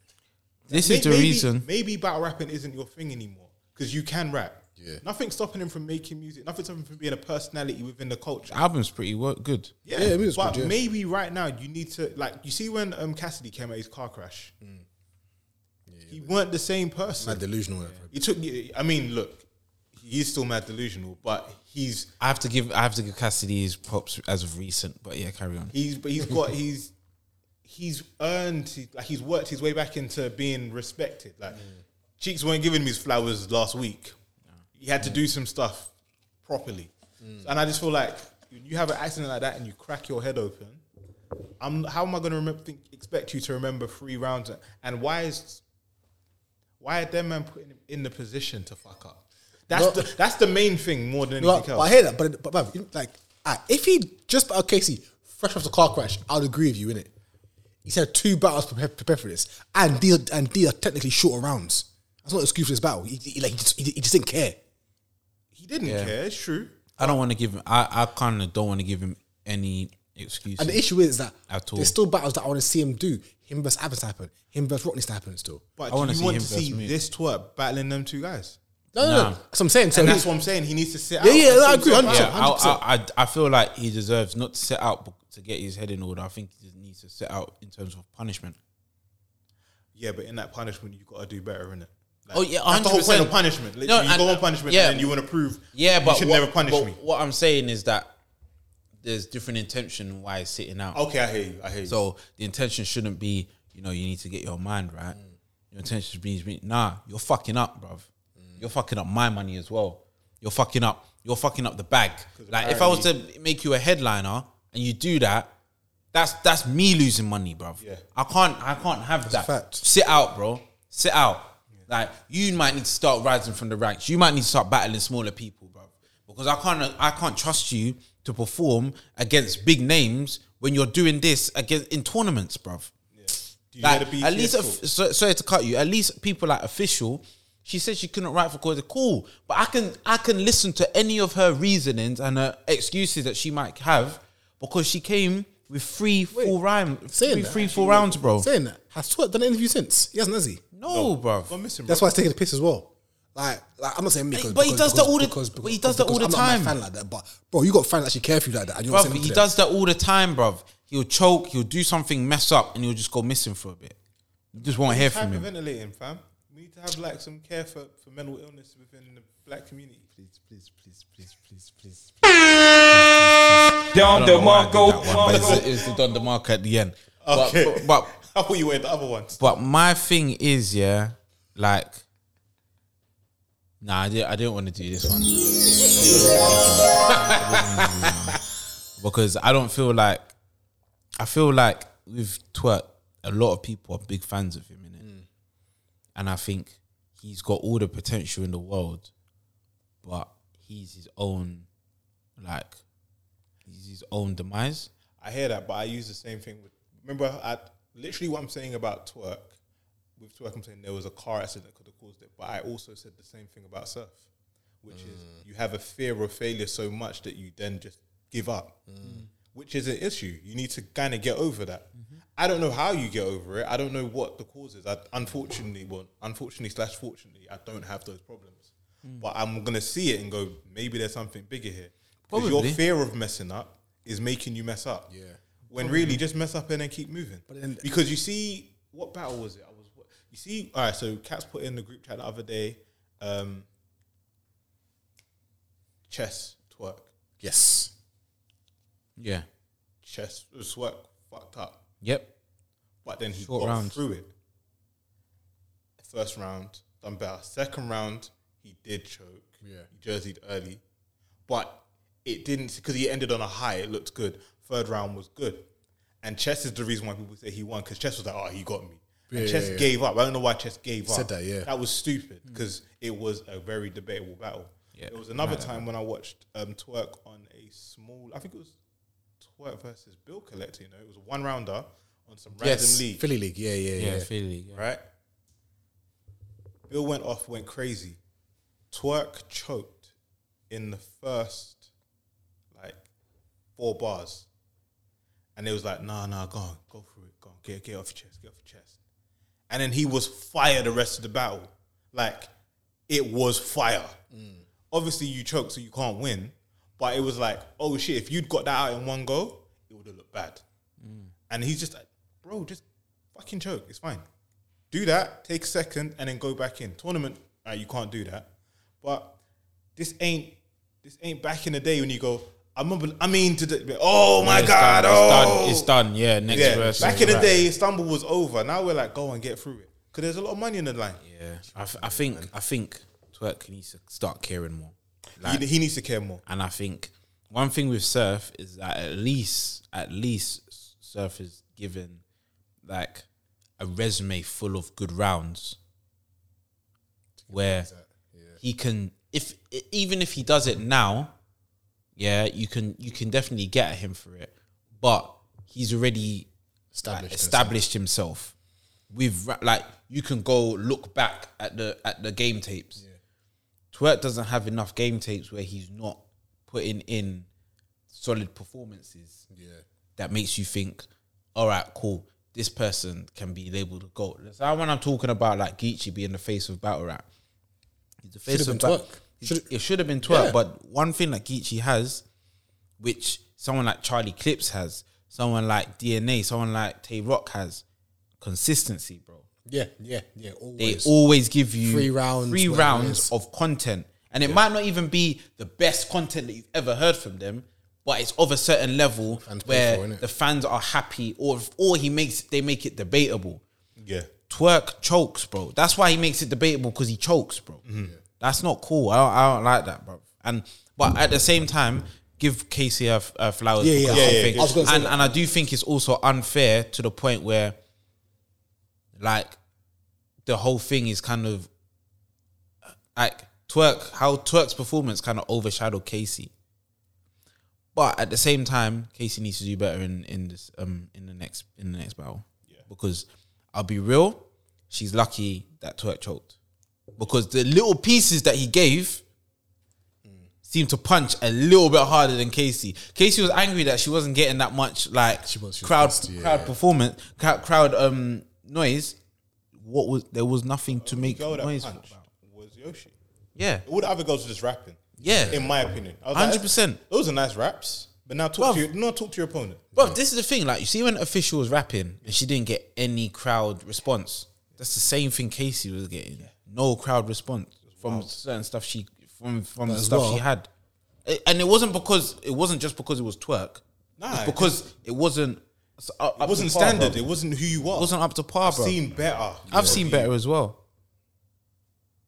Speaker 3: this
Speaker 1: May-
Speaker 3: is the
Speaker 1: maybe,
Speaker 3: reason.
Speaker 1: Maybe battle rapping isn't your thing anymore because you can rap. Yeah. Nothing's stopping him from making music. Nothing's stopping him from being a personality within the culture.
Speaker 3: Album's pretty wo- good.
Speaker 1: Yeah,
Speaker 2: Yeah, it is
Speaker 1: but
Speaker 2: good, yeah.
Speaker 1: maybe right now you need to like you see when um, Cassidy came out his car crash, he weren't the same person.
Speaker 2: Mad delusional. yeah.
Speaker 1: He took. I mean, look, he's still mad delusional, but he's
Speaker 3: I have to give I have to give Cassidy his props as of recent. But yeah, carry on.
Speaker 1: He's but he's got he's he's earned he- like he's worked his way back into being respected. Like
Speaker 2: Mm.
Speaker 1: Cheeks weren't giving him his flowers last week. He had to
Speaker 2: Mm.
Speaker 1: do some stuff properly, and I just feel like when you have an accident like that and you crack your head open. I'm, how am I going to remember, think, expect you to remember three rounds? And why is why are them man putting him in the position to fuck up? That's
Speaker 2: No.
Speaker 1: the that's the main thing more than
Speaker 2: Well,
Speaker 1: anything
Speaker 2: I
Speaker 1: else.
Speaker 2: hear that, but but, but you- like, ah, if he just okay, see, fresh off the car crash, I'd agree with you in it. He's had two battles prepared, prepared for this, and these are, and these are technically shorter rounds. That's not an excuse for this battle. He, he- like he just, he, he just didn't care.
Speaker 1: He didn't care. It's true.
Speaker 3: I don't want to give him. I, I kind of don't want to give him any excuses.
Speaker 2: And the issue is that
Speaker 3: At all.
Speaker 2: there's still battles that I want to see him do. Him versus Abbas happen. Him versus Rockness happen still.
Speaker 1: But
Speaker 3: I
Speaker 1: do
Speaker 3: wanna
Speaker 1: you
Speaker 3: see
Speaker 1: want
Speaker 3: him
Speaker 1: to see
Speaker 3: versus Mook.
Speaker 1: this twerp battling them two guys?
Speaker 2: No, no, no.
Speaker 3: Nah.
Speaker 2: That's what I'm saying. So
Speaker 1: And
Speaker 2: he-
Speaker 1: that's what I'm saying. He needs to sit
Speaker 2: Yeah,
Speaker 1: out.
Speaker 2: yeah,
Speaker 1: That's what
Speaker 2: I
Speaker 1: I'm
Speaker 2: agree,
Speaker 1: saying.
Speaker 2: 100%.
Speaker 3: yeah, I, I I I feel like he deserves not to set out but to get his head in order. I think he just needs to set out in terms of punishment.
Speaker 1: Yeah, but in that punishment, you got to do better in it.
Speaker 3: Oh, yeah,
Speaker 1: that's the whole point
Speaker 3: 100%.
Speaker 1: of punishment. Literally,
Speaker 3: No,
Speaker 1: you
Speaker 3: and-
Speaker 1: go on punishment,
Speaker 3: yeah.
Speaker 1: and then you want to prove.
Speaker 3: Yeah, but
Speaker 1: you should
Speaker 3: what,
Speaker 1: never punish
Speaker 3: but
Speaker 1: me.
Speaker 3: What I'm saying is that there's different intention why he's sitting out.
Speaker 1: Okay, I hear you. I hear you.
Speaker 3: So the intention shouldn't be, you know, you need to get your mind
Speaker 1: Mm.
Speaker 3: right. Your intention
Speaker 1: Mm.
Speaker 3: should be, nah, you're fucking up, bruv. You're fucking up my money as well. You're fucking up you're fucking up the bag. Like if I was to make you a headliner and you do that, that's that's me losing money, bruv.
Speaker 1: Yeah.
Speaker 3: I can't I can't have that.
Speaker 2: fact.
Speaker 3: Sit out, bro. Sit out. Like you might need to start rising from the ranks. You might need to start battling smaller people, bruv. Because I can't I can't trust you to perform against big names when you're doing this against in tournaments, bruv.
Speaker 1: Do you
Speaker 3: Like,
Speaker 1: hear the
Speaker 3: at
Speaker 1: BTS
Speaker 3: least,
Speaker 1: talk?
Speaker 3: if, so, sorry to cut you. At least people like official. She said she couldn't write for cause of cool, but I can I can listen to any of her reasonings and her excuses that she might have because she came with three full rhyme,
Speaker 2: Saying
Speaker 3: three,
Speaker 2: that,
Speaker 3: three full rounds, bro.
Speaker 2: Saying that, has Twerk done an interview since? He hasn't, has he?
Speaker 3: no, bro.
Speaker 1: I'm missing, bro.
Speaker 2: That's why it's taking the piss as well. Like, like I'm not saying me, because,
Speaker 3: But he
Speaker 2: because-
Speaker 3: does that all the-
Speaker 2: because-
Speaker 3: but he does that all the
Speaker 2: because I'm
Speaker 3: time.
Speaker 2: Not a fan like that, but bro, you got fans that actually care for you like that, and you're
Speaker 3: Bruv,
Speaker 2: saying
Speaker 3: he does that all the time, bruv. He'll choke, he'll do something, mess up, and he'll just go missing for a bit. You just won't hear from him.
Speaker 1: Hyperventilating, fam. We need to have like some care for, for mental illness within the black community.
Speaker 10: Please, please, please, please, please, please.
Speaker 3: I
Speaker 6: Don
Speaker 3: don't know why I did
Speaker 6: DeMarco.
Speaker 3: that one, but it's- it's the Don DeMarco at the end. But-
Speaker 1: Okay.
Speaker 3: but
Speaker 1: I thought you were the other ones.
Speaker 3: But my thing is, yeah, like, nah, I didn't, I didn't want to do this one because I don't feel like I feel like with Twerk, a lot of people are big fans of him, innit? and I think he's got all the potential in the world, but he's his own, like, he's his own demise.
Speaker 1: I hear that, but I use the same thing. With, remember, I, literally what I'm saying about twerk. With twerk, I'm saying there was a car accident that could have caused it, but I also said the same thing about surf, which is you have a fear of failure so much that you then just give up, which is an issue. You need to kind of get over that. I don't know how you get over it. I don't know what the cause is. I, unfortunately, well, unfortunately slash fortunately, I don't have those problems, but I'm gonna see it and go maybe there's something bigger here. Because your
Speaker 3: Probably.
Speaker 1: fear of messing up is making you mess up. Yeah. When really just mess up and then keep moving.
Speaker 2: then-
Speaker 1: because you see what battle was it? I was what you see all right, so Cats put in the group chat the other day, um chess twerk.
Speaker 2: Yes.
Speaker 3: Yeah.
Speaker 1: Chess twerk fucked up.
Speaker 3: Yep.
Speaker 1: But then he
Speaker 3: Short
Speaker 1: got
Speaker 3: rounds.
Speaker 1: through it. First round, done better. Second round, he did choke. Yeah. He jerseyed early. But it didn't because he ended on a high, it looked good. Third round was good. And chess is the reason why people say he won, because chess was like, oh, he got me. And chess gave up. I don't know why chess gave up.
Speaker 2: Said that, yeah.
Speaker 1: That was stupid because it was a very debatable battle.
Speaker 3: Yeah.
Speaker 1: There was another time when I watched um, Twerk on a small, I think it was Twerk versus Bill Collector, you know, it was a one rounder on some random
Speaker 3: Yes.
Speaker 1: league
Speaker 2: Philly League, yeah, yeah, yeah.
Speaker 3: Yeah. Philly. Yeah.
Speaker 1: right? Bill went off, went crazy. Twerk choked in the first like four bars. And it was like, nah, nah, go on, go through it, go on, get, get off your chest, get off your chest. And then he was fire the rest of the battle. Like, it was fire.
Speaker 3: Mm.
Speaker 1: Obviously, you choked, so you can't win. But it was like, oh shit, if you'd got that out in one go, it would have looked bad.
Speaker 3: Mm.
Speaker 1: And he's just like, bro, just fucking choke, it's fine do that, take a second, and then go back in. Tournament, uh, you can't do that. But this ain't this ain't back in the day when you go. I remember. I mean, to the, oh my
Speaker 3: It's
Speaker 1: god,
Speaker 3: done,
Speaker 1: oh,
Speaker 3: it's done. It's done. Yeah, next
Speaker 1: Yeah,
Speaker 3: verse.
Speaker 1: back in the
Speaker 3: Right.
Speaker 1: day, Istanbul was over. Now we're like, go and get through it because there's a lot of money in the line.
Speaker 3: Yeah, I, f- I think I think Twerk needs to start caring more,
Speaker 1: he, he needs to care more.
Speaker 3: and I think one thing with Surf is that at least at least Surf is given like a resume full of good rounds, where he can if e- even if he does it now, yeah, you can you can definitely get at him for it, but he's already
Speaker 2: Established
Speaker 3: like, established himself. With ra- like you can go look back at the at the game tapes. Twerk doesn't have enough game tapes where he's not putting in solid performances. Yeah. That makes you think, all right, cool. This person can be labeled a GOAT. That's how when I'm talking about like Geechee being the face of battle rap. He's the face
Speaker 2: Should've
Speaker 3: of
Speaker 2: been
Speaker 3: battle.
Speaker 2: Twerk. Should've-
Speaker 3: It should have been Twerk,
Speaker 2: Yeah.
Speaker 3: but one thing that Geechee has, which someone like Charlie Clips has, someone like DNA, someone like Tay Rock has, consistency, bro.
Speaker 2: Yeah, yeah, yeah.
Speaker 3: They
Speaker 2: Always.
Speaker 3: always give you
Speaker 2: Three rounds,
Speaker 3: three
Speaker 2: whatever it
Speaker 3: rounds
Speaker 2: is.
Speaker 3: of content, and it might not even be the best content that you've ever heard from them, but it's of a certain level
Speaker 2: Fans pay
Speaker 3: where
Speaker 2: for it, innit?
Speaker 3: the fans are happy, or or he makes they make it debatable.
Speaker 1: Yeah,
Speaker 3: Twerk chokes, bro. That's why he makes it debatable because he chokes, bro. That's not cool. I don't, I don't like that, bro. And but at the same time, give Casey her, her flowers.
Speaker 2: Yeah, yeah,
Speaker 3: because
Speaker 2: yeah,
Speaker 3: I
Speaker 2: yeah,
Speaker 3: think-
Speaker 2: yeah. I was gonna say
Speaker 3: and
Speaker 2: that.
Speaker 3: and I do think it's also unfair to the point where, like, the whole thing is kind of like twerk how twerk's performance kind of overshadowed Casey. But at the same time, Casey needs to do better in in this um in the next in the next battle. Yeah. Because I'll be real, she's lucky that Twerk choked. Because the little pieces that he gave seemed to punch a little bit harder than Casey. Casey was angry that she wasn't getting that much like
Speaker 2: She was- she was
Speaker 3: crowd
Speaker 2: pissed, yeah.
Speaker 3: crowd performance crowd, crowd um noise. What was there was nothing to make
Speaker 1: girl that
Speaker 3: noise.
Speaker 1: punched was Yoshi.
Speaker 3: Yeah.
Speaker 1: All the other girls were just rapping.
Speaker 3: Yeah.
Speaker 1: in my opinion, I was
Speaker 3: 100%.
Speaker 1: Like, those are nice raps, but now
Speaker 3: Bruv.
Speaker 1: talk to your, no, talk to your opponent.
Speaker 3: Bro, this is the thing. Like, you see when official was rapping and she didn't get any crowd response. That's the same thing Casey was getting. No crowd response from certain stuff she from from the
Speaker 2: as
Speaker 3: stuff
Speaker 2: well-
Speaker 3: she had. It- and it wasn't because it wasn't just because it was twerk.
Speaker 1: Nah,
Speaker 3: It's because it wasn't. It
Speaker 1: It wasn't standard. It wasn't who you were.
Speaker 3: It wasn't up to par,
Speaker 1: I've
Speaker 3: bro.
Speaker 1: seen better.
Speaker 3: I've seen better as well.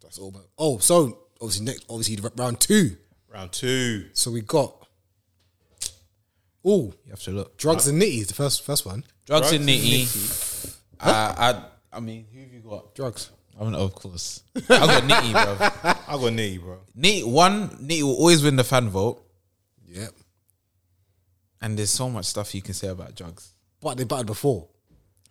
Speaker 2: That's all. About. Oh, so obviously next, obviously r- round two.
Speaker 1: Round two.
Speaker 2: So we got. Oh,
Speaker 3: You have to look.
Speaker 2: drugs and nitty is the first first one.
Speaker 3: Drugs, in Nitty. I, I I mean, who have you got?
Speaker 2: Drugs.
Speaker 3: I mean, of course. I got Nitty, bro.
Speaker 1: I got knee, bro.
Speaker 3: Nitty one. Nitty will always win the fan vote.
Speaker 2: Yeah,
Speaker 3: And there's so much stuff you can say about drugs.
Speaker 2: but they battled before.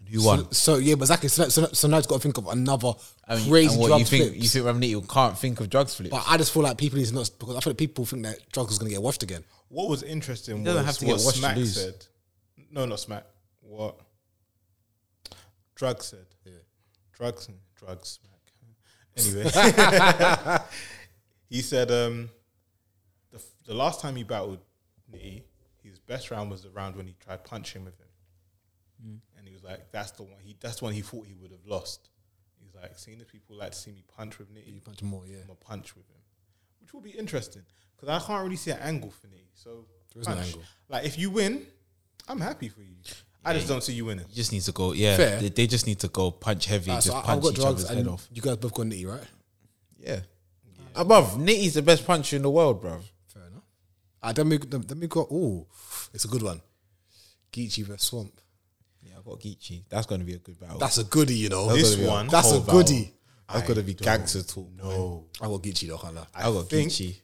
Speaker 3: Who won?
Speaker 2: So, so yeah, but exactly. So, so, so now it's got to think of another
Speaker 3: I mean,
Speaker 2: crazy
Speaker 3: and what
Speaker 2: drug
Speaker 3: you think?
Speaker 2: flips.
Speaker 3: You think Ramney you can't think of drugs flips?
Speaker 2: but I just feel like people is not because I feel like people think that drugs is gonna get washed again.
Speaker 1: What was interesting
Speaker 3: doesn't
Speaker 1: was
Speaker 3: have to
Speaker 1: what
Speaker 3: get washed to
Speaker 1: Smack
Speaker 3: lose.
Speaker 1: said. No, not Smack. What? Drug said. Yeah. Drugs and drugs. Smack. Anyway, he said um, the f- the last time he battled Nitty, his best round was the round when he tried punching with him,
Speaker 3: Mm.
Speaker 1: and he was like, "That's the one. He that's the one he thought he would have lost." He's like, "Seeing as people like to see me punch with Nitty,
Speaker 2: Punch more, yeah.
Speaker 1: I'm a punch with him, which will be interesting because I can't really see an angle for Nitty. So there
Speaker 2: is no angle.
Speaker 1: Like if you win, I'm happy for you. I just don't see you winning.
Speaker 3: you just need to go. Yeah,
Speaker 2: Fair.
Speaker 3: They, they just need to go punch heavy,
Speaker 2: Alright,
Speaker 3: just
Speaker 2: so I- I've
Speaker 3: punch
Speaker 2: got
Speaker 3: each
Speaker 2: drugs
Speaker 3: other's head
Speaker 2: and
Speaker 3: off.
Speaker 2: you guys both got nitty, right?
Speaker 3: Yeah. above Nitty's the best puncher in the world, bro.
Speaker 2: Fair enough. Ah, then we then then we got oh, it's a good one. Geechee versus Swamp.
Speaker 3: Yeah, I got Geechee. That's going to be a good battle.
Speaker 2: That's a goodie, you know.
Speaker 1: This one-
Speaker 2: That's a
Speaker 1: cold battle.
Speaker 2: goodie.
Speaker 3: That's going to be gangster talk.
Speaker 1: No,
Speaker 2: I got Geechee though, can't
Speaker 3: I got
Speaker 1: think-
Speaker 3: Geechee.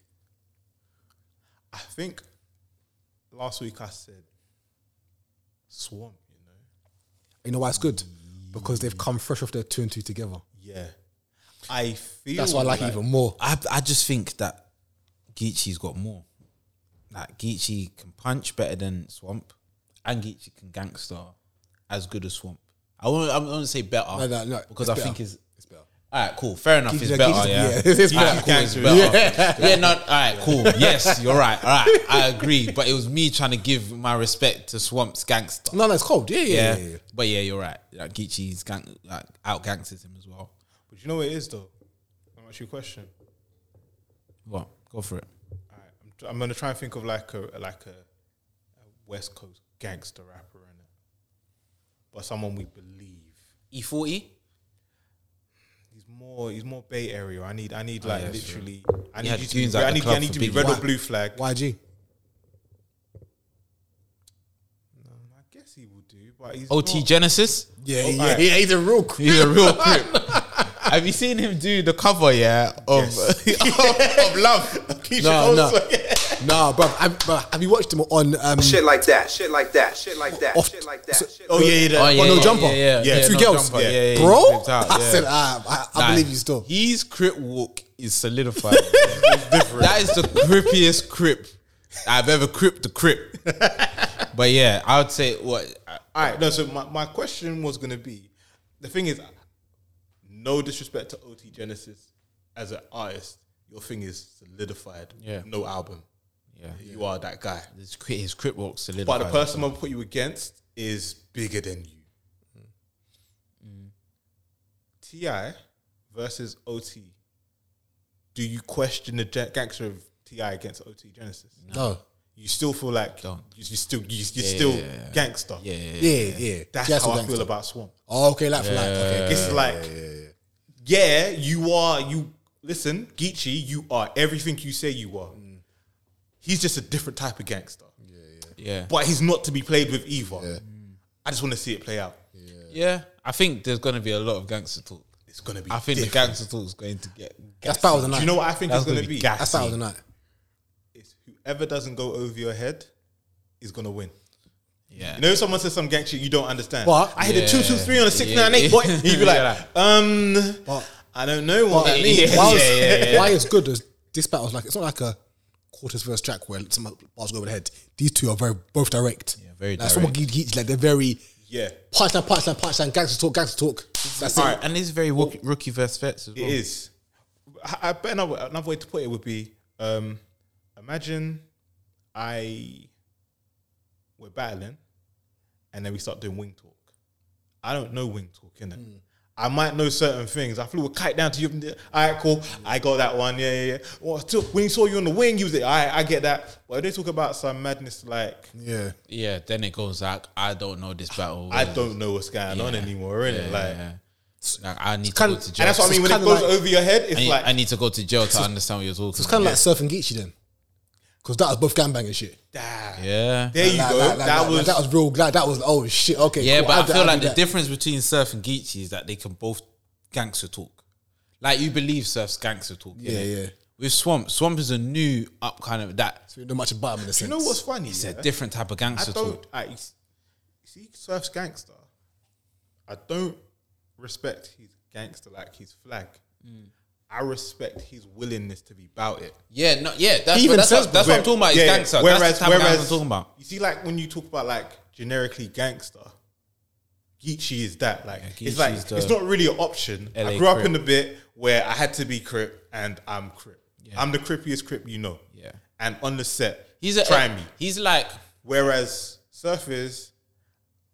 Speaker 1: I think last week I said swamp. You know,
Speaker 2: You know why it's good? Because they've come fresh off their two and two together.
Speaker 1: yeah. I feel
Speaker 2: That's why I like, it even more.
Speaker 3: I I just think that Geechee's got more. Like Geechee can punch better than Swamp, and Geechee can gangster as good as Swamp. I won't. I won't say better
Speaker 2: No, no, no, it's
Speaker 3: because I
Speaker 2: better.
Speaker 3: think it's.
Speaker 2: It's better.
Speaker 3: All right, cool. Fair enough.
Speaker 2: Geechee's-
Speaker 3: it's better.
Speaker 2: Geechee's-
Speaker 3: yeah,
Speaker 2: yeah, it's
Speaker 3: All right,
Speaker 2: better.
Speaker 3: cool, it's better. Yeah. no. All right, cool. Yes, you're right. All right, I agree. But it was me trying to give my respect to Swamp's gangster.
Speaker 2: No, no, it's cold. Yeah, yeah,
Speaker 3: Yeah,
Speaker 2: yeah. yeah, yeah.
Speaker 3: but yeah, you're right. Like Geechee's gang, like out gangsters him as well.
Speaker 1: But you know what it is though. I'm actually question.
Speaker 3: What? Go for it.
Speaker 1: Alright, I'm, tr- I'm gonna try and think of like a like a, a West Coast gangster rapper in it, but someone we believe.
Speaker 3: E40.
Speaker 1: He's more he's more Bay Area. I need I need like
Speaker 3: Oh, yeah, sure.
Speaker 1: literally. I
Speaker 3: He
Speaker 1: need
Speaker 3: had
Speaker 1: you to
Speaker 3: tunes
Speaker 1: be,
Speaker 3: at
Speaker 1: I
Speaker 3: the
Speaker 1: need,
Speaker 3: club
Speaker 1: I need
Speaker 3: for
Speaker 1: to be
Speaker 3: Biggie.
Speaker 1: red
Speaker 3: Why-
Speaker 1: or blue flag.
Speaker 2: YG.
Speaker 1: Um, I guess he will do, but he's
Speaker 3: OT
Speaker 1: not-
Speaker 3: Genesis.
Speaker 2: Yeah, yeah,
Speaker 1: alright.
Speaker 2: yeah. Oh, He's a real creep.
Speaker 3: He's a real creep. Have you seen him do the cover? Yeah, of of, of love.
Speaker 2: No, no, no, bro. Have, bro, have you watched him on um,
Speaker 9: Shit like that. Shit like that. Shit like that.
Speaker 2: Off-
Speaker 9: Shit like that.
Speaker 2: so-
Speaker 9: Shit
Speaker 1: Oh
Speaker 9: like
Speaker 1: yeah, yeah,
Speaker 3: Oh, yeah,
Speaker 2: on No
Speaker 3: yeah,
Speaker 2: Jumper?
Speaker 3: yeah, yeah, yeah,
Speaker 2: two
Speaker 3: No
Speaker 2: girls,
Speaker 3: Jumper, yeah, yeah, yeah.
Speaker 2: bro.
Speaker 3: He flipped out,
Speaker 2: I
Speaker 3: yeah.
Speaker 2: said, ah, I, I
Speaker 3: Nah,
Speaker 2: believe you still.
Speaker 3: His crip walk is solidified. that is the crippiest crip I've ever cripped the crip. but yeah, I would say what.
Speaker 1: All right, no. So my, my question was gonna be, the thing is, no disrespect to OT Genesis as an artist, your thing is solidified.
Speaker 3: Yeah.
Speaker 1: No album.
Speaker 3: Yeah.
Speaker 1: You are that guy.
Speaker 3: His crip, his crip walk
Speaker 1: But
Speaker 3: solidified.
Speaker 1: the person I'll put you against is bigger than you. Ti versus OT. Do you question the gen- gangster of Ti against OT Genesis?
Speaker 2: No.
Speaker 1: You still feel like you,
Speaker 3: Don't.
Speaker 1: you still you, you're still gangster.
Speaker 3: yeah, yeah, yeah.
Speaker 2: Yeah, yeah.
Speaker 1: That's
Speaker 2: Just
Speaker 1: how I
Speaker 2: gangster.
Speaker 1: feel about Swamp.
Speaker 2: Oh, okay, like for like.
Speaker 3: Uh,
Speaker 2: Okay,
Speaker 1: It's like,
Speaker 3: Mm.
Speaker 1: yeah, you are. You listen, Geechee. You are everything you say you are. He's just a different type of gangster.
Speaker 3: Yeah.
Speaker 1: But he's not to be played with either. I just want to see it play out.
Speaker 3: yeah. I think there's going to be a lot of gangster talk.
Speaker 1: It's gonna be.
Speaker 3: I think
Speaker 1: different.
Speaker 3: the gangster talk is going to get.
Speaker 2: That's battle of the night.
Speaker 1: Do you know what I think
Speaker 3: That's
Speaker 1: it's gonna
Speaker 3: gonna be
Speaker 1: be?
Speaker 3: gas.
Speaker 2: That's battle of the night.
Speaker 1: It's whoever doesn't go over your head is gonna win.
Speaker 3: Yeah.
Speaker 1: You know, if someone says some gang shit you don't understand.
Speaker 2: But-
Speaker 1: I hit a two two three on a six
Speaker 3: Yeah.
Speaker 1: nine eight. Boy, and you'd be like, um,
Speaker 2: But-
Speaker 1: I don't know what that means.
Speaker 3: Yeah,
Speaker 2: why, it's-
Speaker 3: yeah, yeah, yeah.
Speaker 2: why it's good is this battle's like it's not like a quarters verse track where some bars go over the head. These two are very both direct. Yeah,
Speaker 3: very
Speaker 2: like Someone
Speaker 3: direct.
Speaker 2: geek, geek, like they're very
Speaker 1: Yeah.
Speaker 2: punchline, punchline, punchline, gangster talk, gangster talk. That's it.
Speaker 3: All right, and it's very rookie, rookie versus vets as well.
Speaker 1: It is. I, I bet another, another way to put it would be um, imagine I we're battling and then we start doing wing talk. I don't know wing talk, innit? I might know certain things. I flew a kite down to you. All right, cool. I got that one. Yeah, yeah, yeah. Well, still, when he saw you on the wing, you was like, all right, I get that. But they talk about some madness like,
Speaker 2: Yeah.
Speaker 3: Yeah, then it goes like, I don't know this battle.
Speaker 1: I don't know what's going on anymore, innit?
Speaker 3: Hmm. Yeah,
Speaker 1: like,
Speaker 3: yeah. Like, I need to
Speaker 2: kinda-
Speaker 3: go to jail.
Speaker 1: and that's what I
Speaker 2: It's
Speaker 1: mean. When it
Speaker 2: kinda
Speaker 1: goes
Speaker 2: like-
Speaker 1: over your head, it's
Speaker 3: I need,
Speaker 1: like,
Speaker 3: I need to go to jail to understand what you're talking
Speaker 2: It's kind
Speaker 3: about.
Speaker 2: of like Surf and Geechee then. Because that was both gangbanging shit.
Speaker 1: damn.
Speaker 3: Yeah.
Speaker 1: There you
Speaker 2: Like-
Speaker 1: go.
Speaker 2: like- like-
Speaker 1: that,
Speaker 2: like-
Speaker 1: was,
Speaker 2: like that was real. Like, that was oh shit. Okay.
Speaker 3: Yeah,
Speaker 2: cool,
Speaker 3: but
Speaker 2: I'll
Speaker 3: I
Speaker 2: do-
Speaker 3: feel
Speaker 2: I'll
Speaker 3: like
Speaker 2: do
Speaker 3: the
Speaker 2: that.
Speaker 3: difference between Surf and Geechee is that they can both gangster talk. Like you believe Surf's gangster talk.
Speaker 2: Yeah,
Speaker 3: innit?
Speaker 2: yeah.
Speaker 3: With Swamp, Swump is a new up kind of that.
Speaker 2: We don't much about him in a sense.
Speaker 1: You know what's funny?
Speaker 3: It's a
Speaker 1: yeah?
Speaker 3: different type of
Speaker 1: I
Speaker 3: gangster
Speaker 1: don't.
Speaker 3: talk.
Speaker 1: I, you see, Surf's gangster. I don't respect his gangster like his flag.
Speaker 3: Mm.
Speaker 1: I respect his willingness to be about it.
Speaker 3: Yeah, no, yeah. That's,
Speaker 2: He even
Speaker 3: what, that's,
Speaker 2: says
Speaker 3: what, that's what I'm talking about. Is
Speaker 1: Yeah, yeah.
Speaker 3: gangster. that's the type of gangster I'm talking about.
Speaker 1: You see, like when you talk about like generically gangster, Geechee is that. Like it's like
Speaker 3: Geechee's the
Speaker 1: it's not really an option.
Speaker 3: LA
Speaker 1: I grew up
Speaker 3: Crip.
Speaker 1: in a bit where I had to be crip, and I'm crip. I'm the crippiest crip you know.
Speaker 3: Yeah.
Speaker 1: and on the set,
Speaker 3: He's a,
Speaker 1: try me.
Speaker 3: He's like,
Speaker 1: Whereas surfers,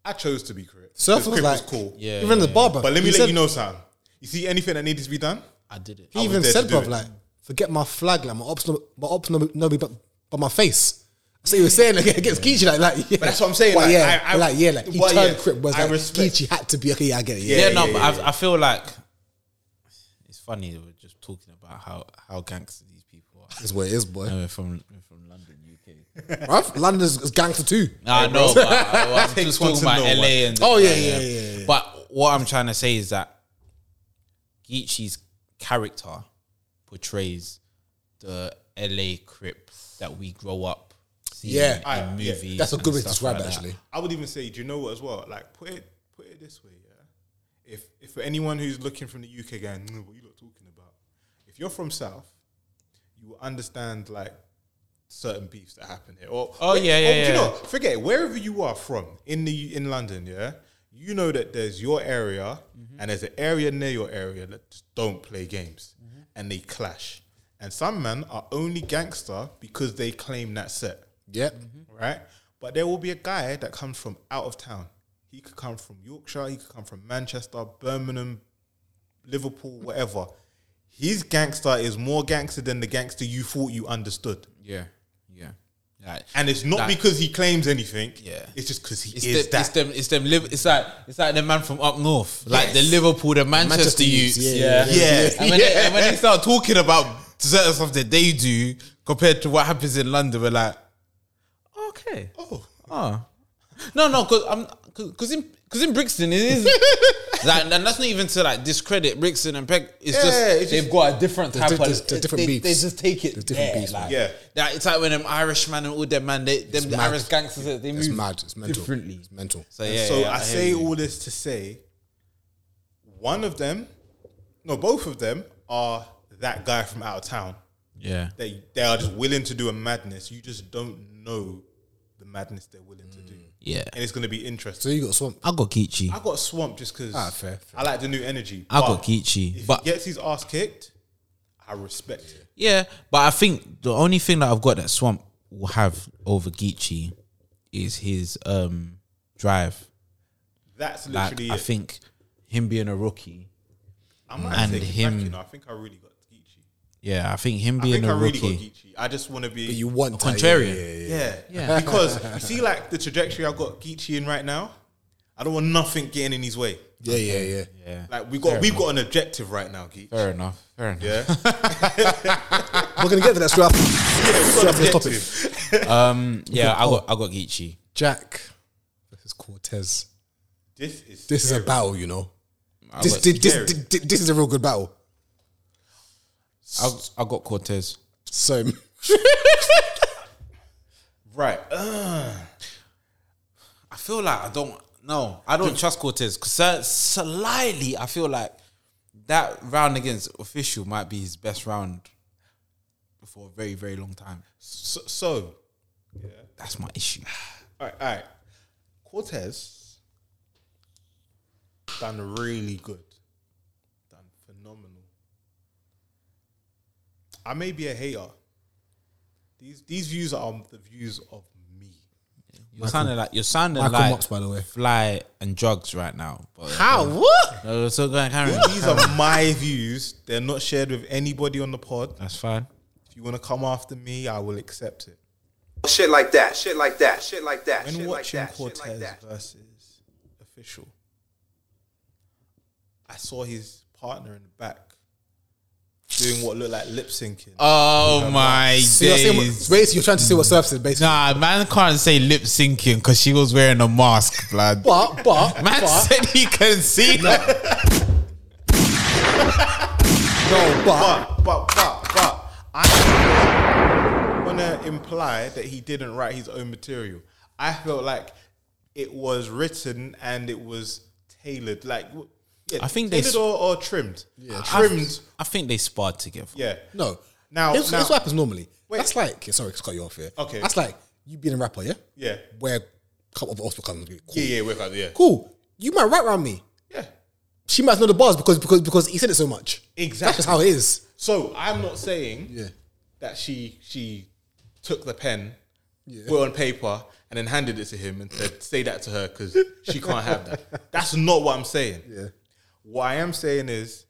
Speaker 1: I chose to be crip.
Speaker 2: Surf
Speaker 1: Because
Speaker 2: was
Speaker 1: crip
Speaker 2: like,
Speaker 1: was cool.
Speaker 3: Yeah,
Speaker 2: He ran the
Speaker 3: yeah,
Speaker 2: bar, bruv.
Speaker 1: But let me
Speaker 2: He
Speaker 1: let
Speaker 2: said-
Speaker 1: you know something. You see anything that needs to be done?
Speaker 3: I did it.
Speaker 2: He
Speaker 1: was
Speaker 2: even
Speaker 1: there
Speaker 2: said,
Speaker 1: to do
Speaker 2: bruv,
Speaker 1: it.
Speaker 2: like, forget my flag, like my ops, no, my ops know, know me but but my face. That's what he was saying like, against Geechee, like, like yeah. But
Speaker 1: that's what I'm saying, like,
Speaker 2: yeah,
Speaker 1: I- I-
Speaker 2: but like yeah, like he
Speaker 1: but
Speaker 2: turned
Speaker 1: yeah,
Speaker 2: crip, was
Speaker 1: I
Speaker 2: like
Speaker 1: respect-
Speaker 2: Geechee had to be okay. Yeah, I get it. Yeah,
Speaker 3: yeah,
Speaker 1: Yeah,
Speaker 3: no,
Speaker 1: yeah,
Speaker 3: but
Speaker 1: yeah,
Speaker 3: I, I feel like it's funny that we're just talking about how how gangster these people are.
Speaker 2: that's what it is, boy.
Speaker 3: And we're from we're from London, UK.
Speaker 2: bruv, London's is gangster too.
Speaker 3: I know, but I, am
Speaker 1: Takes
Speaker 3: just
Speaker 1: one
Speaker 3: talking
Speaker 1: to
Speaker 3: about
Speaker 1: know
Speaker 3: LA
Speaker 1: one.
Speaker 3: and
Speaker 2: Oh, yeah, yeah, yeah, yeah.
Speaker 3: But what I'm trying to say is that Geechee's character portrays the LA Crip that we grow up seeing
Speaker 2: Yeah.
Speaker 3: in
Speaker 1: Alright, yeah.
Speaker 3: movies.
Speaker 2: That's a
Speaker 3: and
Speaker 2: good way to
Speaker 3: stuff
Speaker 2: describe
Speaker 3: like
Speaker 2: it,
Speaker 3: that.
Speaker 2: actually.
Speaker 1: I would even say, do you know what as well? Like put it put it this way, yeah. If if for anyone who's looking from the UK going, "Mm, what you lot talking about? If you're from South, you will understand like certain beefs that happen here. Or
Speaker 3: Oh, yeah, yeah,
Speaker 1: or Do you
Speaker 3: yeah.
Speaker 1: know? Forget it, wherever you are from in the in London, yeah. You know that there's your area
Speaker 3: Mm-hmm.
Speaker 1: and there's an area near your area that just don't play games
Speaker 3: Mm-hmm.
Speaker 1: and they clash. And some men are only gangster because they claim that set
Speaker 2: Yeah,
Speaker 3: Mm-hmm.
Speaker 1: right? But there will be a guy that comes from out of town. He could come from Yorkshire, he could come from Manchester, Birmingham, Liverpool, whatever. His gangster is more gangster than the gangster you thought you understood.
Speaker 3: Yeah, yeah. Like,
Speaker 1: And it's not
Speaker 3: That-
Speaker 1: because he claims anything.
Speaker 3: Yeah.
Speaker 1: It's just because he
Speaker 3: It's,
Speaker 1: is
Speaker 3: them,
Speaker 1: that.
Speaker 3: it's them. It's them. Liv- it's like it's like the man from up north, like the
Speaker 1: Yes.
Speaker 3: Liverpool, the Manchester,
Speaker 2: Manchester
Speaker 3: youths.
Speaker 2: youths,
Speaker 1: yeah,
Speaker 2: yeah,
Speaker 1: Yeah. yeah.
Speaker 3: And, when They, and when they start talking about certain stuff that they do compared to what happens in London, we're like, okay,
Speaker 1: Oh.
Speaker 3: oh, no, no, because I'm because in because in Brixton it is. like, and that's not even to like discredit Brixton and Peck. It's
Speaker 1: Yeah,
Speaker 3: just
Speaker 1: it's
Speaker 3: they've
Speaker 1: just-
Speaker 3: got a different type
Speaker 2: di-
Speaker 3: of
Speaker 2: there's- there's different
Speaker 3: they,
Speaker 2: beefs.
Speaker 3: They just take it.
Speaker 2: There's different
Speaker 3: there,
Speaker 2: beats, man.
Speaker 3: like,
Speaker 1: Yeah.
Speaker 3: That, it's like when them Irish man and all them man, they, them
Speaker 2: mad.
Speaker 3: Irish gangsters, they move
Speaker 2: it's mad. It's mental.
Speaker 3: differently.
Speaker 2: It's mental.
Speaker 3: So yeah,
Speaker 1: so
Speaker 3: yeah,
Speaker 1: I,
Speaker 3: hear
Speaker 1: say
Speaker 3: you.
Speaker 1: all this to say one of them, no, both of them are that guy from out of town.
Speaker 3: yeah.
Speaker 1: they they are just willing to do a madness. You just don't know the madness they're willing to do.
Speaker 3: Yeah.
Speaker 1: and it's going to be
Speaker 2: So
Speaker 1: interesting.
Speaker 2: you got swamp.
Speaker 3: I got Geechee.
Speaker 1: I got swamped just because
Speaker 2: Ah, fair, fair.
Speaker 1: I like the new energy.
Speaker 3: I got
Speaker 1: But
Speaker 3: Geechee,
Speaker 1: If
Speaker 3: but
Speaker 1: he gets his ass kicked, I respect it.
Speaker 3: yeah, but I think the only thing that I've got that Swamp will have over Geechee is his um drive.
Speaker 1: That's
Speaker 3: Like
Speaker 1: literally
Speaker 3: I
Speaker 1: it.
Speaker 3: think him being a rookie.
Speaker 1: I might
Speaker 3: and
Speaker 1: take it back,
Speaker 3: him-
Speaker 1: you know, I think I really got Geechee.
Speaker 3: Yeah, I think him
Speaker 1: I
Speaker 3: being
Speaker 1: think I
Speaker 3: a
Speaker 1: really got
Speaker 3: rookie.
Speaker 1: Geechee. I just want to be.
Speaker 2: But you want that,
Speaker 3: contrarian.
Speaker 2: yeah, yeah, yeah.
Speaker 1: yeah,
Speaker 3: Yeah.
Speaker 1: Because you see, like the trajectory I've got Geechee in right now, I don't want nothing getting in his way.
Speaker 2: Yeah, yeah, yeah.
Speaker 3: Yeah.
Speaker 1: Like we got
Speaker 3: Fair
Speaker 1: we've got an objective right now, Geek.
Speaker 3: Fair enough. Fair enough.
Speaker 1: Yeah.
Speaker 2: We're gonna get to that straight after, straight after this topic.
Speaker 1: Objective.
Speaker 3: Yeah, I got I got Geechee.
Speaker 2: Jack versus Cortez.
Speaker 1: This is
Speaker 2: This is a battle, you know. This,
Speaker 3: got
Speaker 2: this, this,
Speaker 1: Jerry.
Speaker 2: this, this is a real good battle.
Speaker 3: I, I got Cortez.
Speaker 2: So
Speaker 1: right.
Speaker 3: I feel like I don't no, I don't trust Cortez because slightly I feel like that round against official might be his best round for a very very long time.
Speaker 1: So, so
Speaker 3: That's my issue.
Speaker 1: all right, all right. Cortez done really good. Done phenomenal. I may be a hater. These these views are the views of me.
Speaker 3: You're sounding like you're sounding
Speaker 2: Michael
Speaker 3: like
Speaker 2: Knox, by the way.
Speaker 3: fly and drugs right now. But
Speaker 2: what?
Speaker 3: No, we're still going Karen.
Speaker 1: These are my views. They're not shared with anybody on the pod.
Speaker 3: That's fine.
Speaker 1: If you want to come after me, I will accept it.
Speaker 9: Shit like that. Shit like that. Shit like that.
Speaker 1: When
Speaker 9: shit
Speaker 1: watching
Speaker 9: like that.
Speaker 1: Cortez
Speaker 9: Shit like that.
Speaker 1: versus official, I saw his partner in the back doing what looked like lip syncing.
Speaker 3: Oh my
Speaker 2: So you're, saying what, basically, you're trying to see what surfaces, basically.
Speaker 3: Nah, man can't say lip syncing because she was wearing a mask, blood.
Speaker 2: But but
Speaker 3: Man
Speaker 2: but,
Speaker 3: said he can see.
Speaker 2: no,
Speaker 1: but
Speaker 2: but
Speaker 1: but but but I wanna imply that he didn't write his own material. I felt like it was written and it was tailored. Like w- yeah,
Speaker 3: I think they
Speaker 1: tailored
Speaker 3: s-
Speaker 1: or, or trimmed. Yeah,
Speaker 3: I-
Speaker 1: trimmed.
Speaker 3: I think they sparred together.
Speaker 1: yeah.
Speaker 2: no.
Speaker 1: Now-
Speaker 2: it's,
Speaker 1: now-
Speaker 2: it's what happens normally.
Speaker 1: Wait.
Speaker 2: That's like sorry, just cut you off here.
Speaker 1: Okay.
Speaker 2: That's like you being a rapper, yeah.
Speaker 1: Yeah.
Speaker 2: Where couple of us become cool.
Speaker 1: Yeah, yeah, with her, yeah.
Speaker 2: cool. You might rap around me.
Speaker 1: Yeah.
Speaker 2: She might know the bars because because because he said it so much.
Speaker 1: Exactly.
Speaker 2: That's just how it is.
Speaker 1: So I'm not saying
Speaker 2: Yeah.
Speaker 1: that she she took the pen, put it on paper, and then handed it to him and said, "Say that to her because she can't have that." That's not what I'm saying.
Speaker 2: Yeah.
Speaker 1: What I am saying is,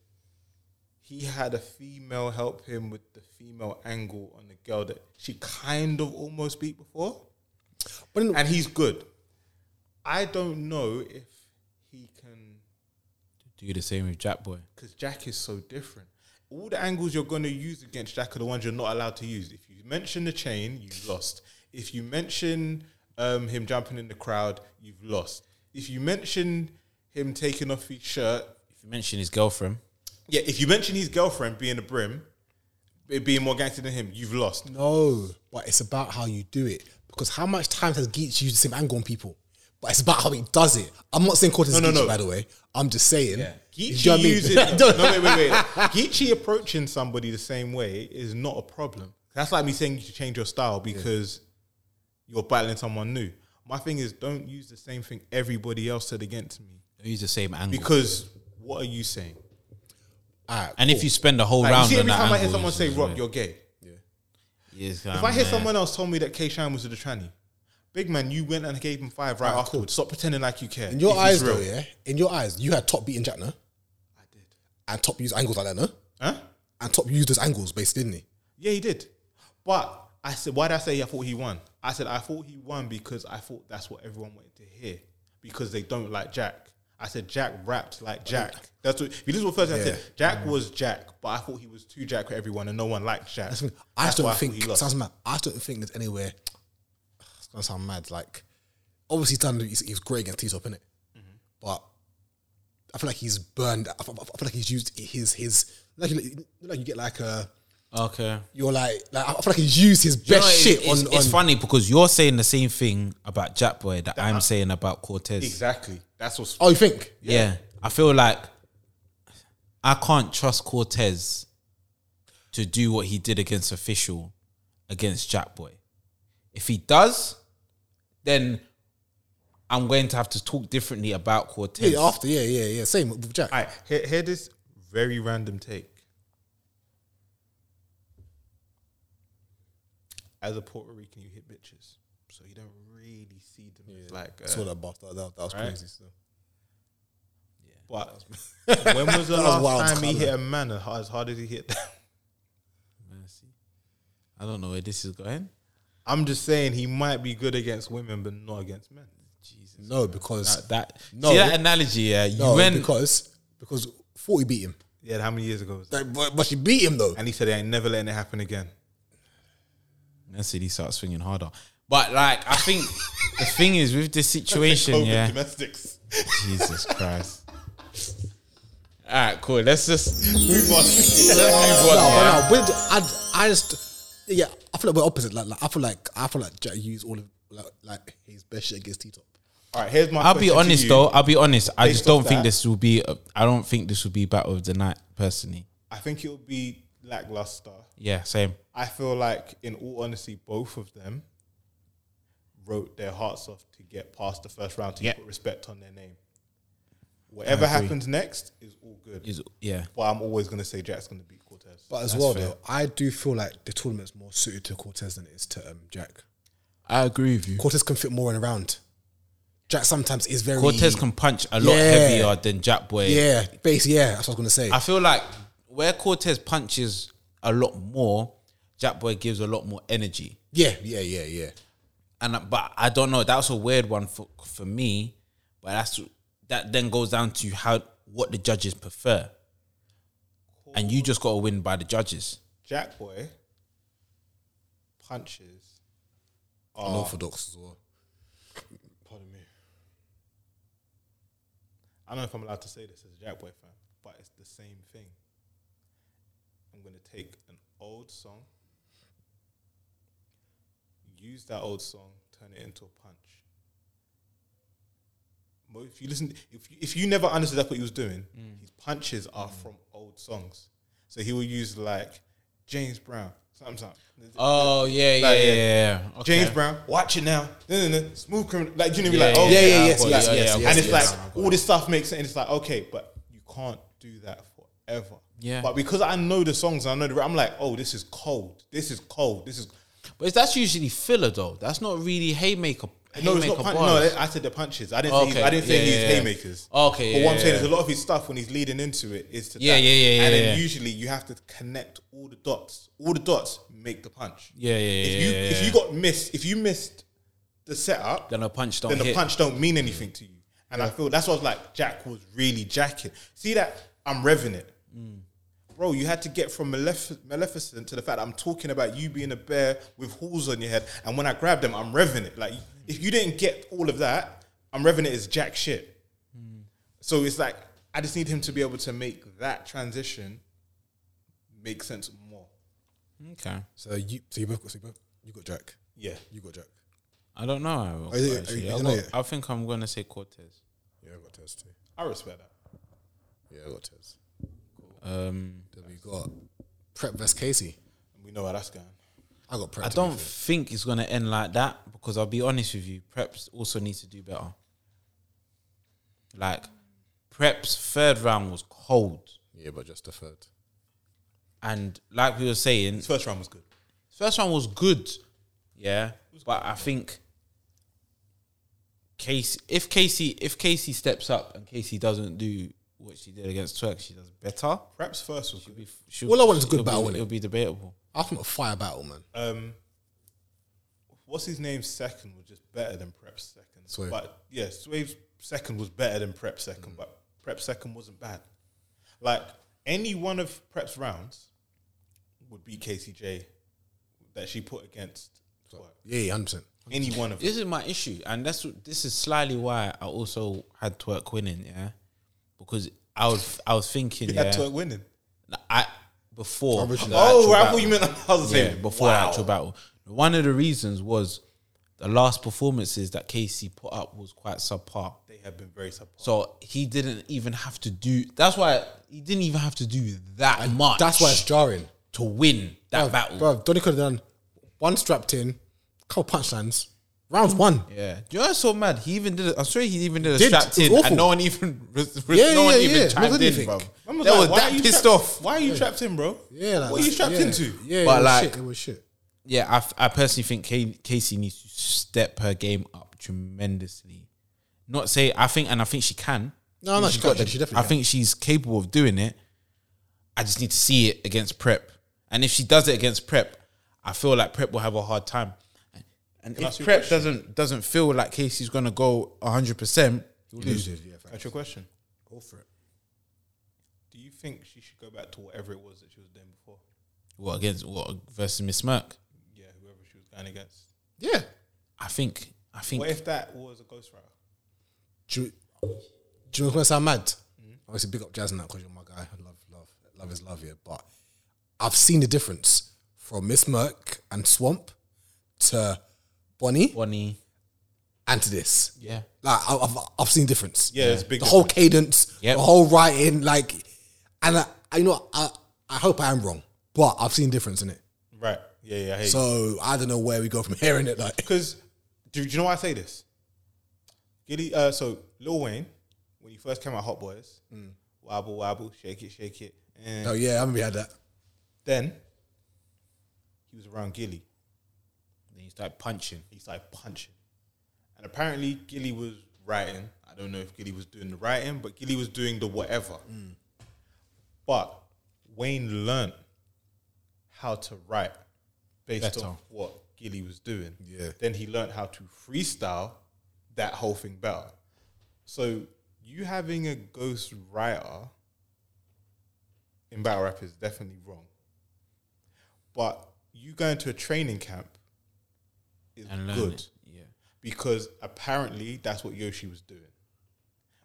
Speaker 1: he had a female help him with the female angle on the girl that she kind of almost beat before,
Speaker 2: But in,
Speaker 1: and he's good. I don't know if he can
Speaker 3: Do the same with Jack Boy.
Speaker 1: because Jack is so different. All the angles you're going to use against Jack are the ones you're not allowed to use. If you mention the chain, you've lost. If you mention um, him jumping in the crowd, you've lost. If you mention him taking off his shirt,
Speaker 3: If you mention his girlfriend,
Speaker 1: yeah, if you mention his girlfriend being a brim, it being more gangster than him, you've lost.
Speaker 2: no, Oh, but it's about how you do it because how much time has Geach used the same angle on people? But it's about how he does it. I'm not saying Cortez
Speaker 1: No, no,
Speaker 2: Geach,
Speaker 1: no.
Speaker 2: by the way. I'm just saying. you
Speaker 1: Geechee
Speaker 2: know what I mean?
Speaker 1: uses no, wait, wait, wait. Geechee approaching somebody the same way is not a problem. That's like me saying you should change your style because you're battling someone new. My thing is, don't use the same thing everybody else said against me
Speaker 3: use the same angle.
Speaker 1: because what are you saying?
Speaker 2: Alright,
Speaker 3: and if
Speaker 2: cool.
Speaker 3: you spend the whole
Speaker 1: Like, you
Speaker 3: round
Speaker 1: see,
Speaker 3: on
Speaker 1: every
Speaker 3: that
Speaker 1: time I hear
Speaker 3: angle,
Speaker 1: someone
Speaker 3: you
Speaker 1: say
Speaker 3: just
Speaker 1: "rock,"
Speaker 3: wait.
Speaker 1: you're gay.
Speaker 3: Yes,
Speaker 1: If I hear someone else tell me that K Shine was with a tranny, big man, you went and gave him five right afterwards. Stop pretending like you care.
Speaker 2: in your
Speaker 1: This is
Speaker 2: eyes,
Speaker 1: real.
Speaker 2: though, yeah, in your eyes, you had top beating Jack, no? I did. And top used angles like that, no?
Speaker 1: Huh?
Speaker 2: And top used those angles, basically, didn't he?
Speaker 1: Yeah, he did. But I said, why did I say I thought he won? I said I thought he won because I thought that's what everyone wanted to hear because they don't like Jack. I said Jack rapped like Jack. That's what. If you listen to what first I
Speaker 2: Yeah.
Speaker 1: said, Jack was Jack, but I thought he was too Jack for everyone, and no one liked Jack.
Speaker 2: That's the thing. I just
Speaker 1: why
Speaker 2: don't
Speaker 1: thought
Speaker 2: think
Speaker 1: he lost.
Speaker 2: sounds mad. I just don't think there's anywhere. It's gonna sound mad. Like, obviously, he's done. He's, he's great against T-Top, innit?
Speaker 3: Mm-hmm.
Speaker 2: But I feel like he's burned. I feel, I feel like he's used his his. Like, you- like you get like a.
Speaker 3: Okay.
Speaker 2: You're like like I feel like he's used his
Speaker 3: You know,
Speaker 2: best
Speaker 3: it-
Speaker 2: shit
Speaker 3: it's,
Speaker 2: on.
Speaker 3: it's
Speaker 2: on
Speaker 3: funny because you're saying the same thing about Jack Boy that, I'm saying about Cortez.
Speaker 1: exactly. That's what's
Speaker 2: Oh, you think?
Speaker 3: Yeah. I feel like I can't trust Cortez to do what he did against official against Jack Boy. If he does, then I'm going to have to talk differently about Cortez.
Speaker 2: Yeah, after yeah, yeah, yeah. Same with Jack.
Speaker 1: All right, hear, hear this very random take. As a Puerto Rican, you hit bitches, so you don't really see them as like.
Speaker 2: I saw
Speaker 1: uh,
Speaker 2: that bar. That, that, that was
Speaker 1: Right.
Speaker 2: crazy. So.
Speaker 1: But when was the
Speaker 2: That was
Speaker 1: last
Speaker 2: wild
Speaker 1: time he
Speaker 2: colour.
Speaker 1: hit a man as hard, as hard as he hit? them?
Speaker 3: I don't know where this is going.
Speaker 1: I'm just saying he might be good against women, but not against men.
Speaker 3: Jesus.
Speaker 2: No, because
Speaker 3: That, that
Speaker 2: no,
Speaker 3: see that analogy, yeah. You
Speaker 2: no,
Speaker 3: went
Speaker 2: because because forty beat him.
Speaker 1: Yeah, how many years ago was that?
Speaker 2: Like, but, but she beat him though.
Speaker 1: And he said, I ain't never letting it happen again.
Speaker 3: and said he starts swinging harder. But like, I think the thing is with this situation,
Speaker 1: COVID
Speaker 3: yeah.
Speaker 1: domestics.
Speaker 3: Jesus Christ. All right, cool. Let's just
Speaker 1: Move on.
Speaker 3: let's move
Speaker 2: No,
Speaker 3: on.
Speaker 2: but
Speaker 3: yeah.
Speaker 2: no, with- I, I just yeah, I feel like we're opposite. Like, like I feel like I feel like Jack used all of like, like his best shit against T Top.
Speaker 1: All right, here's my
Speaker 3: I'll be
Speaker 1: question to
Speaker 3: honest
Speaker 1: you.
Speaker 3: though. I'll be honest. I just
Speaker 1: Based
Speaker 3: don't
Speaker 1: off
Speaker 3: think
Speaker 1: that-
Speaker 3: this will be. a- I don't think this will be battle of the night personally.
Speaker 1: I think it'll be lackluster.
Speaker 3: Yeah, same.
Speaker 1: I feel like, in all honesty, both of them wrote their hearts off to get past the first round to
Speaker 3: Yeah.
Speaker 1: put respect on their name. Whatever happens next is all good.
Speaker 3: Is yeah.
Speaker 1: but I'm always going to say Jack's going to beat Cortez.
Speaker 2: But as well though, I do feel like the tournament's more suited to Cortez than it is to um, Jack.
Speaker 3: I agree with you.
Speaker 2: Cortez can fit more in a round. Jack sometimes is very
Speaker 3: Cortez can punch a lot
Speaker 2: Yeah.
Speaker 3: heavier than Jack Boy.
Speaker 2: Yeah, base. Yeah, that's what I was gonna say.
Speaker 3: I feel like where Cortez punches a lot more, Jack Boy gives a lot more energy.
Speaker 2: yeah, yeah, yeah, yeah.
Speaker 3: And but I don't know. That was a weird one for for me. But that's that then goes down to how what the judges prefer. And you just got to win by the judges.
Speaker 1: Jack Boy punches.
Speaker 3: Ah.
Speaker 2: Unorthodox as well.
Speaker 1: Pardon me. I don't know if I'm allowed to say this as a Jack Boy fan, but it's the same thing. I'm going to take an old song, use that old song, turn it into a punch. Mo- If you listen, if you, if you never understood that's what he was doing, his punches are from old songs. So he will use like James Brown, something, something.
Speaker 3: Oh yeah, yeah,
Speaker 1: Like,
Speaker 3: yeah.
Speaker 1: yeah.
Speaker 3: yeah. Okay.
Speaker 1: James Brown, watch it now. No, no, no. Smooth criminal. Like, do you know what I mean? Like,
Speaker 3: Yeah,
Speaker 1: oh,
Speaker 3: yeah, yeah,
Speaker 1: I've
Speaker 3: yes,
Speaker 1: got
Speaker 3: yes,
Speaker 1: it.
Speaker 3: yes,
Speaker 1: And
Speaker 3: yes,
Speaker 1: it's
Speaker 3: yes.
Speaker 1: like, all this stuff makes sense. It's like, okay, but you can't do that forever.
Speaker 3: Yeah.
Speaker 1: But because I know the songs, I know the, I'm like, oh, this is cold. This is cold. This is.
Speaker 3: But that's usually filler though. That's not really haymaker.
Speaker 1: No,
Speaker 3: haymaker
Speaker 1: it's not punch, No,
Speaker 3: bars.
Speaker 1: I said the punches. I didn't say,
Speaker 3: Okay,
Speaker 1: he's, I didn't say
Speaker 3: yeah,
Speaker 1: he's
Speaker 3: yeah, yeah.
Speaker 1: haymakers.
Speaker 3: Okay,
Speaker 1: But
Speaker 3: yeah,
Speaker 1: what I'm saying
Speaker 3: yeah.
Speaker 1: is a lot of his stuff when he's leading into it is to
Speaker 3: Yeah,
Speaker 1: that.
Speaker 3: yeah, yeah,
Speaker 1: And
Speaker 3: yeah,
Speaker 1: then
Speaker 3: yeah.
Speaker 1: usually you have to connect all the dots. All the dots make the punch.
Speaker 3: Yeah, yeah, yeah,
Speaker 1: If you
Speaker 3: yeah,
Speaker 1: if
Speaker 3: yeah.
Speaker 1: you got missed, if you missed the setup,
Speaker 3: Then a punch don't
Speaker 1: then the
Speaker 3: hit.
Speaker 1: punch don't mean anything to you. And I feel that's what I was like. Jack was really jacking. See that I'm revving it,
Speaker 3: Mm.
Speaker 1: bro. You had to get from Malef- Maleficent to the fact that I'm talking about you being a bear with holes on your head. And when I grab them, I'm revving it. Like if you didn't get all of that, I'm revving it as jack shit.
Speaker 3: Mm.
Speaker 1: So it's like I just need him to be able to make that transition make sense more.
Speaker 3: Okay,
Speaker 2: So you, so you both, got- so you both, you got Jack.
Speaker 1: Yeah.
Speaker 2: You got Jack.
Speaker 3: I don't know.
Speaker 2: Are you- are
Speaker 3: actually.
Speaker 2: you-
Speaker 3: I,
Speaker 2: you
Speaker 3: got-
Speaker 2: know it?
Speaker 3: I think I'm gonna say Cortez.
Speaker 2: Yeah, I got Tez too.
Speaker 1: I respect that.
Speaker 2: Yeah, I got Tez.
Speaker 3: Um,
Speaker 2: Then we got Prep vs Casey.
Speaker 1: And we know how that's going.
Speaker 2: I got Prep.
Speaker 3: I
Speaker 2: to be
Speaker 3: don't
Speaker 2: fair.
Speaker 3: think it's gonna end like that because I'll be honest with you. Preps also needs to do better. Like, Preps third round was cold,
Speaker 2: Yeah, but just the third.
Speaker 3: and like we were saying,
Speaker 1: His first round was good.
Speaker 3: First one was good, yeah. But I think Casey, if Casey, if Casey steps up and Casey doesn't do what she did against Turk, she does better.
Speaker 1: Perhaps first was good.
Speaker 3: She'll,
Speaker 2: Well, that one's a good
Speaker 3: it'll be-
Speaker 2: battle, innit?
Speaker 3: It'll be debatable.
Speaker 2: I think a fire battle, man.
Speaker 1: Um, what's his name? Second was just better than Prep second.
Speaker 2: Sway.
Speaker 1: But yeah, Swave's second was better than Prep second,
Speaker 3: Mm.
Speaker 1: but Prep second wasn't bad. Like any one of Prep's rounds would be KCJ that she put against. Twerk.
Speaker 2: Yeah, hundred percent.
Speaker 1: Any one of them.
Speaker 3: This is my issue, and that's what- this is slightly why I also had Turk winning, yeah, because I was I was thinking,
Speaker 1: Yeah.
Speaker 3: yeah,
Speaker 1: Twerk winning.
Speaker 3: I before
Speaker 1: Oh,
Speaker 3: the actual
Speaker 1: right, I
Speaker 3: battle.
Speaker 1: thought you meant I was
Speaker 3: yeah,
Speaker 1: saying
Speaker 3: before the actual battle. One of the reasons was the last performances that Casey put up was quite subpar.
Speaker 1: They have been very subpar.
Speaker 3: So he didn't even have to do. That's why he didn't even have to do that much.
Speaker 2: That's why it's jarring.
Speaker 3: to win that
Speaker 2: Bruv,
Speaker 3: battle.
Speaker 2: bruv, Donny could have done one strapped in, couple punchlines, round one.
Speaker 3: Mm. Yeah, do you know what's so mad? He even did. A, I'm sure he even did a
Speaker 2: Did.
Speaker 3: strapped
Speaker 2: It was
Speaker 3: in, and
Speaker 2: awful.
Speaker 3: no one even, re- re-
Speaker 2: Yeah,
Speaker 3: no one
Speaker 2: yeah,
Speaker 3: even
Speaker 2: yeah.
Speaker 3: chimed
Speaker 2: Not
Speaker 3: in,
Speaker 2: anything.
Speaker 3: bro. They
Speaker 1: Man was
Speaker 3: were
Speaker 1: like, why are
Speaker 3: that
Speaker 1: you
Speaker 3: pissed
Speaker 1: trapped-
Speaker 3: off.
Speaker 1: Why are you trapped in, bro?
Speaker 2: Yeah, like,
Speaker 1: what are you trapped
Speaker 2: yeah,
Speaker 1: into?
Speaker 2: Yeah,
Speaker 3: But
Speaker 2: it was
Speaker 3: like-
Speaker 2: shit, it was shit.
Speaker 3: Yeah, I f- I, personally think Kay- Casey needs to step her game up tremendously. Not say I think, and I think she can.
Speaker 2: No, no, she, got that. She definitely.
Speaker 3: I think she's capable of doing it. I just need to see it against Prep. And if she does it against Prep, I feel like Prep will have a hard time. And- And if Prep doesn't doesn't feel like Casey's gonna go hundred percent,
Speaker 2: You'll lose it, yeah.
Speaker 1: That's your question. Go for it. Do you think she should go back to whatever it was that she was doing before?
Speaker 3: what against what versus Miss Merck?
Speaker 1: Yeah, whoever she was going against.
Speaker 3: Yeah, I think I think
Speaker 1: What if that was a ghostwriter?
Speaker 2: Do you, do you know what's gonna sound mad? Obviously, big up Jazz and that because you're my guy. I love, love, love is love, yeah. But I've seen the difference from Miss Merck and Swamp to Bonnie
Speaker 3: Bonnie.
Speaker 2: and to this.
Speaker 3: Yeah.
Speaker 2: Like I- I've, I've seen difference.
Speaker 1: Yeah, it's a big
Speaker 2: The whole cadence,
Speaker 3: Yep.
Speaker 2: the whole writing, like, and I, I you know, I, I hope I am wrong, but I've seen difference in it.
Speaker 1: Right. Yeah, yeah, I hate
Speaker 2: So I don't know where we go from here in it. Like,
Speaker 1: Because do, do you know why I say this? Giddy, uh, so Lil Wayne, when he first came out, Hot Boys, wobble wobble, shake it, shake it, and
Speaker 2: oh yeah, I remember we had that.
Speaker 1: then he was around Gilly.
Speaker 3: Then you start punching.
Speaker 1: He started punching, and apparently Gilly was writing. I don't know if Gilly was doing the writing, but Gilly was doing the whatever.
Speaker 3: Mm.
Speaker 1: But Wayne learned how to write based
Speaker 3: Better.
Speaker 1: on what Gilly was doing.
Speaker 2: Yeah.
Speaker 1: Then he learned how to freestyle that whole thing better. So you having a ghost writer in battle rap is definitely wrong. But you going to a training camp is
Speaker 3: And learn
Speaker 1: good
Speaker 3: it. Yeah.
Speaker 1: because apparently that's what Yoshi was doing.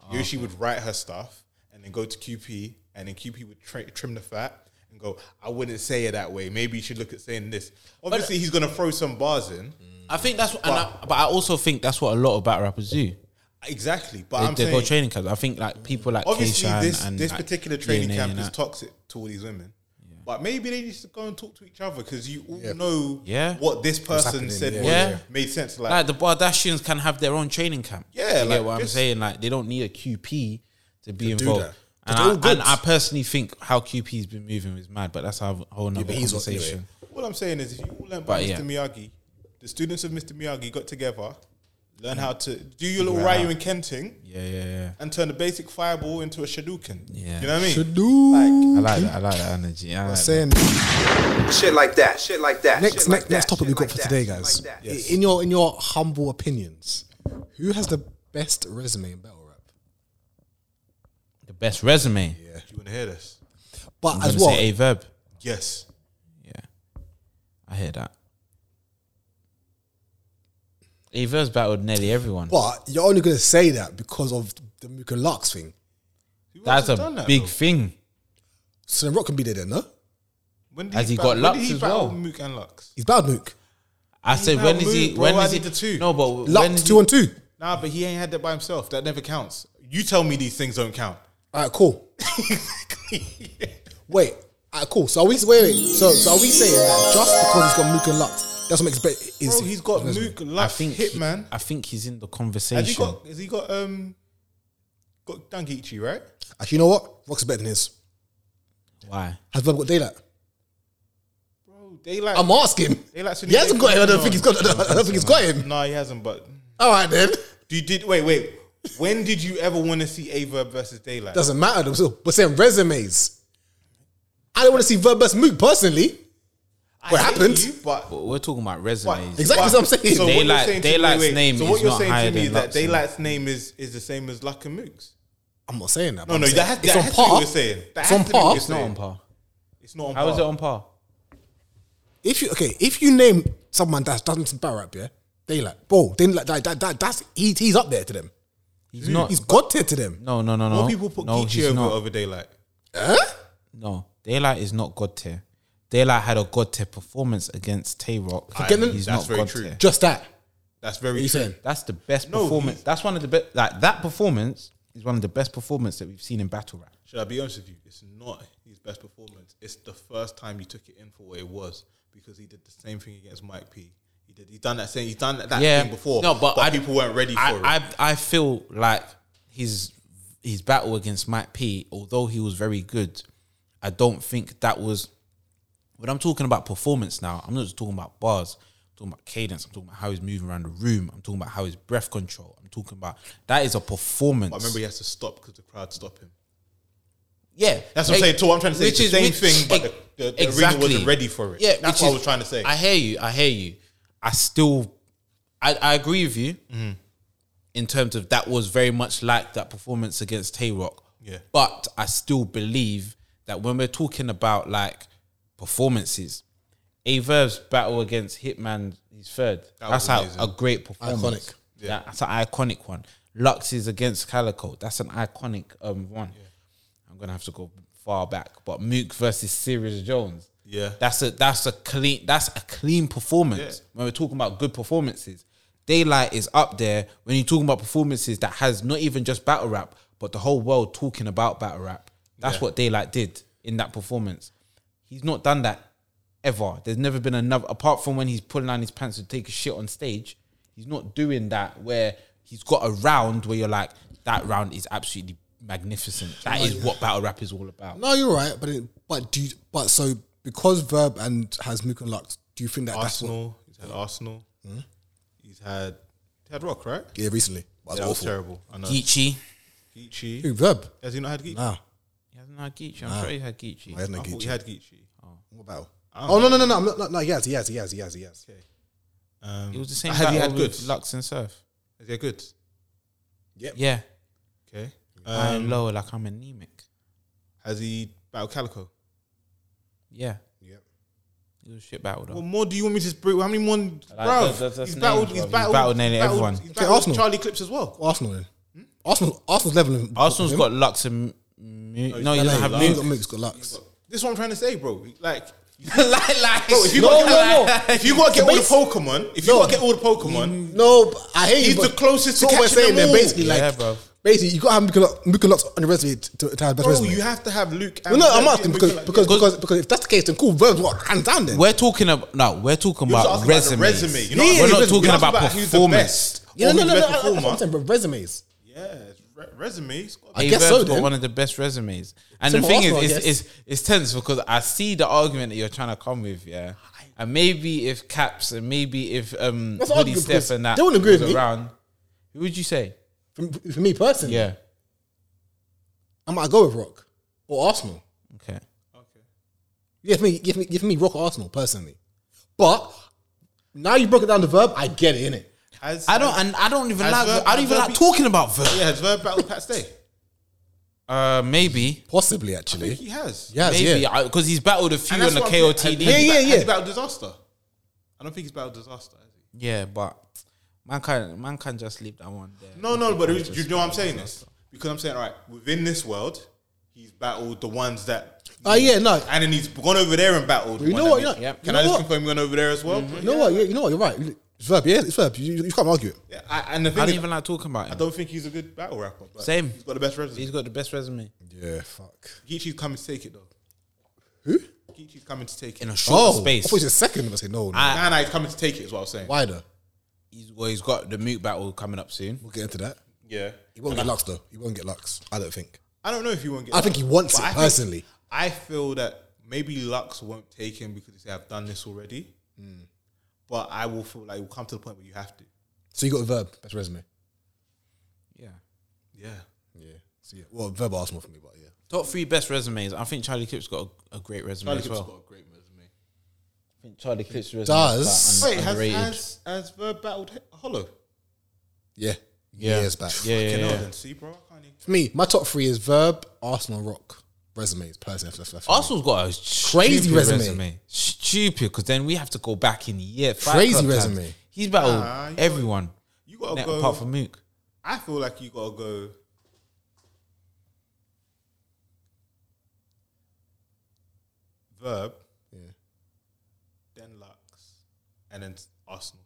Speaker 3: Ah,
Speaker 1: Yoshi would write her stuff and then go to QP, and then QP would tra- trim the fat and go, I wouldn't say it that way. Maybe you should look at saying this. Obviously, he's going to throw some bars in.
Speaker 3: I think that's what, and I, but I also think that's what a lot of battle rappers do.
Speaker 1: Exactly. But
Speaker 3: They,
Speaker 1: I'm
Speaker 3: they go
Speaker 1: saying,
Speaker 3: training camps. I think like people like
Speaker 1: obviously,
Speaker 3: Keyshawn
Speaker 1: this,
Speaker 3: and
Speaker 1: this
Speaker 3: like
Speaker 1: particular training
Speaker 3: Yene
Speaker 1: camp
Speaker 3: and
Speaker 1: is
Speaker 3: that.
Speaker 1: toxic to all these women. But maybe they need to go and talk to each other because you all know
Speaker 3: Yeah.
Speaker 1: what this person
Speaker 2: happening,
Speaker 1: said
Speaker 2: yeah,
Speaker 1: was-
Speaker 3: yeah.
Speaker 1: made sense. Like,
Speaker 3: Like the Bardashians can have their own training camp.
Speaker 1: Yeah,
Speaker 3: you
Speaker 1: like,
Speaker 3: get what I'm
Speaker 1: just-
Speaker 3: saying. Like they don't need a QP to be involved.
Speaker 2: that.
Speaker 3: And
Speaker 2: They're all
Speaker 3: I,
Speaker 2: good.
Speaker 3: and I personally think how QP's been moving is mad, but that's a whole nother
Speaker 2: but he's what-
Speaker 3: conversation.
Speaker 1: All I'm saying is, if you all learn by
Speaker 3: But,
Speaker 1: Mr.
Speaker 3: yeah.
Speaker 1: Miyagi, the students of Mr. Miyagi got together,
Speaker 3: Mm.
Speaker 1: learn how to do your little Ryu and Kenting,
Speaker 3: Yeah, yeah, yeah.
Speaker 1: and turn the basic fireball into a Hadouken.
Speaker 3: Yeah.
Speaker 1: you know what I mean.
Speaker 3: I
Speaker 2: Shadoo.
Speaker 3: like that. I like that energy. I like that.
Speaker 2: saying
Speaker 9: Shit like that. Shit like that.
Speaker 2: next
Speaker 9: shit
Speaker 2: next
Speaker 9: like
Speaker 2: next
Speaker 9: that,
Speaker 2: topic
Speaker 9: shit
Speaker 2: we've got
Speaker 9: like
Speaker 2: for
Speaker 9: that,
Speaker 2: today,
Speaker 9: shit
Speaker 2: guys.
Speaker 9: like that.
Speaker 2: In your in your humble opinions, who has the best resume in battle rap?
Speaker 3: the best resume.
Speaker 1: Yeah. You want to hear this?
Speaker 2: But
Speaker 3: I'm
Speaker 2: as
Speaker 3: gonna
Speaker 2: well,
Speaker 3: say a verb.
Speaker 1: Yes.
Speaker 3: Yeah, I hear that. A verb's battled nearly everyone.
Speaker 2: but you're only gonna say that because of the Mook and Lux thing.
Speaker 1: Who else
Speaker 3: that's
Speaker 1: has
Speaker 3: a
Speaker 1: done that,
Speaker 3: big
Speaker 1: though?
Speaker 3: thing.
Speaker 2: So then Rock can be there then, no?
Speaker 1: When did
Speaker 3: Has he
Speaker 1: battle-
Speaker 3: got
Speaker 1: when
Speaker 3: Lux
Speaker 1: did he
Speaker 3: as
Speaker 1: battle
Speaker 3: well?
Speaker 1: Mook and Lux.
Speaker 2: He's bad Mook.
Speaker 3: I said, when is
Speaker 1: outmoved,
Speaker 3: he?
Speaker 1: bro.
Speaker 3: When
Speaker 1: I
Speaker 3: is he?
Speaker 1: did the two.
Speaker 3: No, but when
Speaker 2: Lux
Speaker 3: is
Speaker 2: two
Speaker 3: he-
Speaker 2: on two.
Speaker 1: Nah, but he ain't had that by himself. That never counts. You tell me these things don't count.
Speaker 2: Alright, cool. Wait. Alright, cool. So are we wait, wait. So so are we saying that just because he's got Mook and Lux, that's what makes bet is
Speaker 1: Bro, he's got Mook,
Speaker 3: I
Speaker 1: Lux,
Speaker 3: think he-
Speaker 1: Hitman.
Speaker 3: I think he's in the
Speaker 1: Has he
Speaker 3: conversation.
Speaker 1: got? Has he got? Um, got Dangichi right?
Speaker 2: Actually, you know what? Rock's better than his.
Speaker 3: Why?
Speaker 2: Has Bob got daylight?
Speaker 1: Bro, they like.
Speaker 2: I'm asking.
Speaker 1: They like
Speaker 2: he hasn't got him. I don't think he's got. I don't think he's got him.
Speaker 1: No, he hasn't. But
Speaker 2: All right then.
Speaker 1: Do you did wait wait? When did you ever want to see Ava versus Daylight?
Speaker 2: Doesn't matter. We're still- We're saying resumes. I don't want to see Verb versus Mook personally.
Speaker 1: I
Speaker 2: What
Speaker 1: hate
Speaker 2: happened?
Speaker 1: you, but
Speaker 3: But we're talking about resumes.
Speaker 2: Exactly. what I'm
Speaker 1: what
Speaker 2: saying.
Speaker 1: you're
Speaker 3: Daylight-
Speaker 1: saying to
Speaker 3: Daylight's
Speaker 1: wait, wait.
Speaker 3: name
Speaker 1: So what
Speaker 3: is
Speaker 1: you're
Speaker 3: not
Speaker 1: saying
Speaker 3: higher
Speaker 1: to me
Speaker 3: than
Speaker 1: is that
Speaker 3: Luxon.
Speaker 1: Daylight's name is is the same as Luck and Mooks.
Speaker 2: I'm not saying that. but
Speaker 1: No,
Speaker 2: I'm
Speaker 1: no,
Speaker 2: saying
Speaker 1: that has, that
Speaker 2: it's on
Speaker 1: has to be
Speaker 2: par.
Speaker 1: what you're saying. That
Speaker 2: It's
Speaker 1: has
Speaker 2: on
Speaker 1: to be what
Speaker 2: par.
Speaker 1: you're
Speaker 2: It's
Speaker 3: it's not
Speaker 1: saying.
Speaker 3: on par.
Speaker 1: It's not on
Speaker 3: How
Speaker 1: par.
Speaker 3: is it on par?
Speaker 2: If you okay, if you name someone that doesn't battle rap, yeah, daylight, bro, then like that, that, that that's he, he's up there to them.
Speaker 3: He's not.
Speaker 2: He's god tier to them.
Speaker 3: no, no, no, no.
Speaker 1: More people put
Speaker 3: no,
Speaker 1: Geechee
Speaker 3: he's
Speaker 1: over
Speaker 3: not.
Speaker 1: over Daylight.
Speaker 3: No, Daylight is not God tier. Daylight had a God tier performance against Tay Rock.
Speaker 2: Forget them.
Speaker 3: He's
Speaker 1: That's
Speaker 3: not
Speaker 1: very
Speaker 3: God
Speaker 1: true.
Speaker 3: tier.
Speaker 2: Just that.
Speaker 1: That's
Speaker 2: What
Speaker 1: very
Speaker 2: are you
Speaker 1: true.
Speaker 2: saying?
Speaker 3: That's the best
Speaker 1: No,
Speaker 3: performance.
Speaker 1: he's-
Speaker 3: That's one of the best. Like that performance is one of the best performance that we've seen in battle rap.
Speaker 1: Should I be honest with you? It's not his best performance. It's the first time you took it in for what it was because he did the same thing against Mike P. He did. He's done that same. He's done that, that
Speaker 3: Yeah.
Speaker 1: thing before.
Speaker 3: No, but I-
Speaker 1: people weren't ready for it.
Speaker 3: I, I I feel like his his battle against Mike P, although he was very good, I don't think that was when I'm talking about performance now, I'm not just talking about bars, I'm talking about cadence, I'm talking about how he's moving around the room, I'm talking about how his breath control, I'm talking about that is a performance.
Speaker 1: But remember, he has to stop because the crowd stop him.
Speaker 3: Yeah,
Speaker 1: That's what I'm
Speaker 3: Like,
Speaker 1: saying. So what I'm trying to say is
Speaker 3: which
Speaker 1: the same
Speaker 3: which-
Speaker 1: thing, but the- the- the arena wasn't ready for it. That's what
Speaker 3: which
Speaker 1: I
Speaker 3: is-
Speaker 1: was trying to say.
Speaker 3: I hear you. I hear you. I still I, I agree with you
Speaker 1: Mm-hmm.
Speaker 3: in terms of that was very much like that performance against Tay Rock.
Speaker 1: Yeah.
Speaker 3: But I still believe that when we're talking about like performances, Averb's battle against Hitman, he's third.
Speaker 1: was
Speaker 3: That's how
Speaker 1: amazing.
Speaker 3: a great performance.
Speaker 2: Iconic.
Speaker 3: Yeah. That's an iconic one. Lux is against Calico. That's an iconic um one. I'm gonna have to go far back, but Mook versus Sirius Jones.
Speaker 1: Yeah.
Speaker 3: that's a that's a clean that's a clean performance.
Speaker 1: Yeah.
Speaker 3: When we're talking about good performances, Daylight is up there. When you're talking about performances that has not even just battle rap, but the whole world talking about battle rap. That's what Daylight did in that performance. He's not done that ever. There's never been another apart from when he's pulling down his pants to take a shit on stage. He's not doing that where he's got a round where you're like, that round is absolutely magnificent. That is what battle rap is all about.
Speaker 2: No, you're right, but it, but do you, but so because Verb and has Mook and Lux, do you think that
Speaker 1: Arsenal. He's had Arsenal.
Speaker 2: Hmm?
Speaker 1: He's had he had Rock, right?
Speaker 2: that's what, yeah recently? But
Speaker 1: That
Speaker 2: that's
Speaker 1: was
Speaker 2: awful.
Speaker 1: terrible. I know.
Speaker 3: Geechee.
Speaker 1: Geechee.
Speaker 2: Who Verb?
Speaker 1: Has he not had Geechee?
Speaker 2: Nah,
Speaker 3: He hasn't had Geechee. I'm sure he had Geechee.
Speaker 2: I had
Speaker 1: I
Speaker 2: no
Speaker 1: thought
Speaker 2: Geechee.
Speaker 1: he had Geechee.
Speaker 2: What battle? Oh no no no no! I'm not, no, no, yes yes yes yes yes.
Speaker 1: Um,
Speaker 3: It was the same
Speaker 1: Had
Speaker 3: battle
Speaker 1: he had
Speaker 3: with
Speaker 1: goods?
Speaker 3: Lux and Surf.
Speaker 1: Has he had goods?
Speaker 3: Yeah.
Speaker 1: Okay.
Speaker 3: I'm
Speaker 1: Um,
Speaker 3: low, like I'm anemic.
Speaker 1: has he battled Calico?
Speaker 3: Yeah.
Speaker 2: Yeah.
Speaker 3: It was a shit battle though.
Speaker 1: What more do you want me to break? How many more?
Speaker 3: that's-
Speaker 1: bruv,
Speaker 3: that's- that's
Speaker 1: he's
Speaker 3: names,
Speaker 1: battled.
Speaker 3: bruv.
Speaker 1: He's
Speaker 3: He's
Speaker 1: battled.
Speaker 3: battled nearly
Speaker 1: he's
Speaker 3: everyone.
Speaker 1: he's
Speaker 3: Okay,
Speaker 1: battled
Speaker 2: Arsenal.
Speaker 1: Charlie Clips as well.
Speaker 2: Arsenal then.
Speaker 1: Hmm?
Speaker 2: Arsenal Arsenal's leveling.
Speaker 3: Arsenal's
Speaker 2: with
Speaker 3: got
Speaker 2: him.
Speaker 3: Lux and Mu- No,
Speaker 2: No,
Speaker 3: you
Speaker 2: no,
Speaker 3: don't
Speaker 2: have
Speaker 3: have
Speaker 2: Mook. Got
Speaker 3: Mook.
Speaker 2: Mook's got Lux.
Speaker 1: This is what I'm trying to say, bro. Like,
Speaker 3: like, like,
Speaker 1: bro, if you
Speaker 3: no,
Speaker 1: got
Speaker 3: no, no.
Speaker 1: if you got to get all the Pokemon, if you
Speaker 2: No. Mm.
Speaker 1: got to get all the Pokemon,
Speaker 2: No, but I hate
Speaker 1: He's
Speaker 2: you. but
Speaker 1: the closest to
Speaker 2: that's what we're
Speaker 1: catching them
Speaker 2: saying. Then
Speaker 1: all.
Speaker 2: basically, like,
Speaker 3: Yeah, bro.
Speaker 2: basically, you got to have Mook and Lux- Mook and Lux on the resume to, to have better
Speaker 1: bro,
Speaker 2: resume.
Speaker 1: you have to have Luke.
Speaker 2: no,
Speaker 1: And
Speaker 2: no, I'm asking because
Speaker 1: like,
Speaker 2: because,
Speaker 1: yeah,
Speaker 2: because because if that's the case, then cool. Verb's what hands down then.
Speaker 3: We're talking about no. We're talking
Speaker 1: You was
Speaker 3: about
Speaker 1: asking about the
Speaker 3: resumes.
Speaker 1: resume, you know,
Speaker 3: we're
Speaker 2: yeah,
Speaker 3: not
Speaker 2: resume.
Speaker 3: talking
Speaker 2: You're
Speaker 3: about,
Speaker 1: asking about who's the
Speaker 3: performance.
Speaker 1: best.
Speaker 2: yeah, no,
Speaker 1: Or
Speaker 2: no, no,
Speaker 1: who's the
Speaker 2: no.
Speaker 1: best
Speaker 2: I- That's what
Speaker 1: performer.
Speaker 2: I'm saying, bro. Resumes.
Speaker 1: yeah, it's re- resumes.
Speaker 2: I
Speaker 3: Hey,
Speaker 2: guess
Speaker 3: Verb's
Speaker 2: so,
Speaker 3: got
Speaker 2: then.
Speaker 3: one of the best resumes. And the
Speaker 2: Some
Speaker 3: thing is,
Speaker 2: Arsenal, I
Speaker 3: it's,
Speaker 2: guess.
Speaker 3: it's it's tense because I see the argument that you're trying to come with, yeah. And maybe if Caps and maybe if um
Speaker 2: That's
Speaker 3: Hoodie
Speaker 2: arguable
Speaker 3: Steph
Speaker 2: because
Speaker 3: and that
Speaker 2: they wouldn't agree
Speaker 3: was
Speaker 2: with me.
Speaker 3: around, who would you say?
Speaker 2: For, for me personally,
Speaker 3: Yeah.
Speaker 2: I might go with Rock or Arsenal.
Speaker 3: Okay.
Speaker 2: Give me, give me, give me Rock or Arsenal personally. But now you broke it down the verb, I get it in it.
Speaker 1: Has,
Speaker 3: I don't and I don't even
Speaker 1: Has
Speaker 3: like
Speaker 1: Verb-
Speaker 3: I don't even
Speaker 1: Verb
Speaker 3: like
Speaker 1: be-
Speaker 3: talking about Verb.
Speaker 1: Yeah, has Verb battled Pat Stay?
Speaker 3: Uh maybe.
Speaker 2: Possibly, actually.
Speaker 1: He has.
Speaker 2: Yes,
Speaker 3: Maybe
Speaker 2: yeah.
Speaker 3: because he's battled a few
Speaker 1: that's
Speaker 3: in the
Speaker 1: what I'm saying. Has he
Speaker 3: KOTD.
Speaker 2: Yeah,
Speaker 1: ba-
Speaker 2: yeah,
Speaker 1: Has
Speaker 2: yeah.
Speaker 1: he battled disaster? I don't think he's battled disaster. Has he?
Speaker 3: Yeah, but man can man can just leave that one there.
Speaker 1: No, no, but it- you know I'm saying this because I'm saying, all right, within this world, he's battled the ones that.
Speaker 2: Oh yeah, no.
Speaker 1: And then he's gone over there and battled. the
Speaker 2: You
Speaker 1: one
Speaker 2: know what,
Speaker 1: that-
Speaker 2: you know-
Speaker 1: Can
Speaker 2: you
Speaker 1: I
Speaker 2: know
Speaker 1: just
Speaker 2: what? Mm-hmm.
Speaker 1: confirm you went over there as well?
Speaker 2: You know what? Yeah, you know what? You're right. It's verb. Yeah, it's verb. You, you can't argue it.
Speaker 1: Yeah, I, and the
Speaker 3: I
Speaker 1: thing
Speaker 3: don't
Speaker 1: is,
Speaker 3: even like talking about him.
Speaker 1: I don't think he's a good battle rapper. But
Speaker 3: Same.
Speaker 1: He's got the best resume.
Speaker 3: he's got the best resume.
Speaker 2: Yeah, fuck.
Speaker 1: Geechee's coming to take it though. Who? Geechee's coming to take it.
Speaker 3: In a short
Speaker 2: Oh,
Speaker 3: space.
Speaker 2: I thought you said second. I said no, no.
Speaker 1: nah, nah, he's coming to take it. Is what I was saying.
Speaker 2: wider.
Speaker 3: He's, well, he's got the mute battle coming up soon.
Speaker 2: We'll get into that.
Speaker 1: Yeah.
Speaker 2: He won't get Lux though. He won't get Lux. I don't think.
Speaker 1: I don't know if he won't get.
Speaker 2: I think he wants
Speaker 1: But
Speaker 2: it
Speaker 1: I think-
Speaker 2: personally.
Speaker 1: I feel that maybe Lux won't take him because he said, I've done this already.
Speaker 2: Hmm.
Speaker 1: But I will feel like it will come to the point where you have to.
Speaker 2: So you got a verb. That's resume.
Speaker 3: Yeah.
Speaker 1: Yeah.
Speaker 2: Yeah. So yeah. Well, verb Arsenal for me, but yeah.
Speaker 3: Top three best resumes. I think Charlie Clip's got a, a great resume
Speaker 1: Charlie
Speaker 3: as
Speaker 1: Gibbs
Speaker 3: well.
Speaker 1: got a great resume.
Speaker 3: I think Charlie Clip's resume
Speaker 2: Does.
Speaker 3: is quite
Speaker 1: Wait,
Speaker 3: un-
Speaker 1: has,
Speaker 3: underrated.
Speaker 1: has, has Verb battled H- Hollow?
Speaker 2: Yeah.
Speaker 3: Yeah.
Speaker 2: Years back.
Speaker 3: yeah, yeah,
Speaker 1: You know
Speaker 3: yeah.
Speaker 1: then, see, bro. I can't even.
Speaker 2: For me, my top three is verb, Arsenal, rock, resumes, personally. That's, that's for me.
Speaker 3: Arsenal's got a
Speaker 2: Crazy
Speaker 3: stupid
Speaker 2: resume.
Speaker 3: Stupid, because then we have to go back in year. Fight
Speaker 2: Crazy
Speaker 3: Club times.
Speaker 2: resume.
Speaker 3: He's battled
Speaker 1: Nah, you got-
Speaker 3: everyone
Speaker 1: You gotta
Speaker 3: net-
Speaker 1: go.
Speaker 3: apart from Mook.
Speaker 1: I feel like you gotta go. Verb.
Speaker 2: Yeah.
Speaker 1: Then Lux, and then Arsenal.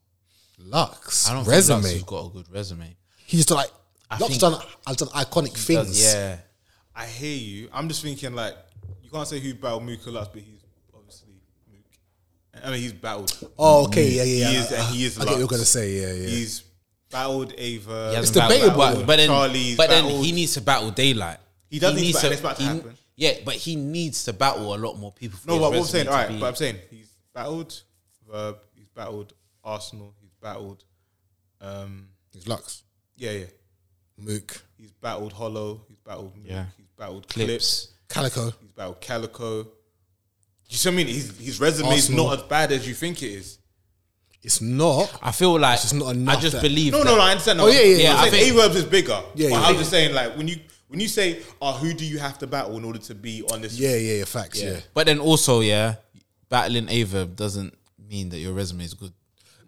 Speaker 2: Lux.
Speaker 3: I don't
Speaker 2: resume.
Speaker 3: think Lux has got a good resume.
Speaker 2: He's done like
Speaker 3: I
Speaker 2: Lux
Speaker 3: think-
Speaker 2: done has done iconic things.
Speaker 3: Yeah.
Speaker 1: I hear you. I'm just thinking like you can't say who battled Mook a lot, but he's obviously Mook. I mean, he's battled.
Speaker 2: Oh, okay, yeah, yeah, yeah.
Speaker 1: He is, and he is.
Speaker 2: I get what you're
Speaker 1: Lux.
Speaker 2: gonna say, yeah, yeah.
Speaker 1: He's battled Ava.
Speaker 3: He
Speaker 1: He,
Speaker 3: hasn't
Speaker 2: It's
Speaker 3: battled-
Speaker 2: debatable.
Speaker 3: But, but then,
Speaker 1: Charlie's
Speaker 3: but then
Speaker 1: battled-
Speaker 3: he needs to battle Daylight.
Speaker 1: He does need to
Speaker 3: needs
Speaker 1: battle, it's about to
Speaker 3: he-
Speaker 1: happen.
Speaker 3: Yeah, but he needs to battle a lot more people. For
Speaker 1: no,
Speaker 3: his
Speaker 1: but what I'm
Speaker 3: resume
Speaker 1: saying,
Speaker 3: to
Speaker 1: all right.
Speaker 3: be-
Speaker 1: But I'm saying he's battled Verb. He's battled Arsenal. He's battled. Um,
Speaker 2: It's Lux.
Speaker 1: yeah, yeah.
Speaker 2: Mook.
Speaker 1: He's battled Hollow. He's battled. Mook,
Speaker 3: Yeah.
Speaker 1: He's battled Clips.
Speaker 3: Clips.
Speaker 2: Calico.
Speaker 1: He's battled Calico. You see what I mean? His his resume is
Speaker 2: Arsenal.
Speaker 1: not as bad as you think it is.
Speaker 2: It's not.
Speaker 3: I feel like
Speaker 2: just not
Speaker 3: I
Speaker 2: enough
Speaker 3: just
Speaker 2: that-
Speaker 3: believe.
Speaker 1: No,
Speaker 3: that-
Speaker 1: no, no, I understand. No,
Speaker 2: Oh, yeah, yeah,
Speaker 3: yeah, I
Speaker 1: I'm saying
Speaker 3: think-
Speaker 1: Awerbs is bigger.
Speaker 2: Yeah,
Speaker 1: Yeah,
Speaker 2: yeah.
Speaker 1: but I'm just saying, like, when you when you say, "Oh, who do you have to battle in order to be on this?"
Speaker 2: Yeah, yeah, yeah. Facts. Yeah.
Speaker 3: But then also, yeah, battling Averb doesn't mean that your resume is good.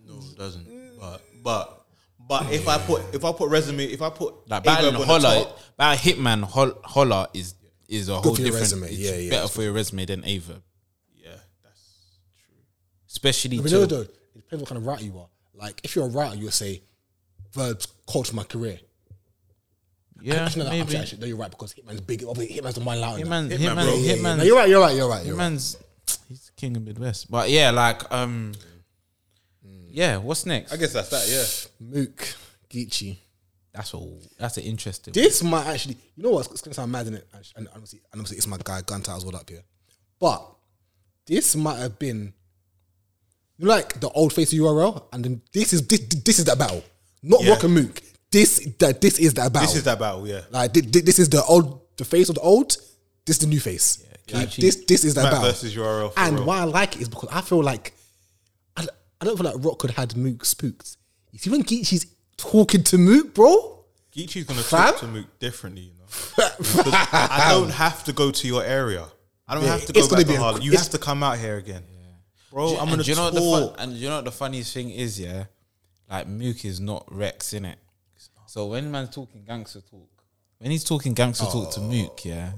Speaker 1: no, it doesn't. But but but if I put if I put resume if I put
Speaker 3: Like
Speaker 1: Averb
Speaker 3: battling
Speaker 1: on the
Speaker 3: Holler,
Speaker 1: top,
Speaker 3: battling Hitman Hol- Holler is is a whole
Speaker 2: for your
Speaker 3: different.
Speaker 2: resume,
Speaker 3: it's
Speaker 2: yeah, yeah,
Speaker 3: better
Speaker 2: it's
Speaker 3: for your resume than Averb,
Speaker 1: yeah, that's
Speaker 3: especially.
Speaker 2: But you know
Speaker 3: to,
Speaker 2: though, it depends what kind of writer you are. Like if you're a writer, you'll say verbs coached my career.
Speaker 3: yeah,
Speaker 2: Actually, no, no,
Speaker 3: maybe.
Speaker 2: actually, actually, no, you're right because Hitman's big. Obviously, Hitman's the one loud.
Speaker 3: Hitman, Hitman,
Speaker 1: Hitman, bro.
Speaker 2: yeah, yeah, yeah.
Speaker 3: Hitman,
Speaker 2: No, you're right. You're right. You're right. You're right.
Speaker 3: Man's he's the king of Midwest. But yeah, like um Yeah, what's next?
Speaker 1: I guess that's that. Yeah,
Speaker 2: Mook, Geechee.
Speaker 3: that's a that's an interesting
Speaker 2: This might actually, you know what? It's gonna sound mad, is it? And and obviously, and obviously, it's my guy Gunter as well up here. But this might have been you know, like the old face of URL, and then this is this, this is that battle, not
Speaker 1: Yeah.
Speaker 2: Rock and Mook. This that this is that battle.
Speaker 1: this is that battle. Yeah,
Speaker 2: Like thi- thi- this is the old the face of the old. This is the new face. Like,
Speaker 3: Keechi.
Speaker 2: this this is that
Speaker 1: Matt
Speaker 2: battle
Speaker 1: versus URL. For
Speaker 2: And
Speaker 1: real.
Speaker 2: why I like it is because I feel like I, don't- I don't feel like Rock could had Mook spooked. You see when Geechee's talking to Mook, bro.
Speaker 1: Geechee's gonna
Speaker 2: Fam?
Speaker 1: talk to Mook differently, you know. 'Cause I don't have to go to your area. I don't
Speaker 2: Yeah,
Speaker 1: have to go
Speaker 2: it's gonna
Speaker 1: back
Speaker 2: be
Speaker 1: to
Speaker 2: a-
Speaker 1: Harlem. You
Speaker 2: it's-
Speaker 1: have to come out here again, bro. Oh, I'm
Speaker 3: And
Speaker 1: gonna
Speaker 3: do you know
Speaker 1: talk.
Speaker 3: what the fun, and do you know what the funniest thing is, yeah? Like Mook is not Rex, in it. So when man's talking gangster talk, when he's talking gangster talk to Mook, yeah.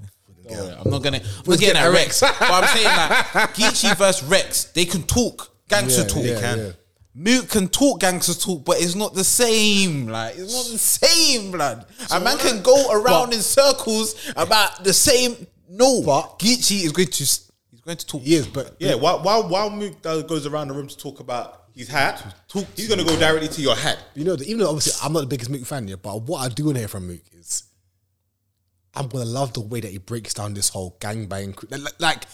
Speaker 3: Don't worry, I'm not gonna I'm not getting
Speaker 2: get
Speaker 3: at
Speaker 2: a
Speaker 3: Rex. but I'm saying like Geechee versus Rex, they can talk gangster
Speaker 2: Yeah,
Speaker 3: talk.
Speaker 2: yeah, They can. yeah.
Speaker 3: Mook can talk gangster talk, but it's not the same. Like it's not the same, blood. a man can go around in circles about the same. No,
Speaker 2: But-
Speaker 3: Geechee is going to s- he's going to talk.
Speaker 2: Yes, but
Speaker 1: Yeah, while while while Mook does- goes around the room to talk about his hat, he's gonna go directly to your hat.
Speaker 2: You know, even though obviously I'm not the biggest Mook fan yet, but what I do want to hear from Mook is I'm gonna love the way that he breaks down this whole gangbang. cr- Like, like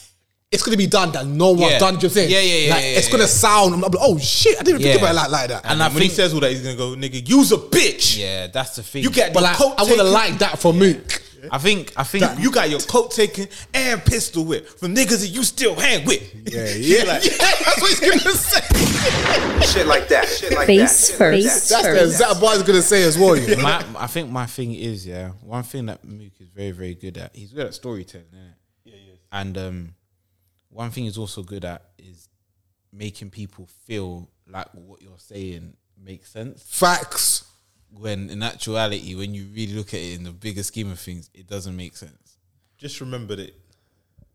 Speaker 2: it's gonna be done that no one's done.
Speaker 3: Yeah.
Speaker 2: Do you know what I'm saying?
Speaker 3: Yeah, yeah, yeah,
Speaker 2: Like,
Speaker 3: yeah,
Speaker 2: it's
Speaker 3: yeah,
Speaker 2: gonna
Speaker 3: yeah.
Speaker 2: sound. I'm like, oh shit! I didn't even
Speaker 3: Yeah.
Speaker 2: think about it like, like that.
Speaker 3: And I
Speaker 1: And when he
Speaker 3: think
Speaker 1: says all that, he's gonna go, nigga, use a bitch.
Speaker 3: yeah, that's the thing.
Speaker 1: You get
Speaker 2: but
Speaker 1: your
Speaker 2: like,
Speaker 1: coat.
Speaker 2: I would have
Speaker 1: taken-
Speaker 2: liked that from Mook.
Speaker 3: I think I think
Speaker 1: You got your coat taken and pistol whipped from niggas that you still hang with.
Speaker 2: Yeah,
Speaker 1: yeah. that's what he's gonna say.
Speaker 9: Shit like that. Shit like
Speaker 6: Face
Speaker 9: that.
Speaker 6: first.
Speaker 2: That's the exact what I was gonna say as well. You know?
Speaker 3: my, I think my thing is yeah. One thing that Mook is very very good at. He's good at storytelling. Isn't Yeah, yeah. And um, one thing he's also good at is making people feel like what you're saying makes sense.
Speaker 2: Facts.
Speaker 3: when in actuality, when you really look at it in the bigger scheme of things, it doesn't make sense.
Speaker 1: Just remember that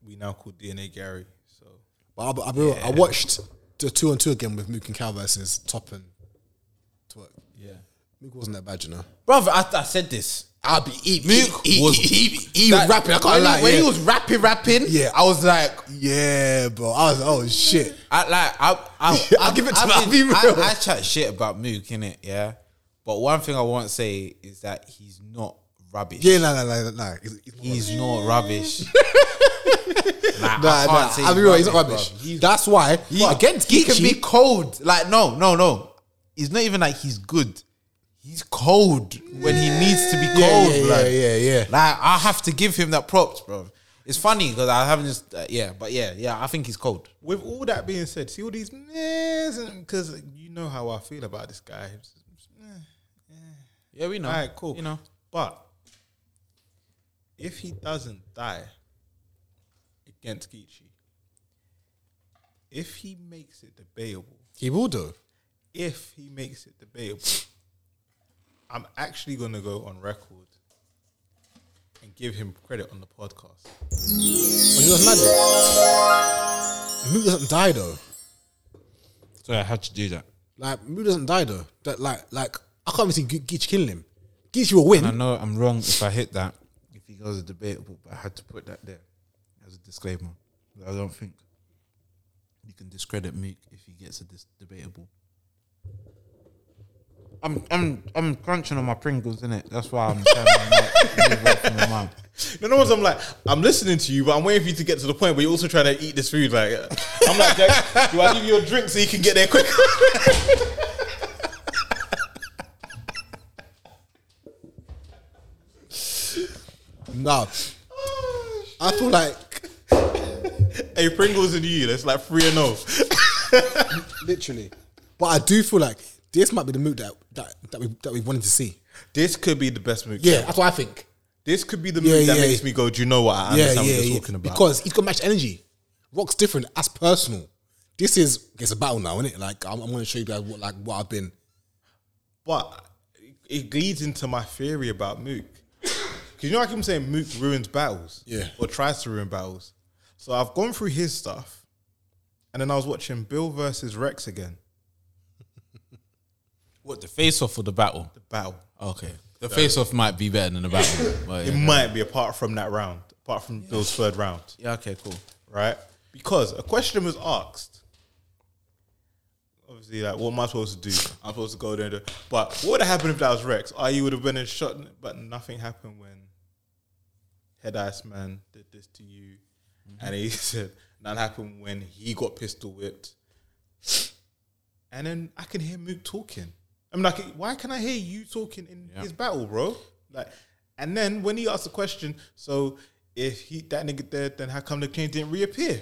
Speaker 1: we now call DNA Gary. So
Speaker 2: But I, but I, remember I watched the two on two again with Mook and Cal versus Top and Twerk.
Speaker 3: Yeah,
Speaker 2: Mook wasn't that bad, you know.
Speaker 3: brother, I, I said this.
Speaker 2: I'll be eat.
Speaker 3: Mook
Speaker 2: he,
Speaker 3: was-
Speaker 2: he, he, he was
Speaker 3: that-
Speaker 2: rapping. I can't
Speaker 3: when,
Speaker 2: lie.
Speaker 3: When
Speaker 2: yeah.
Speaker 3: he was rapping, rapping,
Speaker 2: yeah, I was like, yeah, bro. I was oh shit.
Speaker 3: I like I I
Speaker 2: I'll
Speaker 3: I-
Speaker 2: give it to
Speaker 3: I've
Speaker 2: him, I'll
Speaker 3: been-
Speaker 2: be
Speaker 3: I-
Speaker 2: real.
Speaker 3: I chat shit about Mook in it, yeah. But one thing I won't say is that he's not rubbish.
Speaker 2: Yeah, no, no, no, no. He's, he's not
Speaker 3: he's not rubbish. Like,
Speaker 2: Nah, nah,
Speaker 3: I can't say
Speaker 2: I'll be real. He's not rubbish.
Speaker 3: bruv. He's-
Speaker 2: That's why
Speaker 3: He,
Speaker 2: against
Speaker 3: he can be
Speaker 2: Geechee-
Speaker 3: cold. Like no, no, no. It's not even like he's good. He's cold when he needs to be cold.
Speaker 2: yeah, yeah,
Speaker 3: like.
Speaker 2: yeah, yeah, yeah.
Speaker 3: Like I have to give him that props, bro. It's funny because I haven't just uh, yeah, but yeah, yeah. I think he's cold.
Speaker 1: with all that being said, see all these because you know how I feel about this guy.
Speaker 3: Yeah, we know.
Speaker 1: All right, cool.
Speaker 3: You know,
Speaker 1: But if he doesn't die against Geechee, if he makes it debatable,
Speaker 2: he will do.
Speaker 1: if he makes it debatable, I'm actually going to go on record and give him credit on the podcast.
Speaker 2: But you know what's mad? though? Mook doesn't die though.
Speaker 3: so I had to do that.
Speaker 2: Like Mook doesn't die though. That like like I can't even see Ge- Geechee killing him. Geechee will win.
Speaker 3: I know I'm wrong if I hit that. If he goes debatable, but I had to put that there as a disclaimer. But I don't think you can discredit Mook if he gets a dis- debatable. I'm I'm I'm crunching on my Pringles, innit? That's why I'm trying to not move off my mouth.
Speaker 1: No, no, I'm like, I'm listening to you, but I'm waiting for you to get to the point where you're also trying to eat this food. Like, uh, I'm like, Jack, do I give you a drink so you can get there quicker?
Speaker 2: Nah, I feel like
Speaker 1: hey, Pringles and you, that's like three and oh.
Speaker 2: literally. But I do feel like this might be the move that that, that we that we wanted to see.
Speaker 1: This could be the best move.
Speaker 2: Yeah, that's what I think.
Speaker 1: This could be the
Speaker 2: Yeah,
Speaker 1: move that
Speaker 2: yeah,
Speaker 1: makes
Speaker 2: yeah.
Speaker 1: me go, do you know what? I
Speaker 2: Yeah, yeah,
Speaker 1: understand what you're
Speaker 2: yeah.
Speaker 1: talking about.
Speaker 2: Because he's got match energy. Rock's different. That's personal. This is it's a battle now, isn't it? Like I'm, I'm going to show you guys what like what I've been.
Speaker 1: But it- it leads into my theory about Mook. Because you know, I keep saying Mook ruins battles.
Speaker 2: Yeah.
Speaker 1: Or tries to ruin battles. So I've gone through his stuff. And then I was watching Bill versus Rex again.
Speaker 3: What the face off or the battle?
Speaker 1: Battle.
Speaker 3: Okay, the face off might be better than the battle. but
Speaker 1: It
Speaker 3: yeah.
Speaker 1: might be apart from that round, apart from Bill's third round,
Speaker 3: yeah, okay, cool.
Speaker 1: right? Because a question was asked. Obviously, like, what am I supposed to do? I'm supposed to go there. And do, but what would have happened if that was Rex? I you would have been in shot, but nothing happened when Head Ice Man did this to you, and he said nothing happened when he got pistol whipped. And then I can hear Mook talking. I mean, like, why can I hear you talking in his battle, bro? Like, and then when he asked the question, so if he that nigga dead, then how come the king didn't reappear?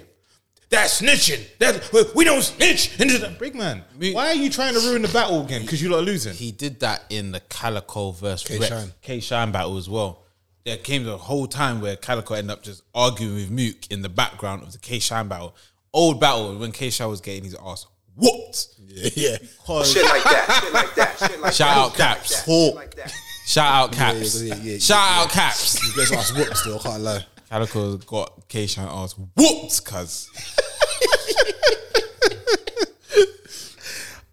Speaker 1: That's snitching. That we- we don't snitch. And then, big man,
Speaker 3: Mook-
Speaker 1: why are you trying to ruin the battle again? Because you lot are losing.
Speaker 3: He did that in the Calico versus Rex
Speaker 2: Shine.
Speaker 3: K Shine battle as well. There came the whole time where Calico ended up just arguing with Mook in the background of the K Shine battle. Old battle when K Shine was getting his ass whooped.
Speaker 2: Yeah,
Speaker 1: Because
Speaker 9: Shit like that. Shit like that. Shit like
Speaker 3: Shout
Speaker 9: that.
Speaker 3: out Caps.
Speaker 9: Shit
Speaker 3: Hawk.
Speaker 9: like that.
Speaker 3: Shout out Caps.
Speaker 2: yeah, yeah, yeah,
Speaker 3: Shout out Caps.
Speaker 2: you guys asked whooped still. I can't lie.
Speaker 3: Calico got K Shine ass whooped, cuz.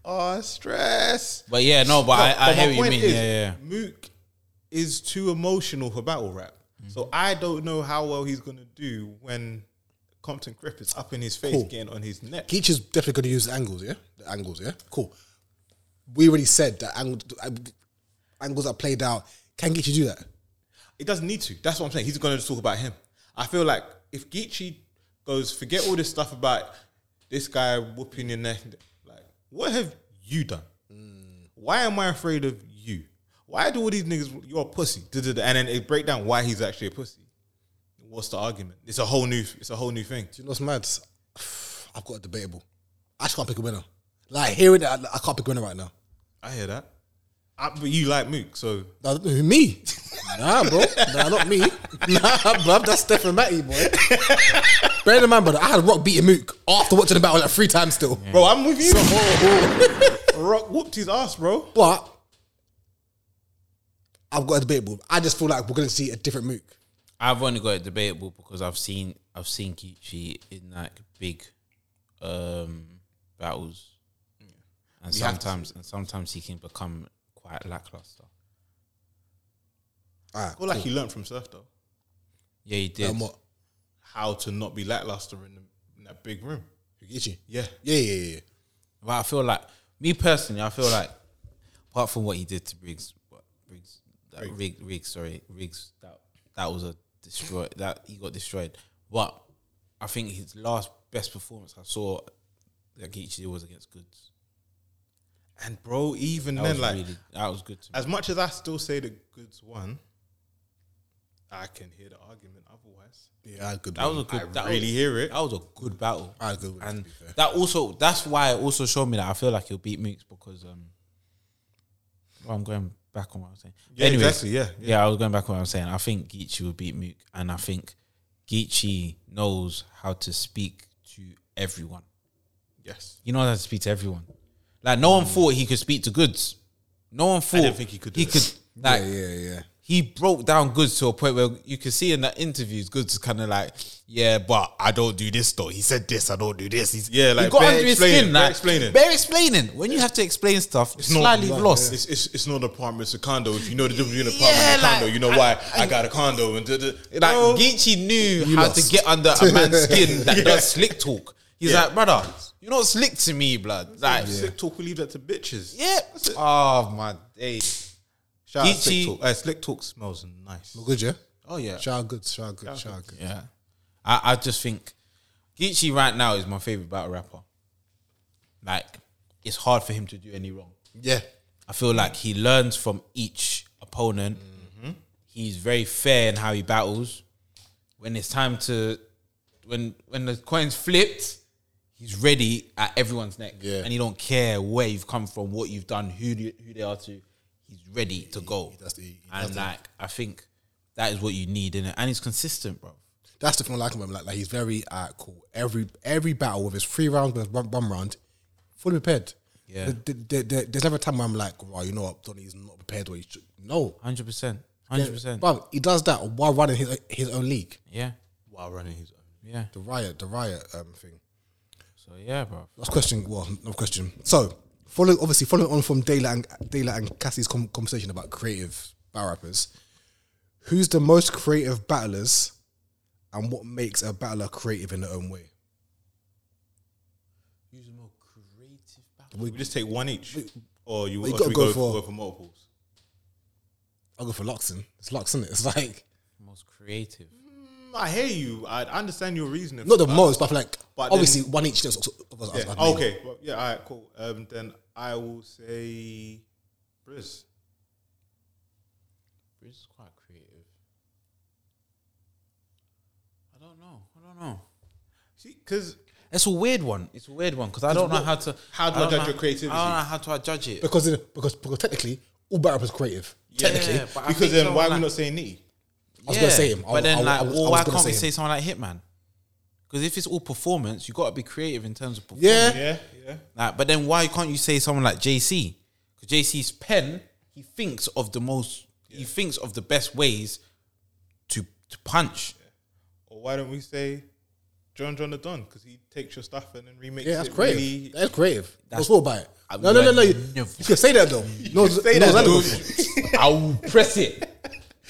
Speaker 1: oh stress.
Speaker 3: But yeah, no, but
Speaker 1: No,
Speaker 3: I, I
Speaker 1: but my
Speaker 3: hear what you
Speaker 1: point
Speaker 3: mean.
Speaker 1: is,
Speaker 3: yeah, yeah.
Speaker 1: Mook is too emotional for battle rap,
Speaker 3: Mm.
Speaker 1: so I don't know how well he's gonna do when Compton Crip is up in his face,
Speaker 2: Cool.
Speaker 1: getting on his neck.
Speaker 2: Geach is definitely going to use angles. Yeah, the angles. Yeah, cool. We already said that angle, angles are played out. Can Geach do that?
Speaker 1: It doesn't need to. That's what I'm saying. He's gonna just talk about him. I feel like if Geechee goes, forget all this stuff about this guy whooping your neck. Like, what have you done?
Speaker 3: Mm.
Speaker 1: Why am I afraid of you? Why do all these niggas? You're a pussy. duh, duh, duh, And then it break down why he's actually a pussy. What's the argument? It's a whole new. It's a whole new thing.
Speaker 2: Do you know what's mad? I've got a debatable. I just can't pick a winner. Like hearing that, I I can't pick a winner right now.
Speaker 1: I hear that. I, but you like Mook, so
Speaker 2: Nah, me? Nah, bro. Nah, not me. Nah, bruv. That's Stephen Matty, boy. Bear in mind, brother, I had Rock beating Mook after watching the battle like three times still.
Speaker 1: bro, I'm with you. Rock whooped his ass, bro.
Speaker 2: But I've got a debatable. I just feel like we're going to see a different Mook.
Speaker 3: I've only got it debatable because I've seen I've seen Geechee in like big um battles. And
Speaker 1: We have to
Speaker 3: sometimes and sometimes he can become quite lackluster.
Speaker 2: All right.
Speaker 1: Well, like he learned from Surf though
Speaker 3: Yeah, he did.
Speaker 2: And what?
Speaker 1: how to not be lackluster in, the, in that big room.
Speaker 2: Geechee?
Speaker 1: Yeah,
Speaker 2: Yeah, yeah, yeah. yeah.
Speaker 3: But I feel like me personally, I feel like apart from what he did to Briggs, what, Briggs, that Riggs, Riggs, sorry, Riggs, that that was a destroy that he got destroyed. But I think his last best performance I saw that Geechee did was against Goods.
Speaker 1: and bro, even
Speaker 3: That
Speaker 1: then,
Speaker 3: was
Speaker 1: like
Speaker 3: really that was good. To me.
Speaker 1: as much as I still say the goods won, I can hear the argument otherwise.
Speaker 2: Yeah, I had a good
Speaker 3: That was a
Speaker 2: one.
Speaker 3: good.
Speaker 1: I
Speaker 3: that
Speaker 1: really
Speaker 3: was,
Speaker 1: hear it.
Speaker 3: That was a good battle.
Speaker 2: I agree with you,
Speaker 3: and
Speaker 2: to be fair.
Speaker 3: that also that's why it also showed me that I feel like he'll beat Mooks because um, well, I'm going back on what I was saying.
Speaker 1: Yeah, exactly, yeah, yeah.
Speaker 3: yeah, I was going back on what I was saying. I think Geechee will beat Mook, and I think Geechee knows how to speak to everyone.
Speaker 1: Yes,
Speaker 3: He knows how to speak to everyone. Like no one thought he could speak to goods. No one thought
Speaker 1: didn't think he could do
Speaker 3: He
Speaker 1: it.
Speaker 3: could like
Speaker 2: Yeah, yeah, yeah.
Speaker 3: he broke down goods to a point where you can see in the interviews, goods is kind of like, yeah, but I don't do this though. He said this, I don't do this. He's,
Speaker 1: Yeah, like,
Speaker 3: you got
Speaker 1: bare
Speaker 3: under his
Speaker 1: explaining,
Speaker 3: skin,
Speaker 1: bare
Speaker 3: like,
Speaker 1: explaining.
Speaker 3: bare explaining. When you have to explain stuff, it's slightly lost.
Speaker 1: It's, it's it's not an apartment, it's a condo. If you know the difference between an apartment
Speaker 3: Yeah,
Speaker 1: and a condo,
Speaker 3: like,
Speaker 1: you know
Speaker 3: I-
Speaker 1: why I, got a condo and duh, duh.
Speaker 3: Like
Speaker 1: Bro,
Speaker 3: Geechee knew how to get under a man's skin that does slick talk. He's
Speaker 1: Yeah.
Speaker 3: like, brother, you're not slick to me, blood. Like, yeah.
Speaker 1: sick talk. We leave that to bitches. That's it.
Speaker 3: Oh my days.
Speaker 1: Shout out
Speaker 3: Geechee-
Speaker 1: Slick Talk. Uh, Slick Talk smells nice.
Speaker 2: Good, yeah?
Speaker 3: Oh yeah.
Speaker 2: Shout out good, shout out good, shout out good.
Speaker 3: Yeah. I, I just think Geechee right now is my favorite battle rapper. Like, it's hard for him to do any wrong.
Speaker 2: Yeah.
Speaker 3: I feel like he learns from each opponent. He's very fair in how he battles. When it's time to, when when the coin's flipped, he's ready at everyone's neck,
Speaker 2: Yeah.
Speaker 3: and he don't care where you've come from, what you've done, who the- who they are to. He's ready to go,
Speaker 2: does the- he does
Speaker 3: and like I think that is what you need in it, and he's consistent, bro.
Speaker 2: That's the thing I like about him. Like, like he's very uh, cool. Every every battle, whether it's three rounds, whether it's one, one round, fully prepared.
Speaker 3: Yeah.
Speaker 2: There- there- there- there's never a time where I'm like, wow, you know what, Donny's not prepared. Or he should. No,
Speaker 3: Hundred percent, hundred percent.
Speaker 2: but he does that while running his his own league.
Speaker 3: Yeah,
Speaker 1: while running his own.
Speaker 3: yeah.
Speaker 2: The riot, the riot um, thing.
Speaker 3: So yeah, bro.
Speaker 2: Last question. Well, not question. So, following obviously following on from Daylight and Daylight and Cassie's com- conversation about creative battle rappers, who's the most creative battlers, and what makes a battler creative in their own way?
Speaker 1: Who's the more creative battle? We, just take one each, or you,
Speaker 2: we
Speaker 1: or
Speaker 2: gotta
Speaker 1: should we
Speaker 2: go
Speaker 1: go,
Speaker 2: for-
Speaker 1: for, go for multiples?
Speaker 2: I'll go for Luxon. It's Luxon. It's like
Speaker 3: Most creative.
Speaker 1: Hmm, I hear you. I understand your reasoning.
Speaker 2: not the
Speaker 1: but-
Speaker 2: most, but I feel like
Speaker 1: But
Speaker 2: obviously one each. There's also,
Speaker 1: Yeah.
Speaker 2: I'd name.
Speaker 1: okay. Well, yeah. All right. Cool. Um, then I will say, Briz.
Speaker 3: Bruce is quite creative. I don't know. I don't know.
Speaker 1: See, because
Speaker 3: It's a weird one. It's a weird one because I don't know how to.
Speaker 1: how do I
Speaker 3: don't
Speaker 1: judge
Speaker 3: know-
Speaker 1: your creativity?
Speaker 3: I don't know how to I judge it.
Speaker 2: because because because technically all battle rappers are creative. Technically,
Speaker 3: Yeah, but I
Speaker 1: because
Speaker 3: think
Speaker 1: then
Speaker 3: someone
Speaker 1: why are we
Speaker 3: like-
Speaker 1: not saying knee?
Speaker 2: I was gonna say him. I-
Speaker 3: But then,
Speaker 2: I- I
Speaker 3: like,
Speaker 2: was- I
Speaker 3: well,
Speaker 2: was
Speaker 3: why
Speaker 2: gonna
Speaker 3: can't
Speaker 2: say
Speaker 3: we
Speaker 2: him.
Speaker 3: say someone like Hitman? Because if it's all performance, you got to be creative in terms of performance.
Speaker 2: yeah.
Speaker 1: Yeah. Yeah.
Speaker 3: Like, but then why can't you say someone like JC? Because JC's pen, he thinks of the most, he thinks of the best ways to to punch.
Speaker 1: Or why don't we say, John John the Don? Because he takes your stuff and then remakes
Speaker 2: Yeah, that's
Speaker 1: it
Speaker 2: creative.
Speaker 1: really.
Speaker 2: that's creative. I was
Speaker 3: That's-
Speaker 2: thought about it.
Speaker 3: I
Speaker 2: No, no, no, no. You,
Speaker 3: would never-
Speaker 2: you can say that though. No,
Speaker 1: say
Speaker 2: no,
Speaker 1: that,
Speaker 2: no.
Speaker 3: I will press it.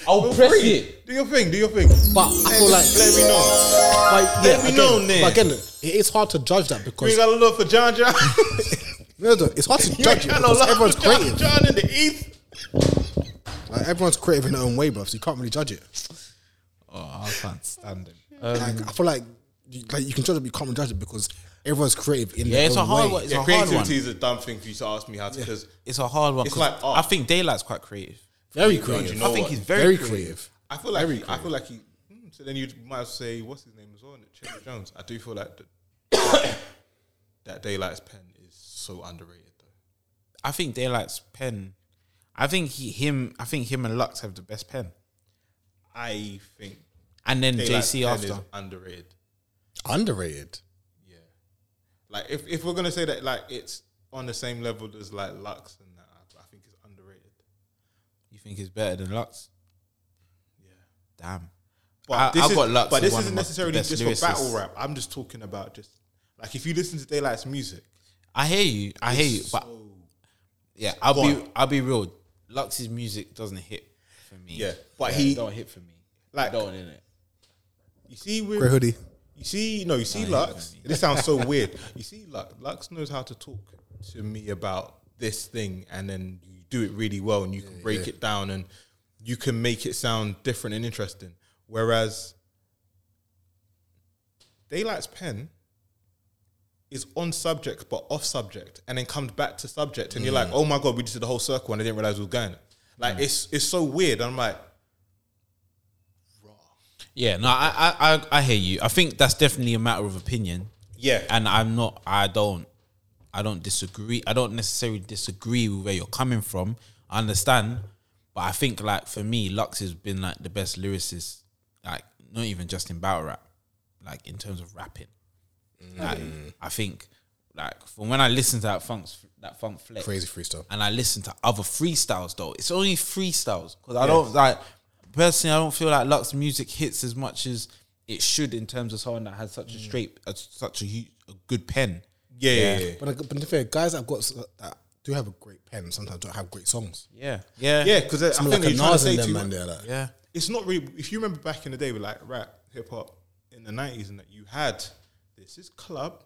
Speaker 3: I will press
Speaker 1: Free.
Speaker 3: it.
Speaker 1: Do your thing. Do your thing.
Speaker 2: But I feel like,
Speaker 1: Let me know.
Speaker 2: like yeah,
Speaker 1: Let me
Speaker 2: again,
Speaker 1: know, Nick.
Speaker 2: But again, it is hard to judge that
Speaker 1: You
Speaker 2: because
Speaker 1: ain't got a love for John John.
Speaker 2: no, no, it's hard to
Speaker 1: you ain't
Speaker 2: judge it
Speaker 1: got no
Speaker 2: because
Speaker 1: love
Speaker 2: everyone's
Speaker 1: for John
Speaker 2: creative.
Speaker 1: John in the East.
Speaker 2: Like everyone's creative in their own way, bro. So you can't really judge it.
Speaker 3: Oh, I can't stand him.
Speaker 2: like I feel like, you, like you can judge it, but you can't really judge it because everyone's creative in
Speaker 3: Yeah,
Speaker 2: their
Speaker 3: it's
Speaker 2: own
Speaker 3: a hard
Speaker 2: way.
Speaker 3: one. It's
Speaker 1: Yeah,
Speaker 3: a hard one.
Speaker 1: creativity is a dumb thing for you to ask me how to. Because
Speaker 3: It's a hard one.
Speaker 1: It's
Speaker 3: 'cause
Speaker 1: like art.
Speaker 3: I think Daylight's quite creative.
Speaker 2: Very creative.
Speaker 1: you know
Speaker 3: I think
Speaker 1: what?
Speaker 3: he's very,
Speaker 2: very
Speaker 3: creative.
Speaker 2: creative.
Speaker 1: I feel like he, I feel like he. hmm, So then you might as well say what's his name as well, innit? Chandler Jones. I do feel like the, that Daylight's pen is so underrated though.
Speaker 3: I think Daylight's pen. I think he, him. I think him and Lux have the best pen,
Speaker 1: I think
Speaker 3: and then
Speaker 1: Daylight's
Speaker 3: JC
Speaker 1: pen
Speaker 3: after.
Speaker 1: is underrated.
Speaker 2: Underrated.
Speaker 1: Yeah, like if if we're gonna say that like it's on the same level as like Lux and that, I, I think it's underrated.
Speaker 3: You think he's better than Lux?
Speaker 1: Yeah.
Speaker 3: Damn.
Speaker 1: But
Speaker 3: I-
Speaker 1: this
Speaker 3: I've
Speaker 1: is,
Speaker 3: got Lux
Speaker 1: But
Speaker 3: as
Speaker 1: this
Speaker 3: one of
Speaker 1: isn't
Speaker 3: my
Speaker 1: necessarily
Speaker 3: best
Speaker 1: just
Speaker 3: lyricists.
Speaker 1: for battle rap. I'm just talking about just like if you listen to Daylight's music,
Speaker 3: I hear you. I hear you. But yeah, I'll be. I'll be real. Lux's music doesn't hit for me.
Speaker 1: Yeah, but he-
Speaker 3: it don't hit for me.
Speaker 1: like
Speaker 3: It don't in it.
Speaker 1: you see with
Speaker 2: Grey hoodie.
Speaker 1: You see, no, you see
Speaker 3: Oh,
Speaker 1: Lux. This sounds so weird. You see, Lux, Lux knows how to talk to me about this thing, and then you do it really well, and you can break it down, and you can make it sound different and interesting. Whereas Daylight's pen is on subject but off subject, and then comes back to subject, and you're
Speaker 3: Mm.
Speaker 1: like, oh my god, we just did the whole circle, and I didn't realize we were going. Like it's it's so weird. I'm like,
Speaker 3: Yeah. No, I, I, I, I hear you. I think that's definitely a matter of opinion.
Speaker 1: yeah,
Speaker 3: and I'm not. I don't. I don't disagree. I don't necessarily disagree with where you're coming from. I understand, but I think like for me, Lux has been like the best lyricist. Like not even just in battle rap, like in terms of rapping. Like, I think like from when I listen to that funk, that funk flex,
Speaker 2: Crazy freestyle.
Speaker 3: and I listen to other freestyles though. It's only freestyles because I don't like personally. I don't feel like Lux music hits as much as it should in terms of someone that has such a straight, a, such a, hu- a good pen.
Speaker 1: yeah, yeah, yeah.
Speaker 2: But, I- but to be fair, guys that have got that do have a great pen sometimes don't have great songs.
Speaker 3: Yeah, yeah,
Speaker 1: Yeah, because I
Speaker 2: Someone
Speaker 1: think
Speaker 2: like
Speaker 1: you're
Speaker 2: a
Speaker 1: trying to
Speaker 2: Nas
Speaker 1: say
Speaker 2: and
Speaker 1: too
Speaker 2: them,
Speaker 1: much.
Speaker 2: man, there, like,
Speaker 3: yeah.
Speaker 1: it's not really. If you remember back in the day with like rap, hip hop in the nineties, and that you had this is club,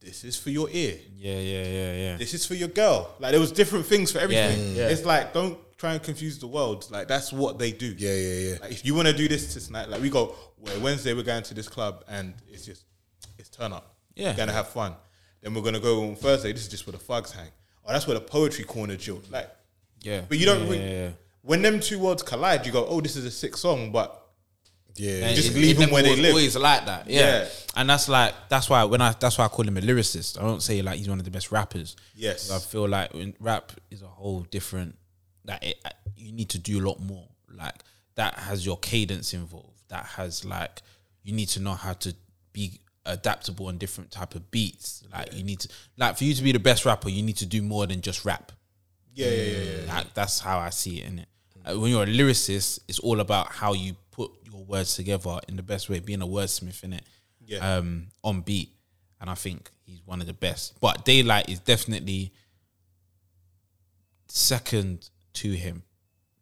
Speaker 1: this is for your ear,
Speaker 3: Yeah, yeah, yeah, yeah.
Speaker 1: this is for your girl. Like there was different things for everything.
Speaker 3: Yeah, yeah.
Speaker 1: It's like don't try and confuse the world. Like that's what they do.
Speaker 2: Yeah, yeah, yeah.
Speaker 1: Like if you want to do this tonight, like we go well, Wednesday, we're going to this club, and it's just it's turn up.
Speaker 3: Yeah.
Speaker 1: we're gonna have fun. Then we're gonna go on Thursday. This is just where the thugs hang. Oh, that's where the poetry corner jill. Like
Speaker 3: Yeah.
Speaker 1: but you don't.
Speaker 3: Yeah,
Speaker 1: really-
Speaker 3: yeah, yeah.
Speaker 1: When them two worlds collide, you go, "Oh, this is a sick song," but
Speaker 2: Yeah,
Speaker 3: And
Speaker 1: just
Speaker 3: it-
Speaker 1: leave
Speaker 3: it
Speaker 1: them where
Speaker 3: never
Speaker 1: they
Speaker 3: was
Speaker 1: live.
Speaker 3: Always like that. Yeah.
Speaker 1: Yeah.
Speaker 3: and that's like that's why when I that's why I call him a lyricist. I don't say like he's one of the best rappers.
Speaker 1: Yes.
Speaker 3: 'Cause I feel like when rap is a whole different. That it, uh, you need to do a lot more. Like that has your cadence involved. That has like you need to know how to be adaptable on different type of beats. Like you need to like for you to be the best rapper, you need to do more than just rap.
Speaker 1: Yeah, yeah, yeah. yeah.
Speaker 3: Like, that's how I see it in it. When you're a lyricist, it's all about how you put your words together in the best way, being a wordsmith in it,
Speaker 1: Yeah.
Speaker 3: um, on beat. And I think he's one of the best. But Daylight is definitely second to him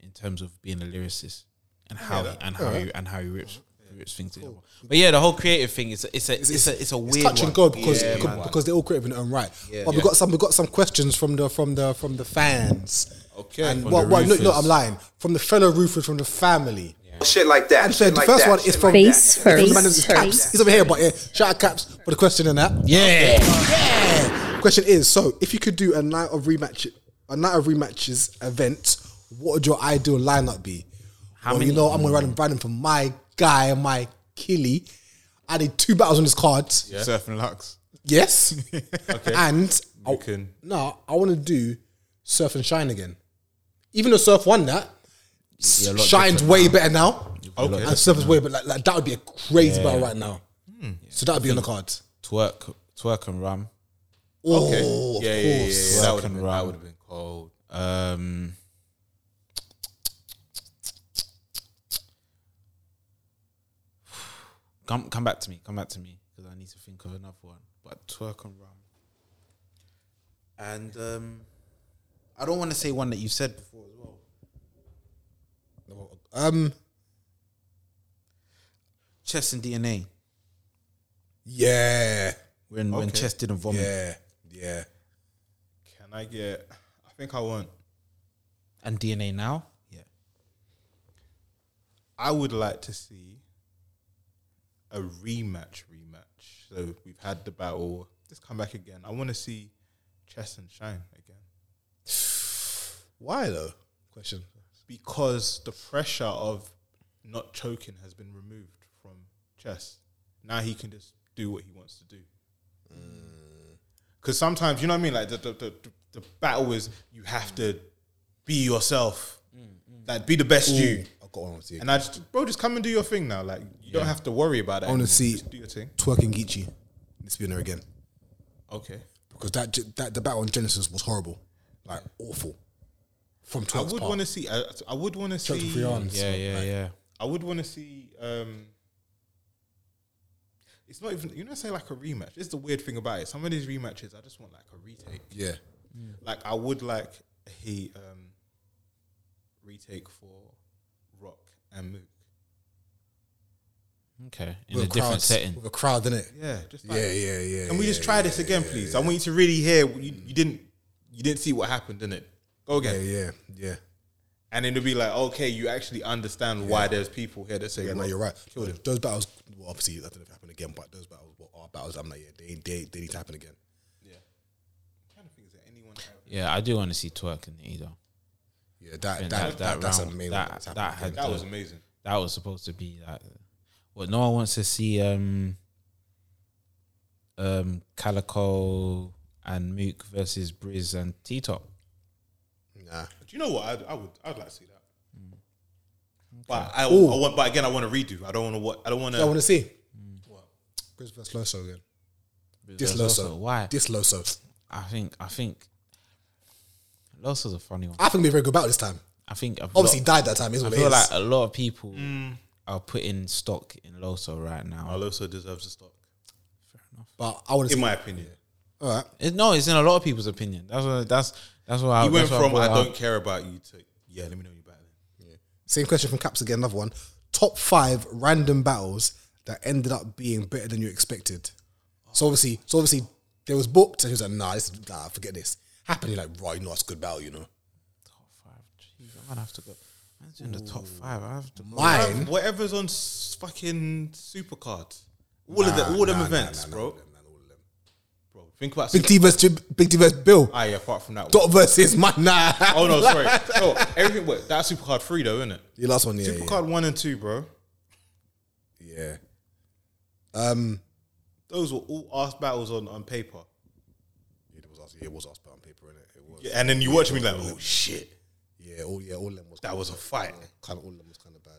Speaker 3: in terms of being a lyricist and how he, and how he, and how he rips. rips Things together. But yeah, the whole creative thing is a, it's a it's, a it's a weird
Speaker 2: It's touch and
Speaker 3: one.
Speaker 2: go because
Speaker 1: Yeah,
Speaker 2: co-
Speaker 1: man.
Speaker 2: because they're all creative in their own right. But we got some we got some questions from the from the from the fans.
Speaker 1: Okay.
Speaker 2: And
Speaker 1: From
Speaker 2: well,
Speaker 3: the
Speaker 2: well no, no,
Speaker 3: roofers.
Speaker 2: I'm lying. From the fellow roofers, from the family.
Speaker 9: Shit like that.
Speaker 2: And so
Speaker 9: shit
Speaker 2: the
Speaker 9: like
Speaker 2: first
Speaker 9: that,
Speaker 2: one
Speaker 9: shit
Speaker 2: is
Speaker 9: like
Speaker 2: from
Speaker 9: that.
Speaker 6: Face
Speaker 2: it's from the man
Speaker 6: first,
Speaker 2: who's Caps.
Speaker 6: face.
Speaker 2: He's over here, but yeah, shout out Caps for the question and that.
Speaker 3: Yeah,
Speaker 2: Question is: So, if you could do a night of rematch, a night of rematches event, what would your ideal lineup be? How well, you
Speaker 3: many-
Speaker 2: know, I'm going random random for my guy, my killie. I need two battles on this card.
Speaker 1: Surf and Lux.
Speaker 2: Yes. And I,
Speaker 1: can-
Speaker 2: no, I want to do surf and shine again. Even though surf won that,
Speaker 3: a lot
Speaker 2: shine's way better now.
Speaker 1: lot
Speaker 2: and surf is way, but like, like that would be a crazy battle right now.
Speaker 1: Hmm.
Speaker 2: So that would be on the cards.
Speaker 3: twerk, twerk and rum.
Speaker 2: Oh,
Speaker 1: Okay.
Speaker 2: of
Speaker 1: yeah, yeah, yeah,
Speaker 2: course.
Speaker 1: yeah. That would have
Speaker 3: Second
Speaker 1: been,
Speaker 3: round.
Speaker 1: that would've been cold.
Speaker 3: Um, come come back to me. Come back to me because I need to think of another one. But twerk and rum. And um, I don't want to say one that you said before as well.
Speaker 2: Um,
Speaker 3: Chess and DNA.
Speaker 2: yeah,
Speaker 3: When when Chess didn't vomit
Speaker 2: yeah, yeah.
Speaker 1: Can I get? I think I want.
Speaker 3: and DNA now. Yeah.
Speaker 1: I would like to see a rematch. Rematch. So we've had the battle. Let's come back again. I want to see Chess and Shine again
Speaker 2: Why though? Question.
Speaker 1: because the pressure of not choking has been removed from Chess. Now he can just do what he wants to do. Because sometimes you know what I mean. Like the the, the the battle is you have to be yourself. Like be the best you.
Speaker 2: I got one with you.
Speaker 1: And I just, bro, just come and do your thing now. Like, you don't have to worry about that.
Speaker 2: I want to
Speaker 1: anymore.
Speaker 2: see
Speaker 1: Just do your thing.
Speaker 2: twerking Geechee. Let's be on her again
Speaker 1: Okay.
Speaker 2: because that that the battle on Genesis was horrible, like awful. From
Speaker 1: I
Speaker 2: twerk's
Speaker 1: would want to see. I, I would want to
Speaker 2: Church of
Speaker 1: see.
Speaker 2: Rihanna's.
Speaker 3: Yeah, yeah, yeah.
Speaker 1: I would want to see. Um, it's not even. You know, say like a rematch. It's the weird thing about it. Some of these rematches, I just want like a retake.
Speaker 2: Yeah.
Speaker 1: Like, I would like he um, retake for Rock and Mook.
Speaker 3: Okay. In
Speaker 2: With
Speaker 3: a different
Speaker 2: crowd,
Speaker 3: setting.
Speaker 2: With a crowd, innit?
Speaker 1: Yeah, just like,
Speaker 2: Yeah, yeah, yeah.
Speaker 1: Can we
Speaker 2: yeah, Mm.
Speaker 1: just try this again, please? I want you to really hear. You, you didn't. You didn't see what happened, didn't it? Go again.
Speaker 2: Yeah, yeah, yeah.
Speaker 1: And then it'll be like, okay, you actually understand why there's people here that say,
Speaker 2: Yeah, no,
Speaker 1: "Well,
Speaker 2: you're right.
Speaker 1: Kill them.
Speaker 2: Those battles, well, obviously, I don't know if it happened again, but those battles were our battles. I'm like, yeah, they, they, they need to happen again.
Speaker 1: i trying to think, is there anyone? out-
Speaker 3: Yeah, I do want to see twerk and either.
Speaker 2: Yeah, that, that, that,
Speaker 3: think that-
Speaker 2: that's
Speaker 3: that
Speaker 2: a
Speaker 3: round-
Speaker 2: main one
Speaker 3: that-
Speaker 2: that's
Speaker 3: that
Speaker 2: happened.
Speaker 1: That
Speaker 2: again.
Speaker 1: was amazing.
Speaker 3: That was supposed to be that. Well, no one wants to see um, um, Calico and Mook versus Briz and T Top.
Speaker 2: Nah.
Speaker 1: Do you know what? I'd, I would. I'd like to see that. But I, I want. But again, I want to redo. I don't want to. What? I don't want
Speaker 2: I
Speaker 1: to.
Speaker 2: want to see. Chris versus Loso again. Dis Loso.
Speaker 3: Why?
Speaker 2: Dis Loso.
Speaker 3: I think I think Loso's a funny one.
Speaker 2: I think it'll be a very good battle this time.
Speaker 3: I think a
Speaker 2: Obviously, he
Speaker 3: lot-
Speaker 2: died that time. Is
Speaker 3: I
Speaker 2: what it
Speaker 3: feel
Speaker 2: is.
Speaker 3: like a lot of people are putting stock in Loso right now.
Speaker 1: Alonso deserves a stock,
Speaker 2: but I want to
Speaker 1: in
Speaker 2: see.
Speaker 1: my opinion.
Speaker 2: All right.
Speaker 3: It- no, it's in a lot of people's opinion. That's what that's that's what I
Speaker 1: He went
Speaker 3: Oh, that's what
Speaker 1: from
Speaker 3: brought
Speaker 1: I
Speaker 3: up.
Speaker 1: don't care about you to yeah. Let me know you're battling.
Speaker 2: Same question from Caps again. Another one. Top five random battles that ended up being better than you expected. So obviously, so obviously, there was booked, and he was like, "Nah, this, nah, forget this." Happened. You're like, right, you know, it's a good battle, you know.
Speaker 3: five. Jeez, I'm gonna have to go. Man's in the top five. I have to. go.
Speaker 2: Mine.
Speaker 1: Whatever's on s- fucking supercard, all of the all them events, bro. Bro, think about
Speaker 2: Big
Speaker 1: Supercard.
Speaker 2: T versus Jib- Big T versus Bill.
Speaker 1: Ah, yeah, apart from that. one.
Speaker 2: Dot versus man. Nah.
Speaker 1: Oh no, sorry. Oh, everything. Wait, that's Supercard three though, isn't it?
Speaker 2: The last one, yeah,
Speaker 1: Supercard one and two, bro.
Speaker 2: yeah. yeah. Um,
Speaker 1: Those were all ass battles on, on paper.
Speaker 2: It was us. It was us, but on paper, innit? It was.
Speaker 1: Yeah, and then you watch me like, oh shit,
Speaker 2: Yeah, all yeah, all of them was.
Speaker 1: that was a fight.
Speaker 2: kind of all of them was kind of bad.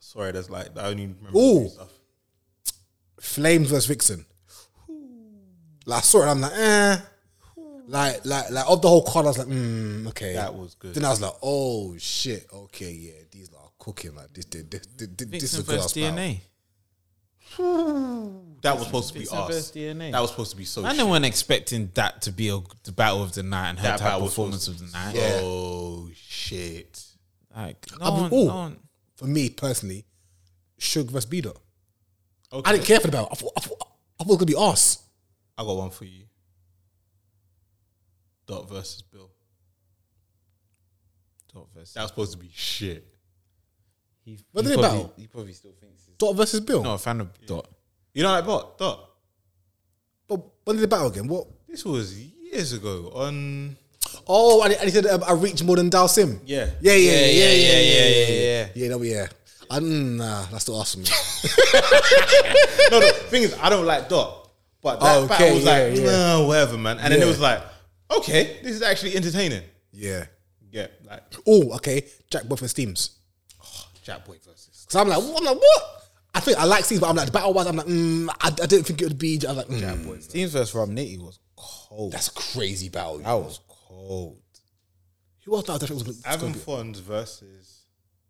Speaker 1: Sorry, that's like I only remember
Speaker 2: Ooh.
Speaker 1: two stuff.
Speaker 2: Flames versus Vixen. Like I saw it, I'm like, eh. Like, like, like of the whole card, I was like, mm, okay,
Speaker 1: That was good.
Speaker 2: Then I was like, oh shit, okay, yeah, these lot are cooking. Like this, this, this, this, this is
Speaker 3: Vixen
Speaker 2: a good ass
Speaker 3: versus
Speaker 2: battle.
Speaker 3: DNA.
Speaker 1: That was supposed to be
Speaker 3: Vixen versus
Speaker 1: us.
Speaker 3: DNA.
Speaker 1: That was supposed to be so.
Speaker 3: I
Speaker 1: shit.
Speaker 3: no one expecting that to be a, the battle of the night and her
Speaker 1: That
Speaker 3: type
Speaker 1: battle was
Speaker 3: performance of
Speaker 1: supposed
Speaker 3: the night.
Speaker 1: Oh shit.
Speaker 3: Like, no
Speaker 2: I mean,
Speaker 3: one,
Speaker 2: ooh.
Speaker 3: no one-
Speaker 2: For me personally, Suge versus Beater. I didn't care for the battle. I thought, I thought, I thought it was gonna be us.
Speaker 1: I got one for you. Dot versus Bill.
Speaker 3: Dot versus-
Speaker 1: That was supposed to be shit.
Speaker 3: He,
Speaker 2: But
Speaker 3: he
Speaker 2: they
Speaker 3: probably-
Speaker 2: battle.
Speaker 3: He probably still thinks he's
Speaker 2: Dot versus Bill.
Speaker 3: not a fan of Dot.
Speaker 1: You know, like Dot. Dot.
Speaker 2: But when did they battle again? What?
Speaker 1: This was years ago on.
Speaker 2: Oh, and he- and he said um, I reached more than Dal Sim.
Speaker 1: Yeah.
Speaker 2: yeah, yeah, yeah, yeah, yeah,
Speaker 1: yeah,
Speaker 2: yeah,
Speaker 1: yeah,
Speaker 2: yeah,
Speaker 1: yeah.
Speaker 2: yeah. yeah that, was- yeah. I, mm, nah, that's still awesome.
Speaker 1: no, the thing is, I don't like Dot, but that
Speaker 2: Oh, okay,
Speaker 1: battle was
Speaker 2: yeah,
Speaker 1: like,
Speaker 2: yeah.
Speaker 1: nah, whatever, man. And then it
Speaker 2: Yeah.
Speaker 1: was like, okay, this is actually entertaining.
Speaker 2: yeah.
Speaker 1: Yeah, like
Speaker 2: Oh, okay. Jack Boy for Steams.
Speaker 1: Jack Boy versus.
Speaker 2: Because I'm like, what? I'm like, what? I think I like Steams, but I'm like, the battle wise, I'm like, mm, I, I didn't think it would be. I'm like, mm,
Speaker 3: Teams versus Rum Nitty was cold.
Speaker 2: That's a crazy battle.
Speaker 3: that was cold.
Speaker 2: Who else thought that was going
Speaker 1: Avon
Speaker 2: to
Speaker 1: Fons versus.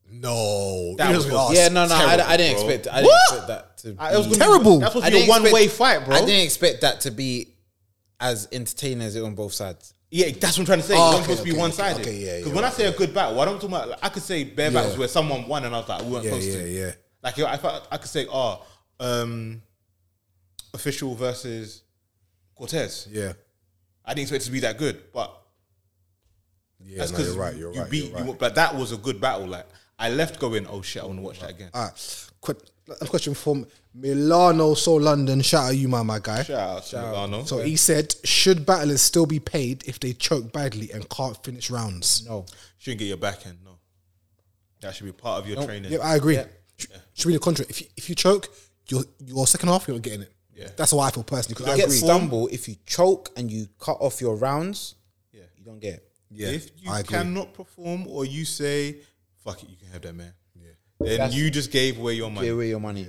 Speaker 2: No.
Speaker 1: That
Speaker 2: It
Speaker 1: was-
Speaker 2: us.
Speaker 3: Yeah, no, no,
Speaker 1: terrible,
Speaker 3: I, I didn't
Speaker 1: bro.
Speaker 3: expect. I
Speaker 2: What?
Speaker 3: didn't expect that to.
Speaker 1: Ah, it was gonna
Speaker 3: be-
Speaker 1: be-
Speaker 2: Terrible.
Speaker 1: That's supposed
Speaker 3: I
Speaker 1: to be a
Speaker 3: didn't expect-
Speaker 1: one-way fight, bro.
Speaker 3: I didn't expect that to be as entertaining as it on both sides.
Speaker 1: Yeah, that's what I'm trying to say. it's
Speaker 2: Oh,
Speaker 1: not
Speaker 2: okay,
Speaker 1: supposed to be
Speaker 2: okay,
Speaker 1: one-sided.
Speaker 2: okay, yeah,
Speaker 1: Because
Speaker 2: yeah,
Speaker 1: when I say a good battle, what I'm talking about, like, I could say bare battles
Speaker 2: Yeah.
Speaker 1: where someone won, and I was like, we weren't
Speaker 2: Yeah,
Speaker 1: supposed
Speaker 2: yeah,
Speaker 1: to.
Speaker 2: yeah.
Speaker 1: Like you know, I, felt- I could say, oh, um, official versus Cortez.
Speaker 2: Yeah.
Speaker 1: I didn't expect it to be that good, but
Speaker 2: Yeah,
Speaker 1: That's
Speaker 2: no,
Speaker 1: because
Speaker 2: you're right. You're
Speaker 1: you
Speaker 2: right.
Speaker 1: beat.
Speaker 2: you're right.
Speaker 1: You, but that was a good battle. Like I left going, oh shit, I want to watch that again.
Speaker 2: All right. Quick, a question from Milano, so London. Shout out you, my, my guy.
Speaker 1: Shout out, shout Milano.
Speaker 2: So he said, should battlers still be paid if they choke badly and can't finish rounds?
Speaker 3: No,
Speaker 1: shouldn't get your back end. No, that should be part of your training.
Speaker 2: Yeah, I agree. Sh- Should be the contract. If you, if you choke, your your second half, you're not getting it.
Speaker 1: Yeah.
Speaker 2: That's how I feel personally. Because I
Speaker 3: you get
Speaker 2: agree.
Speaker 3: stumble if you choke and you cut off your rounds.
Speaker 1: Yeah.
Speaker 3: you don't get. It.
Speaker 2: Yeah,
Speaker 1: if you
Speaker 2: I agree.
Speaker 1: cannot perform or you say, fuck it, you can have that man. Yeah. Then you just gave away your
Speaker 3: Pay
Speaker 1: money.
Speaker 3: away your money.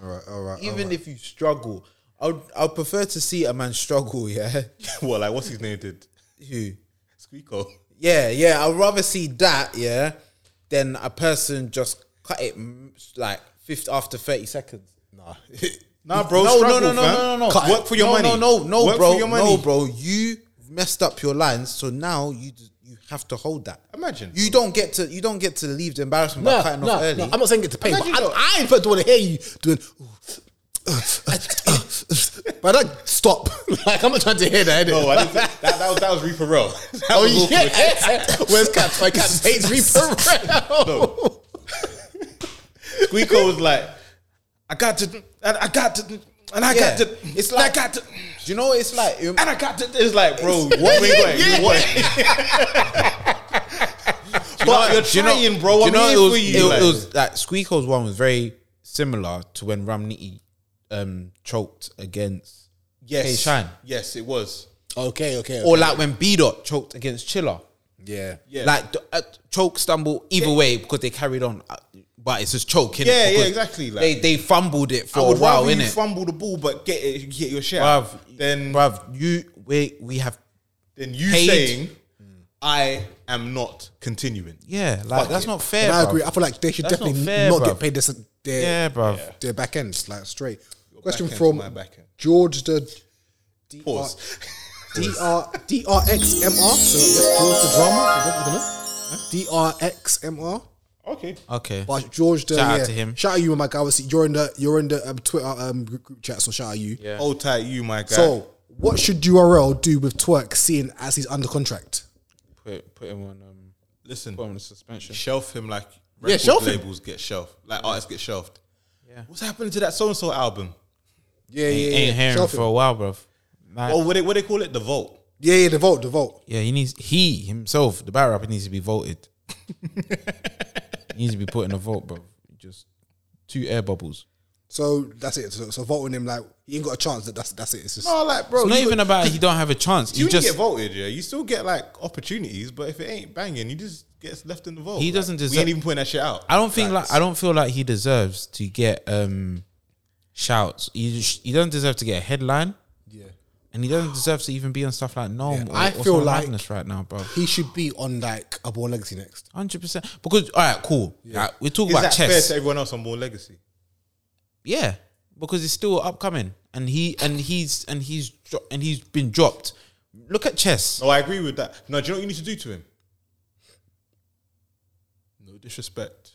Speaker 2: All right, all right.
Speaker 3: Even if you struggle, I'd I'd prefer to see a man struggle. Yeah,
Speaker 1: well, like what's his name did?
Speaker 3: who?
Speaker 1: Squeako.
Speaker 3: Yeah, yeah. I'd rather see that. Yeah, than a person just cut it mm, like fifth after thirty seconds.
Speaker 2: nah.
Speaker 1: Nah, bro.
Speaker 3: no,
Speaker 1: struggle,
Speaker 3: no, no,
Speaker 1: fam.
Speaker 3: no, no, no,
Speaker 1: Work for your
Speaker 3: no,
Speaker 1: money.
Speaker 3: No, no, no,
Speaker 1: Work
Speaker 3: bro.
Speaker 1: For your money.
Speaker 3: No, bro. You messed up your lines, so now you d- you have to hold that.
Speaker 1: Imagine.
Speaker 3: you don't get to you don't get to leave the embarrassment by
Speaker 2: No,
Speaker 3: cutting
Speaker 2: no,
Speaker 3: off early.
Speaker 2: no, I'm not saying get to pay, but
Speaker 1: Imagine though.
Speaker 2: I, I in fact want to hear you doing. but like, stop! like I'm not trying to hear that. innit?
Speaker 1: No, I didn't say, that, that was that was Reaper Row. That
Speaker 2: oh
Speaker 1: was awkward.
Speaker 2: yeah, where's Caps? My Caps hates Reaper. no.
Speaker 1: Squeako was like, I got to, and I got to, and I got
Speaker 3: Yeah.
Speaker 1: to.
Speaker 3: It's
Speaker 1: and I
Speaker 3: like-
Speaker 1: got to.
Speaker 3: Do you know what it's like? Um,
Speaker 1: And I got to. It's like, bro, what we going?
Speaker 2: Yeah.
Speaker 1: What? but you're
Speaker 3: do you know-
Speaker 1: trying, bro.
Speaker 3: do
Speaker 1: I'm
Speaker 3: you know
Speaker 1: here
Speaker 3: it was,
Speaker 1: for you.
Speaker 3: It,
Speaker 1: like,
Speaker 3: it was like Squeako's one was very similar to when Ramniti um choked against
Speaker 1: yes,
Speaker 3: Hey, Shine.
Speaker 1: Yes, it was.
Speaker 2: Okay, okay,
Speaker 3: or like when B Dot choked against Chiller.
Speaker 2: yeah,
Speaker 1: Yeah.
Speaker 3: Like th- uh, choke, stumble, either way because they carried on. Uh, But it's just choke, innit?
Speaker 1: Yeah, yeah,
Speaker 3: Because
Speaker 1: exactly, like-
Speaker 3: they they fumbled it
Speaker 1: I
Speaker 3: for a
Speaker 1: would
Speaker 3: while,
Speaker 1: rather you
Speaker 3: innit?
Speaker 1: fumble the ball, but get it, get your shit.
Speaker 3: Bruv,
Speaker 1: out. Then,
Speaker 3: bruv, you we we have
Speaker 1: then you
Speaker 3: paid.
Speaker 1: saying,
Speaker 3: Hmm.
Speaker 1: I am not continuing.
Speaker 3: yeah, like that's not fair.
Speaker 2: I
Speaker 3: bruv.
Speaker 2: agree. I feel like they should
Speaker 3: That's
Speaker 2: definitely
Speaker 3: not
Speaker 2: not,
Speaker 3: fair, bruv.
Speaker 2: get paid this, their
Speaker 3: Yeah, bruv.
Speaker 2: their back ends like straight. Question
Speaker 1: back end's
Speaker 2: from
Speaker 1: my back end.
Speaker 2: George the
Speaker 1: Pause.
Speaker 2: DR, DRXMR. So that's George the drama. I don't know. DRXMR.
Speaker 1: okay.
Speaker 3: Okay.
Speaker 2: But George the
Speaker 3: Shout out
Speaker 2: yeah.
Speaker 3: to him.
Speaker 2: Shout out you, my guy. Obviously, You're in the you're in the um, Twitter um, group, group chat. So shout out you.
Speaker 3: Yeah.
Speaker 1: Hold tight, you, my guy.
Speaker 2: So what should URL do with Twerk, seeing as he's under contract?
Speaker 3: Put, put him on um
Speaker 1: listen,
Speaker 3: put him on the suspension.
Speaker 1: shelf him like record
Speaker 2: Yeah, shelf him.
Speaker 1: labels get shelved, like artists get shelved.
Speaker 3: Yeah.
Speaker 1: What's happening to that so and so album?
Speaker 2: Yeah, yeah,
Speaker 3: Ain't hearing
Speaker 2: Shelf
Speaker 3: for
Speaker 2: him.
Speaker 3: a while, bruv. Like,
Speaker 1: Or what they what they call it? The vault.
Speaker 2: Yeah, yeah. The vote, the vote.
Speaker 3: yeah, he needs he himself, the battle rapper needs to be voted. he needs to be put in a vote, bruv. Just two air bubbles.
Speaker 2: So that's it. So, so voting him like he ain't got a chance. That that's that's it. It's just
Speaker 1: No, like, bro.
Speaker 3: It's not
Speaker 1: you-
Speaker 3: even about he don't have a chance.
Speaker 1: You,
Speaker 3: You just
Speaker 1: get voted, yeah. You still get like opportunities, but if it ain't banging, you just gets left in the vote.
Speaker 3: He
Speaker 1: Like,
Speaker 3: doesn't
Speaker 1: We
Speaker 3: deserve-
Speaker 1: ain't even putting that shit out.
Speaker 3: I don't think like I don't feel like he deserves to get um shouts. You sh- he doesn't deserve to get a headline. Yeah. And he doesn't deserve to even be on stuff like Norm or,
Speaker 2: I
Speaker 3: or
Speaker 2: feel
Speaker 3: Sound
Speaker 2: like-
Speaker 3: Madness right now, bro.
Speaker 2: he should be on like a born legacy next.
Speaker 3: Hundred percent. Because all right, cool. Like, we talk
Speaker 1: Is
Speaker 3: about
Speaker 1: that fair
Speaker 3: chess.
Speaker 1: to everyone else on more legacy?
Speaker 3: Yeah, because it's still upcoming, and he and he's and he's dro- and he's been dropped. Look at chess.
Speaker 1: No, Oh, I agree with that. No, do you know what you need to do to him? No disrespect.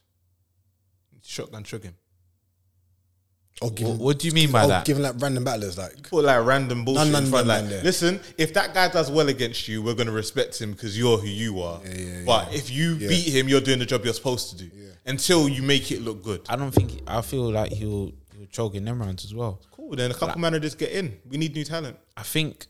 Speaker 1: Shotgun chug him.
Speaker 2: Or give
Speaker 3: Wh-
Speaker 2: him-
Speaker 3: What do you mean by
Speaker 2: or
Speaker 3: that?
Speaker 2: Oh, giving like random battlers like
Speaker 1: Put like random bullshit
Speaker 2: None, none,
Speaker 1: in front.
Speaker 2: none,
Speaker 1: like,
Speaker 2: none, yeah.
Speaker 1: listen, if that guy does well against you, we're gonna respect him because you're who you are. but if you beat him, you're doing the job you're supposed to do until you make it look good.
Speaker 3: I don't think. I feel like he'll he'll choke in them rounds as well.
Speaker 1: Cool. Then a couple managers get in. We need new talent.
Speaker 3: I think,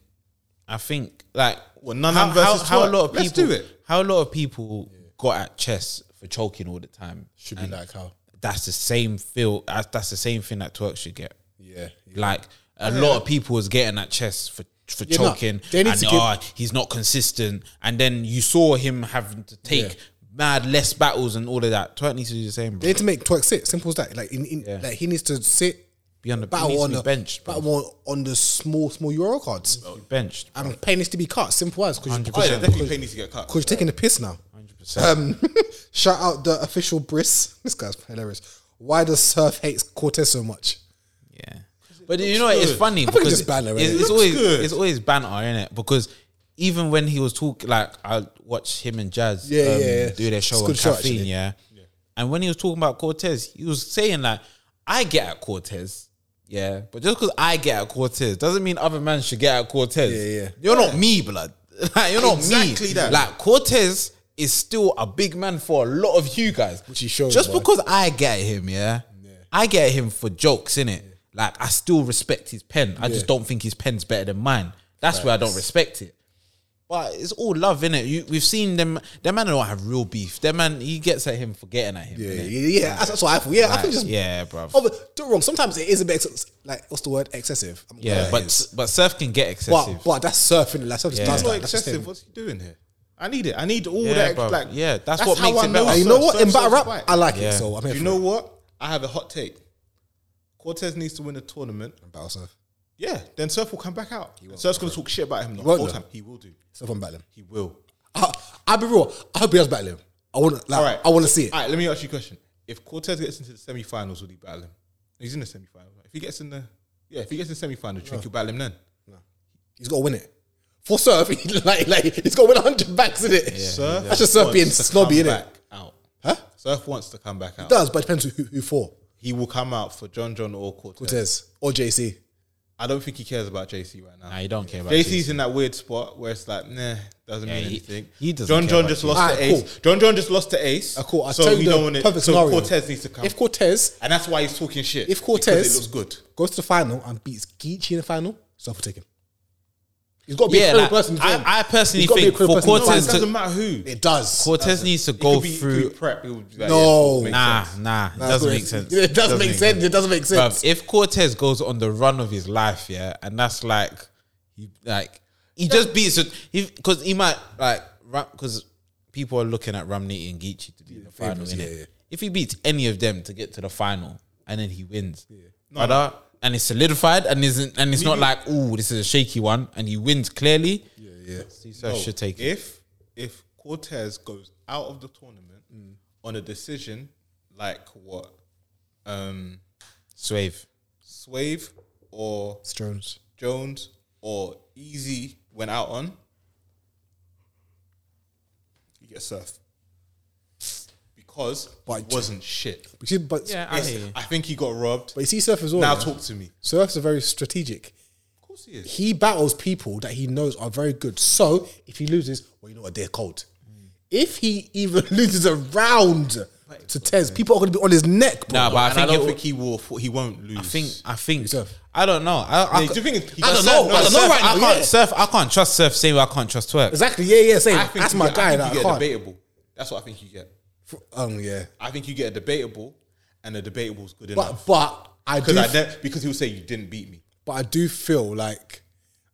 Speaker 3: I think like
Speaker 1: Well, none of them versus
Speaker 3: how a
Speaker 1: twerk.
Speaker 3: lot of
Speaker 1: Let's
Speaker 3: people
Speaker 1: do it.
Speaker 3: how a lot of people got at chess for choking all the time should
Speaker 2: be like how?
Speaker 3: that's the same feel that's, that's the same thing that twerk should get.
Speaker 2: yeah.
Speaker 3: Like a lot of people was getting at chess for for
Speaker 2: Yeah, no,
Speaker 3: choking
Speaker 2: they need
Speaker 3: and
Speaker 2: to give-
Speaker 3: oh, he's not consistent, and then you saw him having to take.
Speaker 2: Yeah.
Speaker 3: Mad less battles and all of that. Twerk needs to do the
Speaker 2: They
Speaker 3: same. Bro.
Speaker 2: need to make twerk sit. Simple as that. Like in, in like he needs to sit
Speaker 3: Be on the, he needs
Speaker 2: battle
Speaker 3: to
Speaker 2: on
Speaker 3: be
Speaker 2: the
Speaker 3: bench. Bro.
Speaker 2: battle on, on the small small Euro cards.
Speaker 3: Be benched. bro.
Speaker 2: And pay needs to be cut. Simple as because
Speaker 1: Oh, yeah, definitely
Speaker 2: because-
Speaker 1: Payne needs to get cut.
Speaker 2: because you're taking the piss now.
Speaker 3: 100%.
Speaker 2: Um, shout out the official Briss. This guy's hilarious. Why does Surf hate Cortez so much?
Speaker 3: Yeah. But you know, it's funny
Speaker 2: think it's
Speaker 3: because
Speaker 2: just banter,
Speaker 3: it's,
Speaker 2: innit?
Speaker 3: it's
Speaker 2: It
Speaker 3: always
Speaker 1: good.
Speaker 3: it's always banter, innit? Because even when he was talking, like I watch him and Jazz, um,
Speaker 2: Yeah, yeah, yeah.
Speaker 3: do their show
Speaker 2: It's a
Speaker 3: on
Speaker 2: good show,
Speaker 3: caffeine,
Speaker 2: actually.
Speaker 3: yeah? And when he was talking about Cortez, he was saying like, I get at Cortez. Yeah, but just because I get at Cortez doesn't mean other man should get at Cortez.
Speaker 2: Yeah, yeah.
Speaker 3: You're not me, blood. like, you're not me.
Speaker 1: Exactly that.
Speaker 3: Like Cortez is still a big man for a lot of you guys.
Speaker 2: Which he shows,
Speaker 3: Just
Speaker 2: boy.
Speaker 3: because I get him, yeah, I get him for jokes, innit? Like I still respect his pen. I just don't think his pen's better than mine. That's where I don't respect it. But it's all love, innit? You, we've seen them. That man don't have real beef. That man, he gets at him for getting at him.
Speaker 2: Yeah,
Speaker 3: innit?
Speaker 2: yeah, yeah. That's, that's what I feel. Yeah, I
Speaker 3: Like,
Speaker 2: think just
Speaker 3: yeah, bruv.
Speaker 2: Oh, but don't wrong. Sometimes it is a bit ex- like what's the word excessive. I'm not
Speaker 3: Yeah,
Speaker 2: gonna lie, it
Speaker 3: but
Speaker 2: is.
Speaker 3: but Surf can get
Speaker 2: but
Speaker 3: excessive.
Speaker 2: but that's surfing. Like surf just
Speaker 3: Yeah.
Speaker 2: does
Speaker 1: It's not
Speaker 2: that. That's just
Speaker 1: excessive.
Speaker 2: him.
Speaker 1: What's he doing here? I need it. I need all
Speaker 3: Yeah,
Speaker 1: that.
Speaker 3: bruv.
Speaker 1: Like,
Speaker 3: Yeah, that's what
Speaker 1: how
Speaker 3: makes
Speaker 1: I
Speaker 3: it
Speaker 1: know
Speaker 3: better.
Speaker 2: And you
Speaker 1: Surf.
Speaker 2: know what? In
Speaker 1: Surf's
Speaker 2: battle
Speaker 1: always
Speaker 2: rap,
Speaker 1: right.
Speaker 2: I like it.
Speaker 3: Yeah.
Speaker 2: So I'm here
Speaker 1: Do you
Speaker 2: for
Speaker 1: know
Speaker 2: it.
Speaker 1: what? I have a hot take. Cortez needs to win the tournament.
Speaker 2: battle surf.
Speaker 1: Yeah, then Surf will come back out. Surf's going to talk shit about him the
Speaker 2: won't,
Speaker 1: whole
Speaker 2: though.
Speaker 1: time. He will do.
Speaker 2: Surf on battling.
Speaker 1: He will.
Speaker 2: I, I'll be real. I hope he does battle him. I want. Like,
Speaker 1: All right.
Speaker 2: I want to see it.
Speaker 1: All right, let me ask you a question. If Cortez gets into the semi-finals, will he battle him? He's in the semi-finals. If he gets in the yeah, if he gets in the semi-final, do you think you'll battle him then?
Speaker 2: He's got to win it. For surf, he, like like he's got to win hundred backs in it.
Speaker 1: Surf
Speaker 2: that's just surf being
Speaker 1: wants to
Speaker 2: snobby,
Speaker 1: come
Speaker 2: innit?
Speaker 1: back Out. Huh? Surf wants to come back out.
Speaker 2: does, but it depends who, who for.
Speaker 1: He will come out for John John or Cortez.
Speaker 2: Cortez or JC.
Speaker 1: I don't think he cares about JC right now.
Speaker 3: Nah, you don't care about
Speaker 1: JC's in that weird spot where it's like, nah, doesn't
Speaker 3: Yeah,
Speaker 1: mean
Speaker 3: he-
Speaker 1: anything.
Speaker 3: he doesn't
Speaker 1: John
Speaker 3: care
Speaker 1: John
Speaker 3: about
Speaker 1: just
Speaker 3: JC.
Speaker 1: lost
Speaker 2: Alright,
Speaker 1: to Ace.
Speaker 2: cool.
Speaker 1: John John just lost to Ace.
Speaker 2: Uh, cool. I
Speaker 1: so
Speaker 2: tell
Speaker 1: we
Speaker 2: you the
Speaker 1: don't want it.
Speaker 2: perfect
Speaker 1: So
Speaker 2: scenario.
Speaker 1: Cortez needs to come.
Speaker 2: If Cortez
Speaker 1: and that's why he's talking shit.
Speaker 2: if
Speaker 1: because
Speaker 2: Cortez
Speaker 1: it looks good.
Speaker 2: goes to the final and beats Geechee in the final, Surf will take him. He's got to be a
Speaker 3: yeah,
Speaker 2: credible
Speaker 3: like,
Speaker 2: person. to win.
Speaker 3: I, I personally
Speaker 2: He's gotta be a
Speaker 3: think
Speaker 2: credible
Speaker 3: for
Speaker 2: person to win.
Speaker 1: No, it
Speaker 3: Cortez
Speaker 1: doesn't
Speaker 3: to,
Speaker 1: matter who.
Speaker 2: it does.
Speaker 3: Cortez needs to
Speaker 1: It could
Speaker 3: go
Speaker 1: be- it could
Speaker 3: through.
Speaker 1: be prep. it would be like,
Speaker 2: No.
Speaker 1: yeah, cool, makes
Speaker 3: Nah,
Speaker 1: sense.
Speaker 3: nah, it
Speaker 2: Nah,
Speaker 3: doesn't
Speaker 2: Cortez-
Speaker 3: make sense.
Speaker 2: It doesn't, make sense. It doesn't make sense.
Speaker 3: Bruv, if Cortez goes on the run of his life, yeah, and that's like, he like he just beats it because he might like because people are looking at Ramney and Geechee to be in the final.
Speaker 2: favourites,
Speaker 3: innit?
Speaker 2: yeah, yeah.
Speaker 3: If he beats any of them to get to the final and then he wins, brother, and it's solidified and isn't and it's not like oh this is a shaky one and he wins clearly. Yeah, yeah. So
Speaker 1: No,
Speaker 3: should take it.
Speaker 1: if if Cortez goes out of the tournament on a decision like what um
Speaker 3: Swave.
Speaker 1: Swave or
Speaker 2: Jones.
Speaker 1: Jones or Easy went out on, he gets surf because
Speaker 2: But-
Speaker 1: he wasn't shit.
Speaker 2: But, you- but,
Speaker 3: Yeah, I
Speaker 1: Yes,
Speaker 3: hear you.
Speaker 1: I think he got robbed.
Speaker 2: but you see, Surf as well.
Speaker 1: now
Speaker 2: yeah.
Speaker 1: talk to me.
Speaker 2: Surf's are very strategic.
Speaker 1: Of course he is.
Speaker 2: He battles people that he knows are very good. So if he loses, well, you know what? They're cold. If he even loses a round to Tez, people are going to be on his neck. Bro.
Speaker 3: Nah, but I
Speaker 1: And I
Speaker 3: think,
Speaker 1: don't
Speaker 3: it-
Speaker 1: think he will. He won't lose.
Speaker 3: I think I think
Speaker 2: Surf.
Speaker 3: I don't know. I, I,
Speaker 1: Yeah, do you think he
Speaker 3: I
Speaker 1: got
Speaker 3: don't
Speaker 1: surf?
Speaker 3: know.
Speaker 1: No,
Speaker 3: I don't
Speaker 1: surf,
Speaker 3: know right
Speaker 2: I
Speaker 3: now.
Speaker 2: can't-
Speaker 3: yeah. Surf, I can't trust surf. Same way I can't trust twerk.
Speaker 2: exactly. Yeah, yeah. Same.
Speaker 1: I think
Speaker 2: That's
Speaker 1: you
Speaker 2: my
Speaker 1: get-
Speaker 2: guy.
Speaker 1: I think
Speaker 2: That
Speaker 1: you
Speaker 2: I
Speaker 1: get a
Speaker 2: can't.
Speaker 1: debatable. That's what I think you get.
Speaker 2: F- Um, yeah.
Speaker 1: I think you get a debatable, and a debatable is good
Speaker 2: But
Speaker 1: enough.
Speaker 2: but I
Speaker 1: because
Speaker 2: do
Speaker 1: I
Speaker 2: f-
Speaker 1: ne- because he'll say you didn't beat me.
Speaker 2: But I do feel like,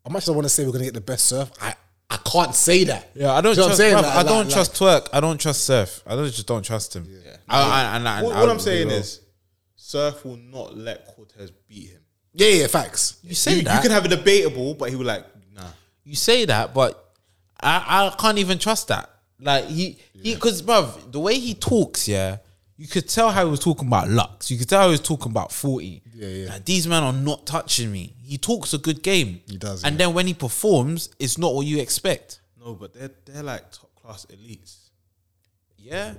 Speaker 2: as much as I want to say we're going to get the best surf, I, I can't say that.
Speaker 3: Yeah, I don't
Speaker 2: You know what I'm
Speaker 3: trust.
Speaker 2: saying?
Speaker 3: bruv,
Speaker 2: Like-
Speaker 3: I don't
Speaker 2: like-
Speaker 3: trust twerk. I don't trust surf. I don't just don't trust him. I, I, and, and
Speaker 1: What,
Speaker 3: I
Speaker 1: what I'm
Speaker 3: would
Speaker 1: saying
Speaker 3: be real.
Speaker 1: is, Surf will not let Cortez beat him.
Speaker 2: Yeah, yeah, facts.
Speaker 3: you say
Speaker 1: you,
Speaker 3: that
Speaker 1: you can have a debatable, but he was like, nah.
Speaker 3: you say that, but I, I can't even trust that. Like he he because bruv, the way he talks, yeah, you could tell how he was talking about Lux. You could tell how he was talking about forty. Yeah, yeah. Like, these men are not touching me. He talks a good game. He
Speaker 2: does,
Speaker 3: And then when he performs, it's not what you expect.
Speaker 1: No, but they're they're like top class elites.
Speaker 3: Yeah.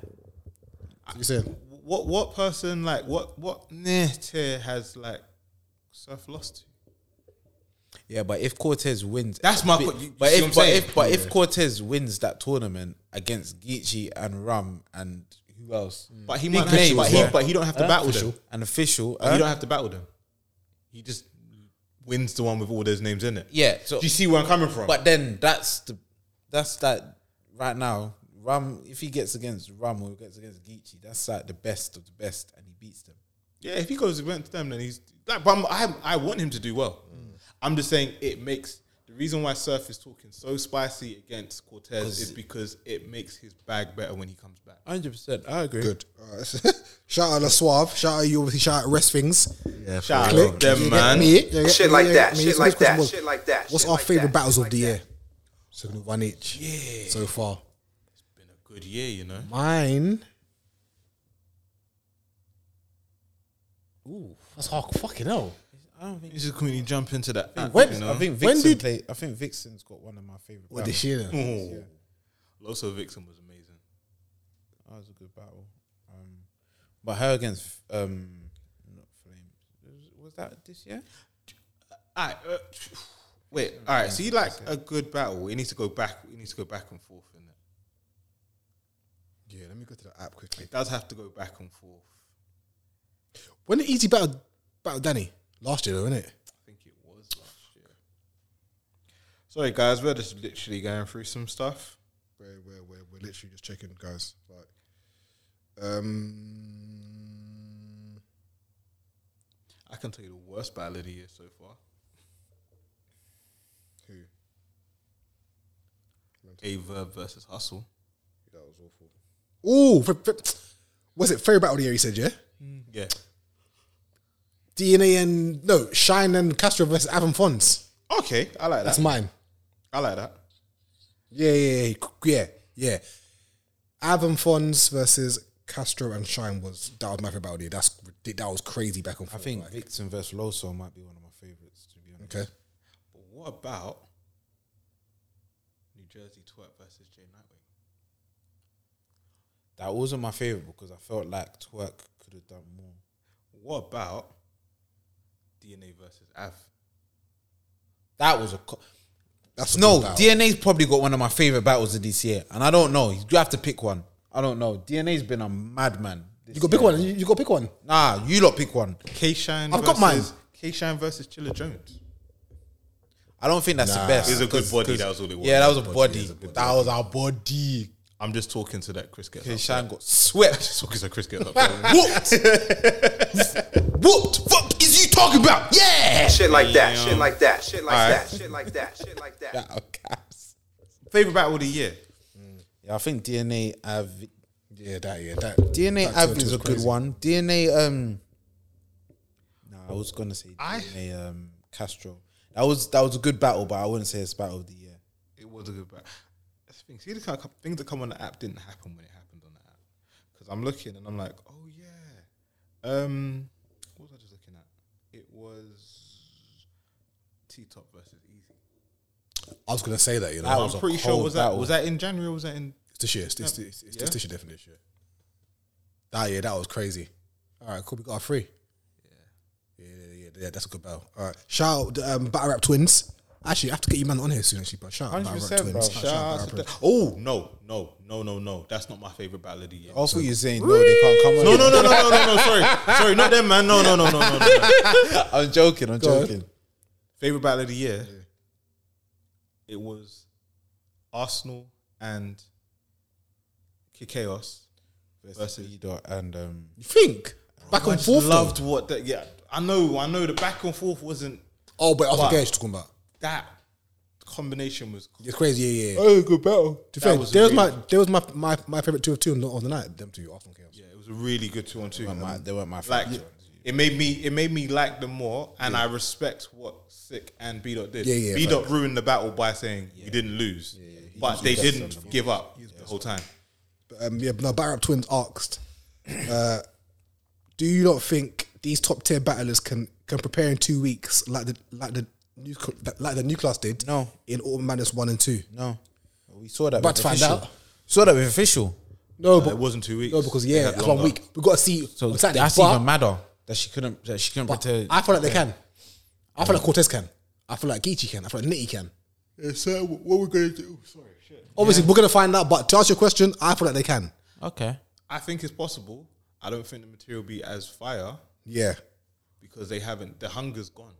Speaker 2: You saying?
Speaker 1: What what person like what what near tier has like Surf lost to?
Speaker 3: Yeah, but if Cortez wins,
Speaker 1: That's my
Speaker 3: but,
Speaker 1: point. You- you
Speaker 3: but
Speaker 1: see
Speaker 3: if
Speaker 1: what I'm
Speaker 3: but
Speaker 1: saying?
Speaker 3: if but if Cortez wins that tournament against Geechee and Rum and who else?
Speaker 1: But he
Speaker 3: Big
Speaker 1: might have
Speaker 3: names,
Speaker 1: to, but,
Speaker 3: yeah.
Speaker 1: he, but he don't have to battle them.
Speaker 3: an official.
Speaker 1: But He don't have to battle them. He just wins the one with all those names in it.
Speaker 3: yeah, so
Speaker 1: Do you see where I'm coming from?
Speaker 3: But then that's the that's that right now. Ram, if he gets against Ram or gets against Geechee, that's like the best of the best, and he beats them.
Speaker 1: yeah, if he goes against them, then he's like. But I'm, I'm, I want him to do well.
Speaker 3: Mm.
Speaker 1: I'm just saying it makes the reason why Surf is talking so spicy against Cortez is because it makes his bag better when he comes back.
Speaker 3: Hundred percent, I agree.
Speaker 2: Good. All right. shout out La Suave. Shout out you. Obviously, shout out Rest Things.
Speaker 1: Shout
Speaker 2: Click.
Speaker 1: out them,
Speaker 2: You get
Speaker 1: man.
Speaker 2: me? You get
Speaker 9: Shit
Speaker 2: me?
Speaker 9: like
Speaker 2: You
Speaker 9: that,
Speaker 2: get me?
Speaker 9: shit
Speaker 2: So this
Speaker 9: like
Speaker 2: question
Speaker 9: that,
Speaker 2: was,
Speaker 9: shit like that,
Speaker 2: What's
Speaker 9: shit
Speaker 2: our
Speaker 9: like
Speaker 2: favorite
Speaker 9: that,
Speaker 2: battles
Speaker 9: shit
Speaker 2: of the
Speaker 9: like
Speaker 2: year?
Speaker 9: that.
Speaker 2: So we're gonna do one each. Yeah. So far,
Speaker 1: Good year, you know.
Speaker 2: mine. Ooh, that's hard. Fucking hell.
Speaker 3: I don't think.
Speaker 1: He's just quickly jump into that. act,
Speaker 2: when-
Speaker 1: you
Speaker 3: I
Speaker 1: know?
Speaker 3: think
Speaker 2: When
Speaker 3: Vixen
Speaker 2: did-
Speaker 3: play, I think Vixen's got one of my favorite.
Speaker 2: What
Speaker 3: battles.
Speaker 2: this year? Then?
Speaker 1: Oh. Loso Vixen was amazing.
Speaker 3: That was a good battle. Um, but her against um, not Flame was- was that this year?
Speaker 1: All right, uh, wait. All right. So you like a good battle? It needs to go back. It needs to go back and forth. In it?
Speaker 2: Yeah. Let me go to the app quickly.
Speaker 1: it does have to go back and forth.
Speaker 2: When did Easy battle battle Danny last year? Though, isn't it?
Speaker 1: I think it was last year. Sorry, guys. We're just literally going through some stuff.
Speaker 6: We're, we're, we're, we're literally just checking, guys. Like, um,
Speaker 1: I can tell you the worst battle of the year so far.
Speaker 6: who?
Speaker 1: Ava versus Hustle.
Speaker 6: That was awful.
Speaker 2: Ooh, f- f- was it favorite battle of the year? He said, yeah.
Speaker 1: Yeah.
Speaker 2: DNA and no Shine and Castro versus Avon Fons.
Speaker 1: Okay, I like that.
Speaker 2: That's mine.
Speaker 1: I like that.
Speaker 2: Yeah, yeah, yeah, yeah, yeah. Avon Fons versus Castro and Shine was that was my favorite battle. of the year. That's ridic- that was crazy back and
Speaker 3: I
Speaker 2: forth.
Speaker 3: think
Speaker 2: like,
Speaker 3: Vixen versus Loso might be one of my favorites. To be honest,
Speaker 2: okay.
Speaker 1: But what about New Jersey Twerk versus Jay Nightwing?
Speaker 3: that wasn't my favorite because I felt like Twerk could have done more.
Speaker 1: What about DNA versus Av?
Speaker 3: That was a. Co-
Speaker 2: That's
Speaker 3: no,
Speaker 2: a good battle.
Speaker 3: DNA's probably got one of my favorite battles of this year, and I don't know. You have to pick one. I don't know. DNA's been a madman. this
Speaker 2: You got pick
Speaker 3: year.
Speaker 2: one. You, you got pick one.
Speaker 3: Nah, you lot pick one.
Speaker 1: K Shine.
Speaker 2: I've got mine.
Speaker 1: K Shine versus Chilla Jones.
Speaker 3: I don't think that's the best.
Speaker 1: It was a good
Speaker 3: 'cause-
Speaker 1: body,
Speaker 3: 'cause-
Speaker 1: that was all it was.
Speaker 3: Yeah, that was a
Speaker 1: Body,
Speaker 3: body.
Speaker 1: it was a body.
Speaker 3: That was our body.
Speaker 1: I'm just talking to that Chris gets
Speaker 3: Okay,
Speaker 1: up.
Speaker 3: Shine got swept.
Speaker 1: Just talking to Chris gets up.
Speaker 3: Whooped. Whooped. Fuck is you talking about? Yeah.
Speaker 9: Shit like that, shit like that, shit like
Speaker 1: Alright.
Speaker 9: that, shit like that, shit like that.
Speaker 1: Favorite battle of the year.
Speaker 3: Yeah, I think DNA Av.
Speaker 2: Yeah, that yeah that
Speaker 3: DNA
Speaker 2: that
Speaker 3: Av
Speaker 2: tier two
Speaker 3: is a good
Speaker 2: crazy.
Speaker 3: one. DNA um. Nah, I was gonna say DNA um Castro. That was that was a good battle, but I wouldn't say it's battle of the year.
Speaker 1: It was a good battle. That's the thing. See, the kind of co- things that come on the app didn't happen when it happened on the app. Because I'm looking and I'm like, oh yeah. Um, what was I just looking at? It was T Top versus Easy.
Speaker 2: I was gonna say that you know
Speaker 3: That
Speaker 2: It's
Speaker 3: was
Speaker 1: I'm
Speaker 3: a
Speaker 1: pretty sure
Speaker 3: cold
Speaker 1: was that
Speaker 3: battle.
Speaker 1: was that in January or was that in?
Speaker 2: this year. It's this it's, it's this year definitely this year. That yeah that was crazy. All right, cool. We got our three. Yeah, yeah, yeah, yeah. That's a good battle. All right, shout out the, um, Battle Rap Twins. Actually, I have to get you man on here soon. Actually, but shout out Battle Rap
Speaker 3: 100%,
Speaker 2: Twins.
Speaker 3: bro.
Speaker 2: Shout
Speaker 1: Shout out
Speaker 2: out Battle
Speaker 1: to
Speaker 2: Rap
Speaker 1: the- oh no no no no no! That's not my favorite battle of the year.
Speaker 3: I thought you were saying no, they can't come. on
Speaker 1: No
Speaker 3: here.
Speaker 1: no no no no no no! Sorry sorry, not them man. No no no no no. no.
Speaker 3: I'm joking. I'm
Speaker 2: on.
Speaker 3: joking.
Speaker 1: Favorite battle of the year. It was Arsenal and Kikaos versus.
Speaker 3: Versus Edo and um,
Speaker 2: You think back
Speaker 1: I
Speaker 2: and
Speaker 1: just
Speaker 2: forth? though?
Speaker 1: loved what that. Yeah, I know, I know. The back and forth wasn't
Speaker 2: Oh, but
Speaker 1: What?
Speaker 2: after Gage talking about.
Speaker 1: that combination was.
Speaker 2: It's crazy, yeah, yeah.
Speaker 1: Oh, good battle.
Speaker 2: To be fair, there was my there was my my, my favorite two of two on the, on the night. Them two, Arsenal chaos.
Speaker 1: Yeah, it was a really good two on two.
Speaker 3: weren't my- they weren't my
Speaker 1: like,
Speaker 3: favourites.
Speaker 1: it made me it made me like them more, and I respect what Sick and B dot did.
Speaker 2: Yeah, yeah,
Speaker 1: B dot ruined the battle by saying we didn't lose, but they didn't give up the whole time.
Speaker 2: um, yeah, no, Battle Rap Twins asked, uh, do you not think these top tier battlers can can prepare in two weeks like the like the new cl- like the new class did?
Speaker 3: No.
Speaker 2: in Autumn Madness one and two.
Speaker 3: No, we saw that.
Speaker 2: But
Speaker 3: with
Speaker 2: to find
Speaker 3: official.
Speaker 2: out.
Speaker 3: saw that with official.
Speaker 2: No,
Speaker 1: it wasn't two weeks.
Speaker 2: No, because
Speaker 1: They
Speaker 2: yeah,
Speaker 1: had
Speaker 2: that's one
Speaker 1: longer.
Speaker 2: week. We got to see.
Speaker 3: So
Speaker 2: on Saturday.
Speaker 3: that's
Speaker 2: But-
Speaker 3: even madder that she couldn't. That she couldn't
Speaker 2: but
Speaker 3: pretend.
Speaker 2: I feel like they can. I feel like Cortez can. I feel like Geechee can. I feel like Nitty can.
Speaker 6: so what we're gonna do? Sorry, shit.
Speaker 2: Obviously, we're gonna find out. But to answer your question, I feel like they can.
Speaker 3: okay.
Speaker 1: I think it's possible. I don't think the material be as fire
Speaker 2: Yeah,
Speaker 1: because they haven't. The hunger's gone.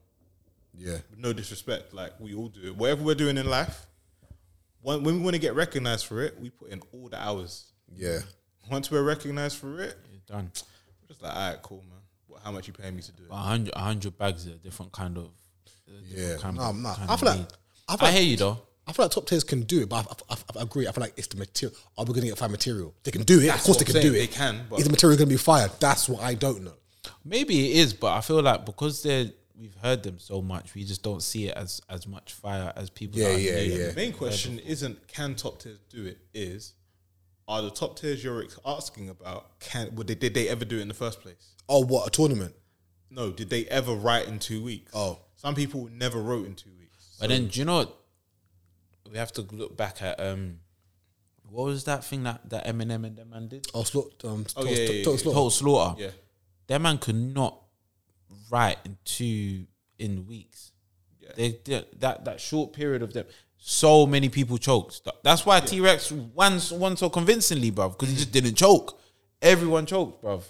Speaker 2: yeah,
Speaker 1: No disrespect, like we all do. it. Whatever we're doing in life, when, when we want to get recognized for it, we put in all the hours.
Speaker 2: yeah.
Speaker 1: Once we're recognized for it,
Speaker 3: Done.
Speaker 1: we're just like, all right, cool, man. What, how much you paying me to do it?
Speaker 3: A hundred, a hundred bags is a different kind of. a different
Speaker 2: Yeah.
Speaker 3: kind
Speaker 2: No,
Speaker 3: of-
Speaker 2: I'm not.
Speaker 3: kind
Speaker 2: Um, I
Speaker 3: of
Speaker 2: feel like-
Speaker 3: need.
Speaker 2: I feel
Speaker 3: I hear
Speaker 2: like-
Speaker 3: you though.
Speaker 2: I feel like top tiers can do it, but I, I, I, I agree. I feel like it's the material. Are we going to get fire material? They can do it. of course, they
Speaker 1: what
Speaker 2: can
Speaker 1: I'm
Speaker 2: do it.
Speaker 1: saying. They can, but-
Speaker 2: is the material going to be fired? That's what I don't know.
Speaker 3: Maybe it is, but I feel like because they we've heard them so much, we just don't see it as as much fire as people.
Speaker 2: Yeah,
Speaker 3: that are
Speaker 2: yeah,
Speaker 3: new.
Speaker 2: yeah.
Speaker 1: The main question isn't can top tiers do it? Is are the top tiers you're ex- asking about can would they did they ever do it in the first place?
Speaker 2: Oh, what a tournament!
Speaker 1: No, did they ever write in two weeks?
Speaker 2: Oh.
Speaker 1: some people never wrote in two weeks.
Speaker 3: But then, do you know what? We have to look back at um, what was that thing that that Eminem and them man did?
Speaker 2: Oh, slot. Um, oh,
Speaker 1: yeah, yeah, yeah.
Speaker 3: Total slaughter.
Speaker 1: Yeah,
Speaker 3: That man could not write in two in weeks. They, they that that short period of them. So many people choked. Th- That's why T Rex won, s- won so convincingly, bruv, because he just didn't choke. Everyone choked, bruv.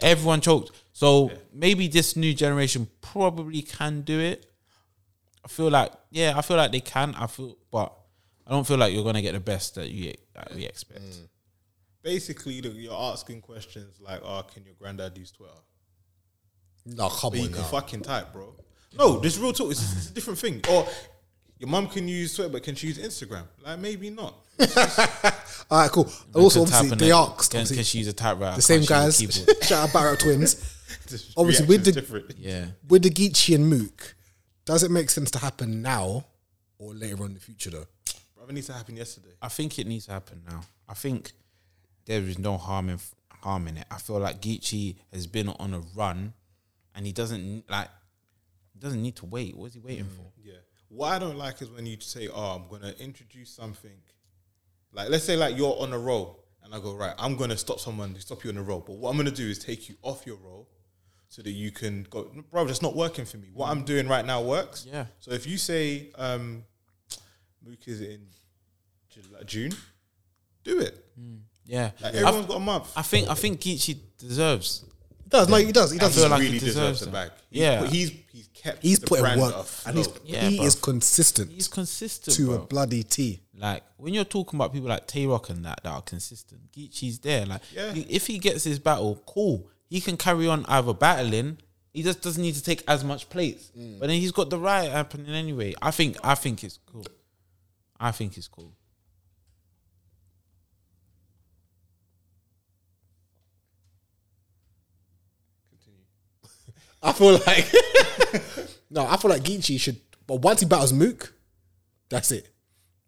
Speaker 3: Everyone choked. So maybe this new generation probably can do it. I feel like, yeah, I feel like they can. I feel, but I don't feel like you're gonna get the best that you that we expect.
Speaker 1: basically the, you're asking questions like, "Oh, can your granddad use Twitter?"
Speaker 2: Oh, No, come
Speaker 1: But you
Speaker 2: on
Speaker 1: can
Speaker 2: now.
Speaker 1: fucking type, bro. No, this real talk. It's, it's a different thing. Or your mum can use Twitter, but can she use Instagram? Like maybe not.
Speaker 2: All right, cool. also,
Speaker 3: Could
Speaker 2: obviously,
Speaker 3: type in
Speaker 2: they
Speaker 3: it.
Speaker 2: asked
Speaker 3: Can,
Speaker 2: obviously,
Speaker 3: can she use a typewriter?
Speaker 2: the same
Speaker 3: Can't
Speaker 2: guys.
Speaker 3: she use a keyboard?
Speaker 2: Shout out Battle Rap Twins
Speaker 1: This
Speaker 2: Obviously, with
Speaker 1: reaction's
Speaker 2: the-
Speaker 1: different.
Speaker 3: yeah.
Speaker 2: with the Geechee and Mook. Does it make sense to happen now or later on in the future though?
Speaker 1: Bro, it needs to happen yesterday.
Speaker 3: I think it needs to happen now. I think there is no harm in harm in it. I feel like Geechee has been on a run, and he doesn't like he doesn't need to wait. What is he waiting
Speaker 1: Mm.
Speaker 3: for?
Speaker 1: Yeah. What I don't like is when you say, "Oh, I'm gonna introduce something." Like, let's say like you're on a roll, and I go, "Right, I'm gonna stop someone to stop you on a roll." But what I'm gonna do is take you off your roll, so that you can go, "Bro, that's not working for me. What I'm doing right now works."
Speaker 3: Yeah.
Speaker 1: So if you say, um, "Mook is in July, June," do it.
Speaker 3: Mm. Yeah,
Speaker 1: Like,
Speaker 3: I,
Speaker 1: everyone's got a month.
Speaker 3: I think I think Geechee deserves.
Speaker 2: He does. No, he does. He does.
Speaker 3: feel like he
Speaker 1: really
Speaker 3: deserves
Speaker 1: deserves the
Speaker 3: it.
Speaker 1: bag.
Speaker 3: Yeah.
Speaker 1: He's, put- he's he's kept
Speaker 2: he's
Speaker 1: the
Speaker 2: putting
Speaker 1: brand
Speaker 2: work and he's,
Speaker 1: afloat.
Speaker 3: Yeah,
Speaker 2: he
Speaker 3: bruv.
Speaker 2: is consistent
Speaker 3: He's consistent
Speaker 2: to
Speaker 3: bro.
Speaker 2: a bloody T.
Speaker 3: Like when you're talking about people like Tay Rock and that that are consistent, Geechee's there. Like
Speaker 1: Yeah.
Speaker 3: he- if he gets his battle, cool. He can carry on either battling. He just doesn't need to take as much plates.
Speaker 2: Mm.
Speaker 3: But then he's got the riot happening anyway. I think I think it's cool. I think it's cool.
Speaker 2: I feel like no, I feel like Geechee should. But once he battles Mook, that's it.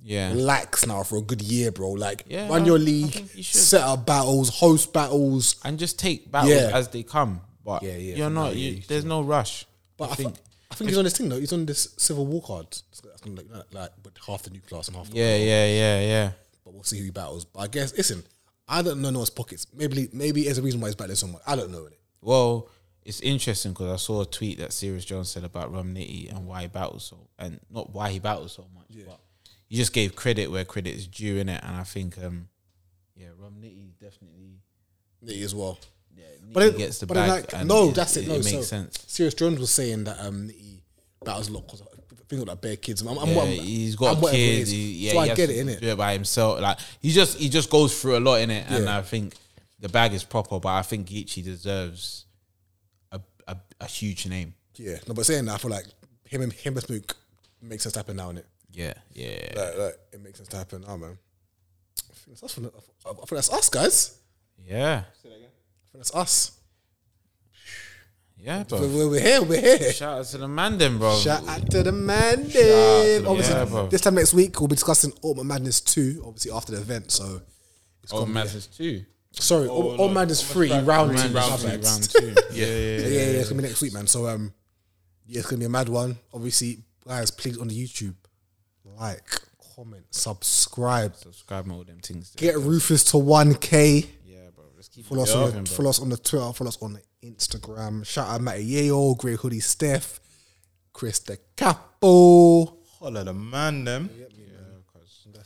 Speaker 3: Yeah.
Speaker 2: Relax now for a good year, bro. Like
Speaker 3: Yeah,
Speaker 2: run your
Speaker 3: I
Speaker 2: league,
Speaker 3: think you should.
Speaker 2: set up battles, host battles.
Speaker 3: And just take battles
Speaker 2: Yeah.
Speaker 3: as they come. But
Speaker 2: Yeah, yeah,
Speaker 3: you're
Speaker 2: for now,
Speaker 3: not
Speaker 2: yeah,
Speaker 3: you,
Speaker 2: you
Speaker 3: there's no rush.
Speaker 2: But I, think I think he's on this thing though. He's on this Civil War card, It's got something like, that, like with half the new class and half. The
Speaker 3: Yeah, yeah, yeah, yeah.
Speaker 2: but we'll see who he battles. But I guess listen, I don't know no one's pockets. Maybe maybe there's a reason why he's battling someone. I don't know innit?
Speaker 3: Well, it's interesting because I saw a tweet that Sirius Jones said about Rum Nitty and why he battles so, and not why he battles so much, but you just gave credit where credit is due in it, and I think, um, yeah, Rum Nitty definitely
Speaker 2: Nitty as well.
Speaker 3: but
Speaker 2: it-
Speaker 3: gets the
Speaker 2: but
Speaker 3: bag.
Speaker 2: Like,
Speaker 3: and
Speaker 2: no, that's it. No,
Speaker 3: makes
Speaker 2: so
Speaker 3: sense.
Speaker 2: Serious Jones was saying that um, he battles a lot because I think about bare kids. I'm, I'm,
Speaker 3: Yeah,
Speaker 2: I'm,
Speaker 3: he's got
Speaker 2: I'm
Speaker 3: kids.
Speaker 2: whatever it is.
Speaker 3: he- yeah,
Speaker 2: so
Speaker 3: he
Speaker 2: I
Speaker 3: has
Speaker 2: get
Speaker 3: to
Speaker 2: it in it.
Speaker 3: Do it by himself. Like he just he just goes through a lot in it, and
Speaker 2: Yeah.
Speaker 3: I think the bag is proper. But I think Geechee deserves a, a a a huge name.
Speaker 2: Yeah, no, but saying that, I feel like him and him and Smook makes us happen now, innit?
Speaker 3: Yeah, yeah,
Speaker 2: Like, like, it makes sense to happen. Oh man, I think that's us, I think that's us guys.
Speaker 3: yeah,
Speaker 2: I think that's us.
Speaker 3: yeah,
Speaker 2: We're,
Speaker 3: bro.
Speaker 2: we're- we're here. We're here.
Speaker 3: Shout out to the man, then, bro.
Speaker 2: Shout out to the man.
Speaker 3: the
Speaker 2: Obviously,
Speaker 3: man, bro.
Speaker 2: this time next week we'll be discussing Autumn Madness two. Obviously after the event, so it's
Speaker 3: Oh,
Speaker 2: gonna be-
Speaker 3: Madness too.
Speaker 2: Sorry,
Speaker 3: Oh,
Speaker 2: Autumn Madness three round, two.
Speaker 3: Round,
Speaker 2: my
Speaker 3: two,
Speaker 2: bad.
Speaker 3: round two. Yeah, yeah,
Speaker 2: yeah, yeah, yeah, it's gonna be next week, man. So um, yeah, it's gonna be a mad one. Obviously, guys, please on the YouTube, like, comment, subscribe.
Speaker 3: Subscribe and all them things. dude.
Speaker 2: Get Rufus to one k.
Speaker 3: Yeah, bro. Let's keep
Speaker 2: Follow
Speaker 3: it
Speaker 2: us, on
Speaker 3: going,
Speaker 2: the,
Speaker 3: bro.
Speaker 2: follow us on the Twitter, follow us on the Instagram. Shout out Matty Yeo, Grey Hoodie Steph, Chris the Capo.
Speaker 1: Holla the man, them.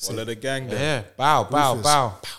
Speaker 1: Holla the gang, them.
Speaker 3: Yeah, bow, bow, bow.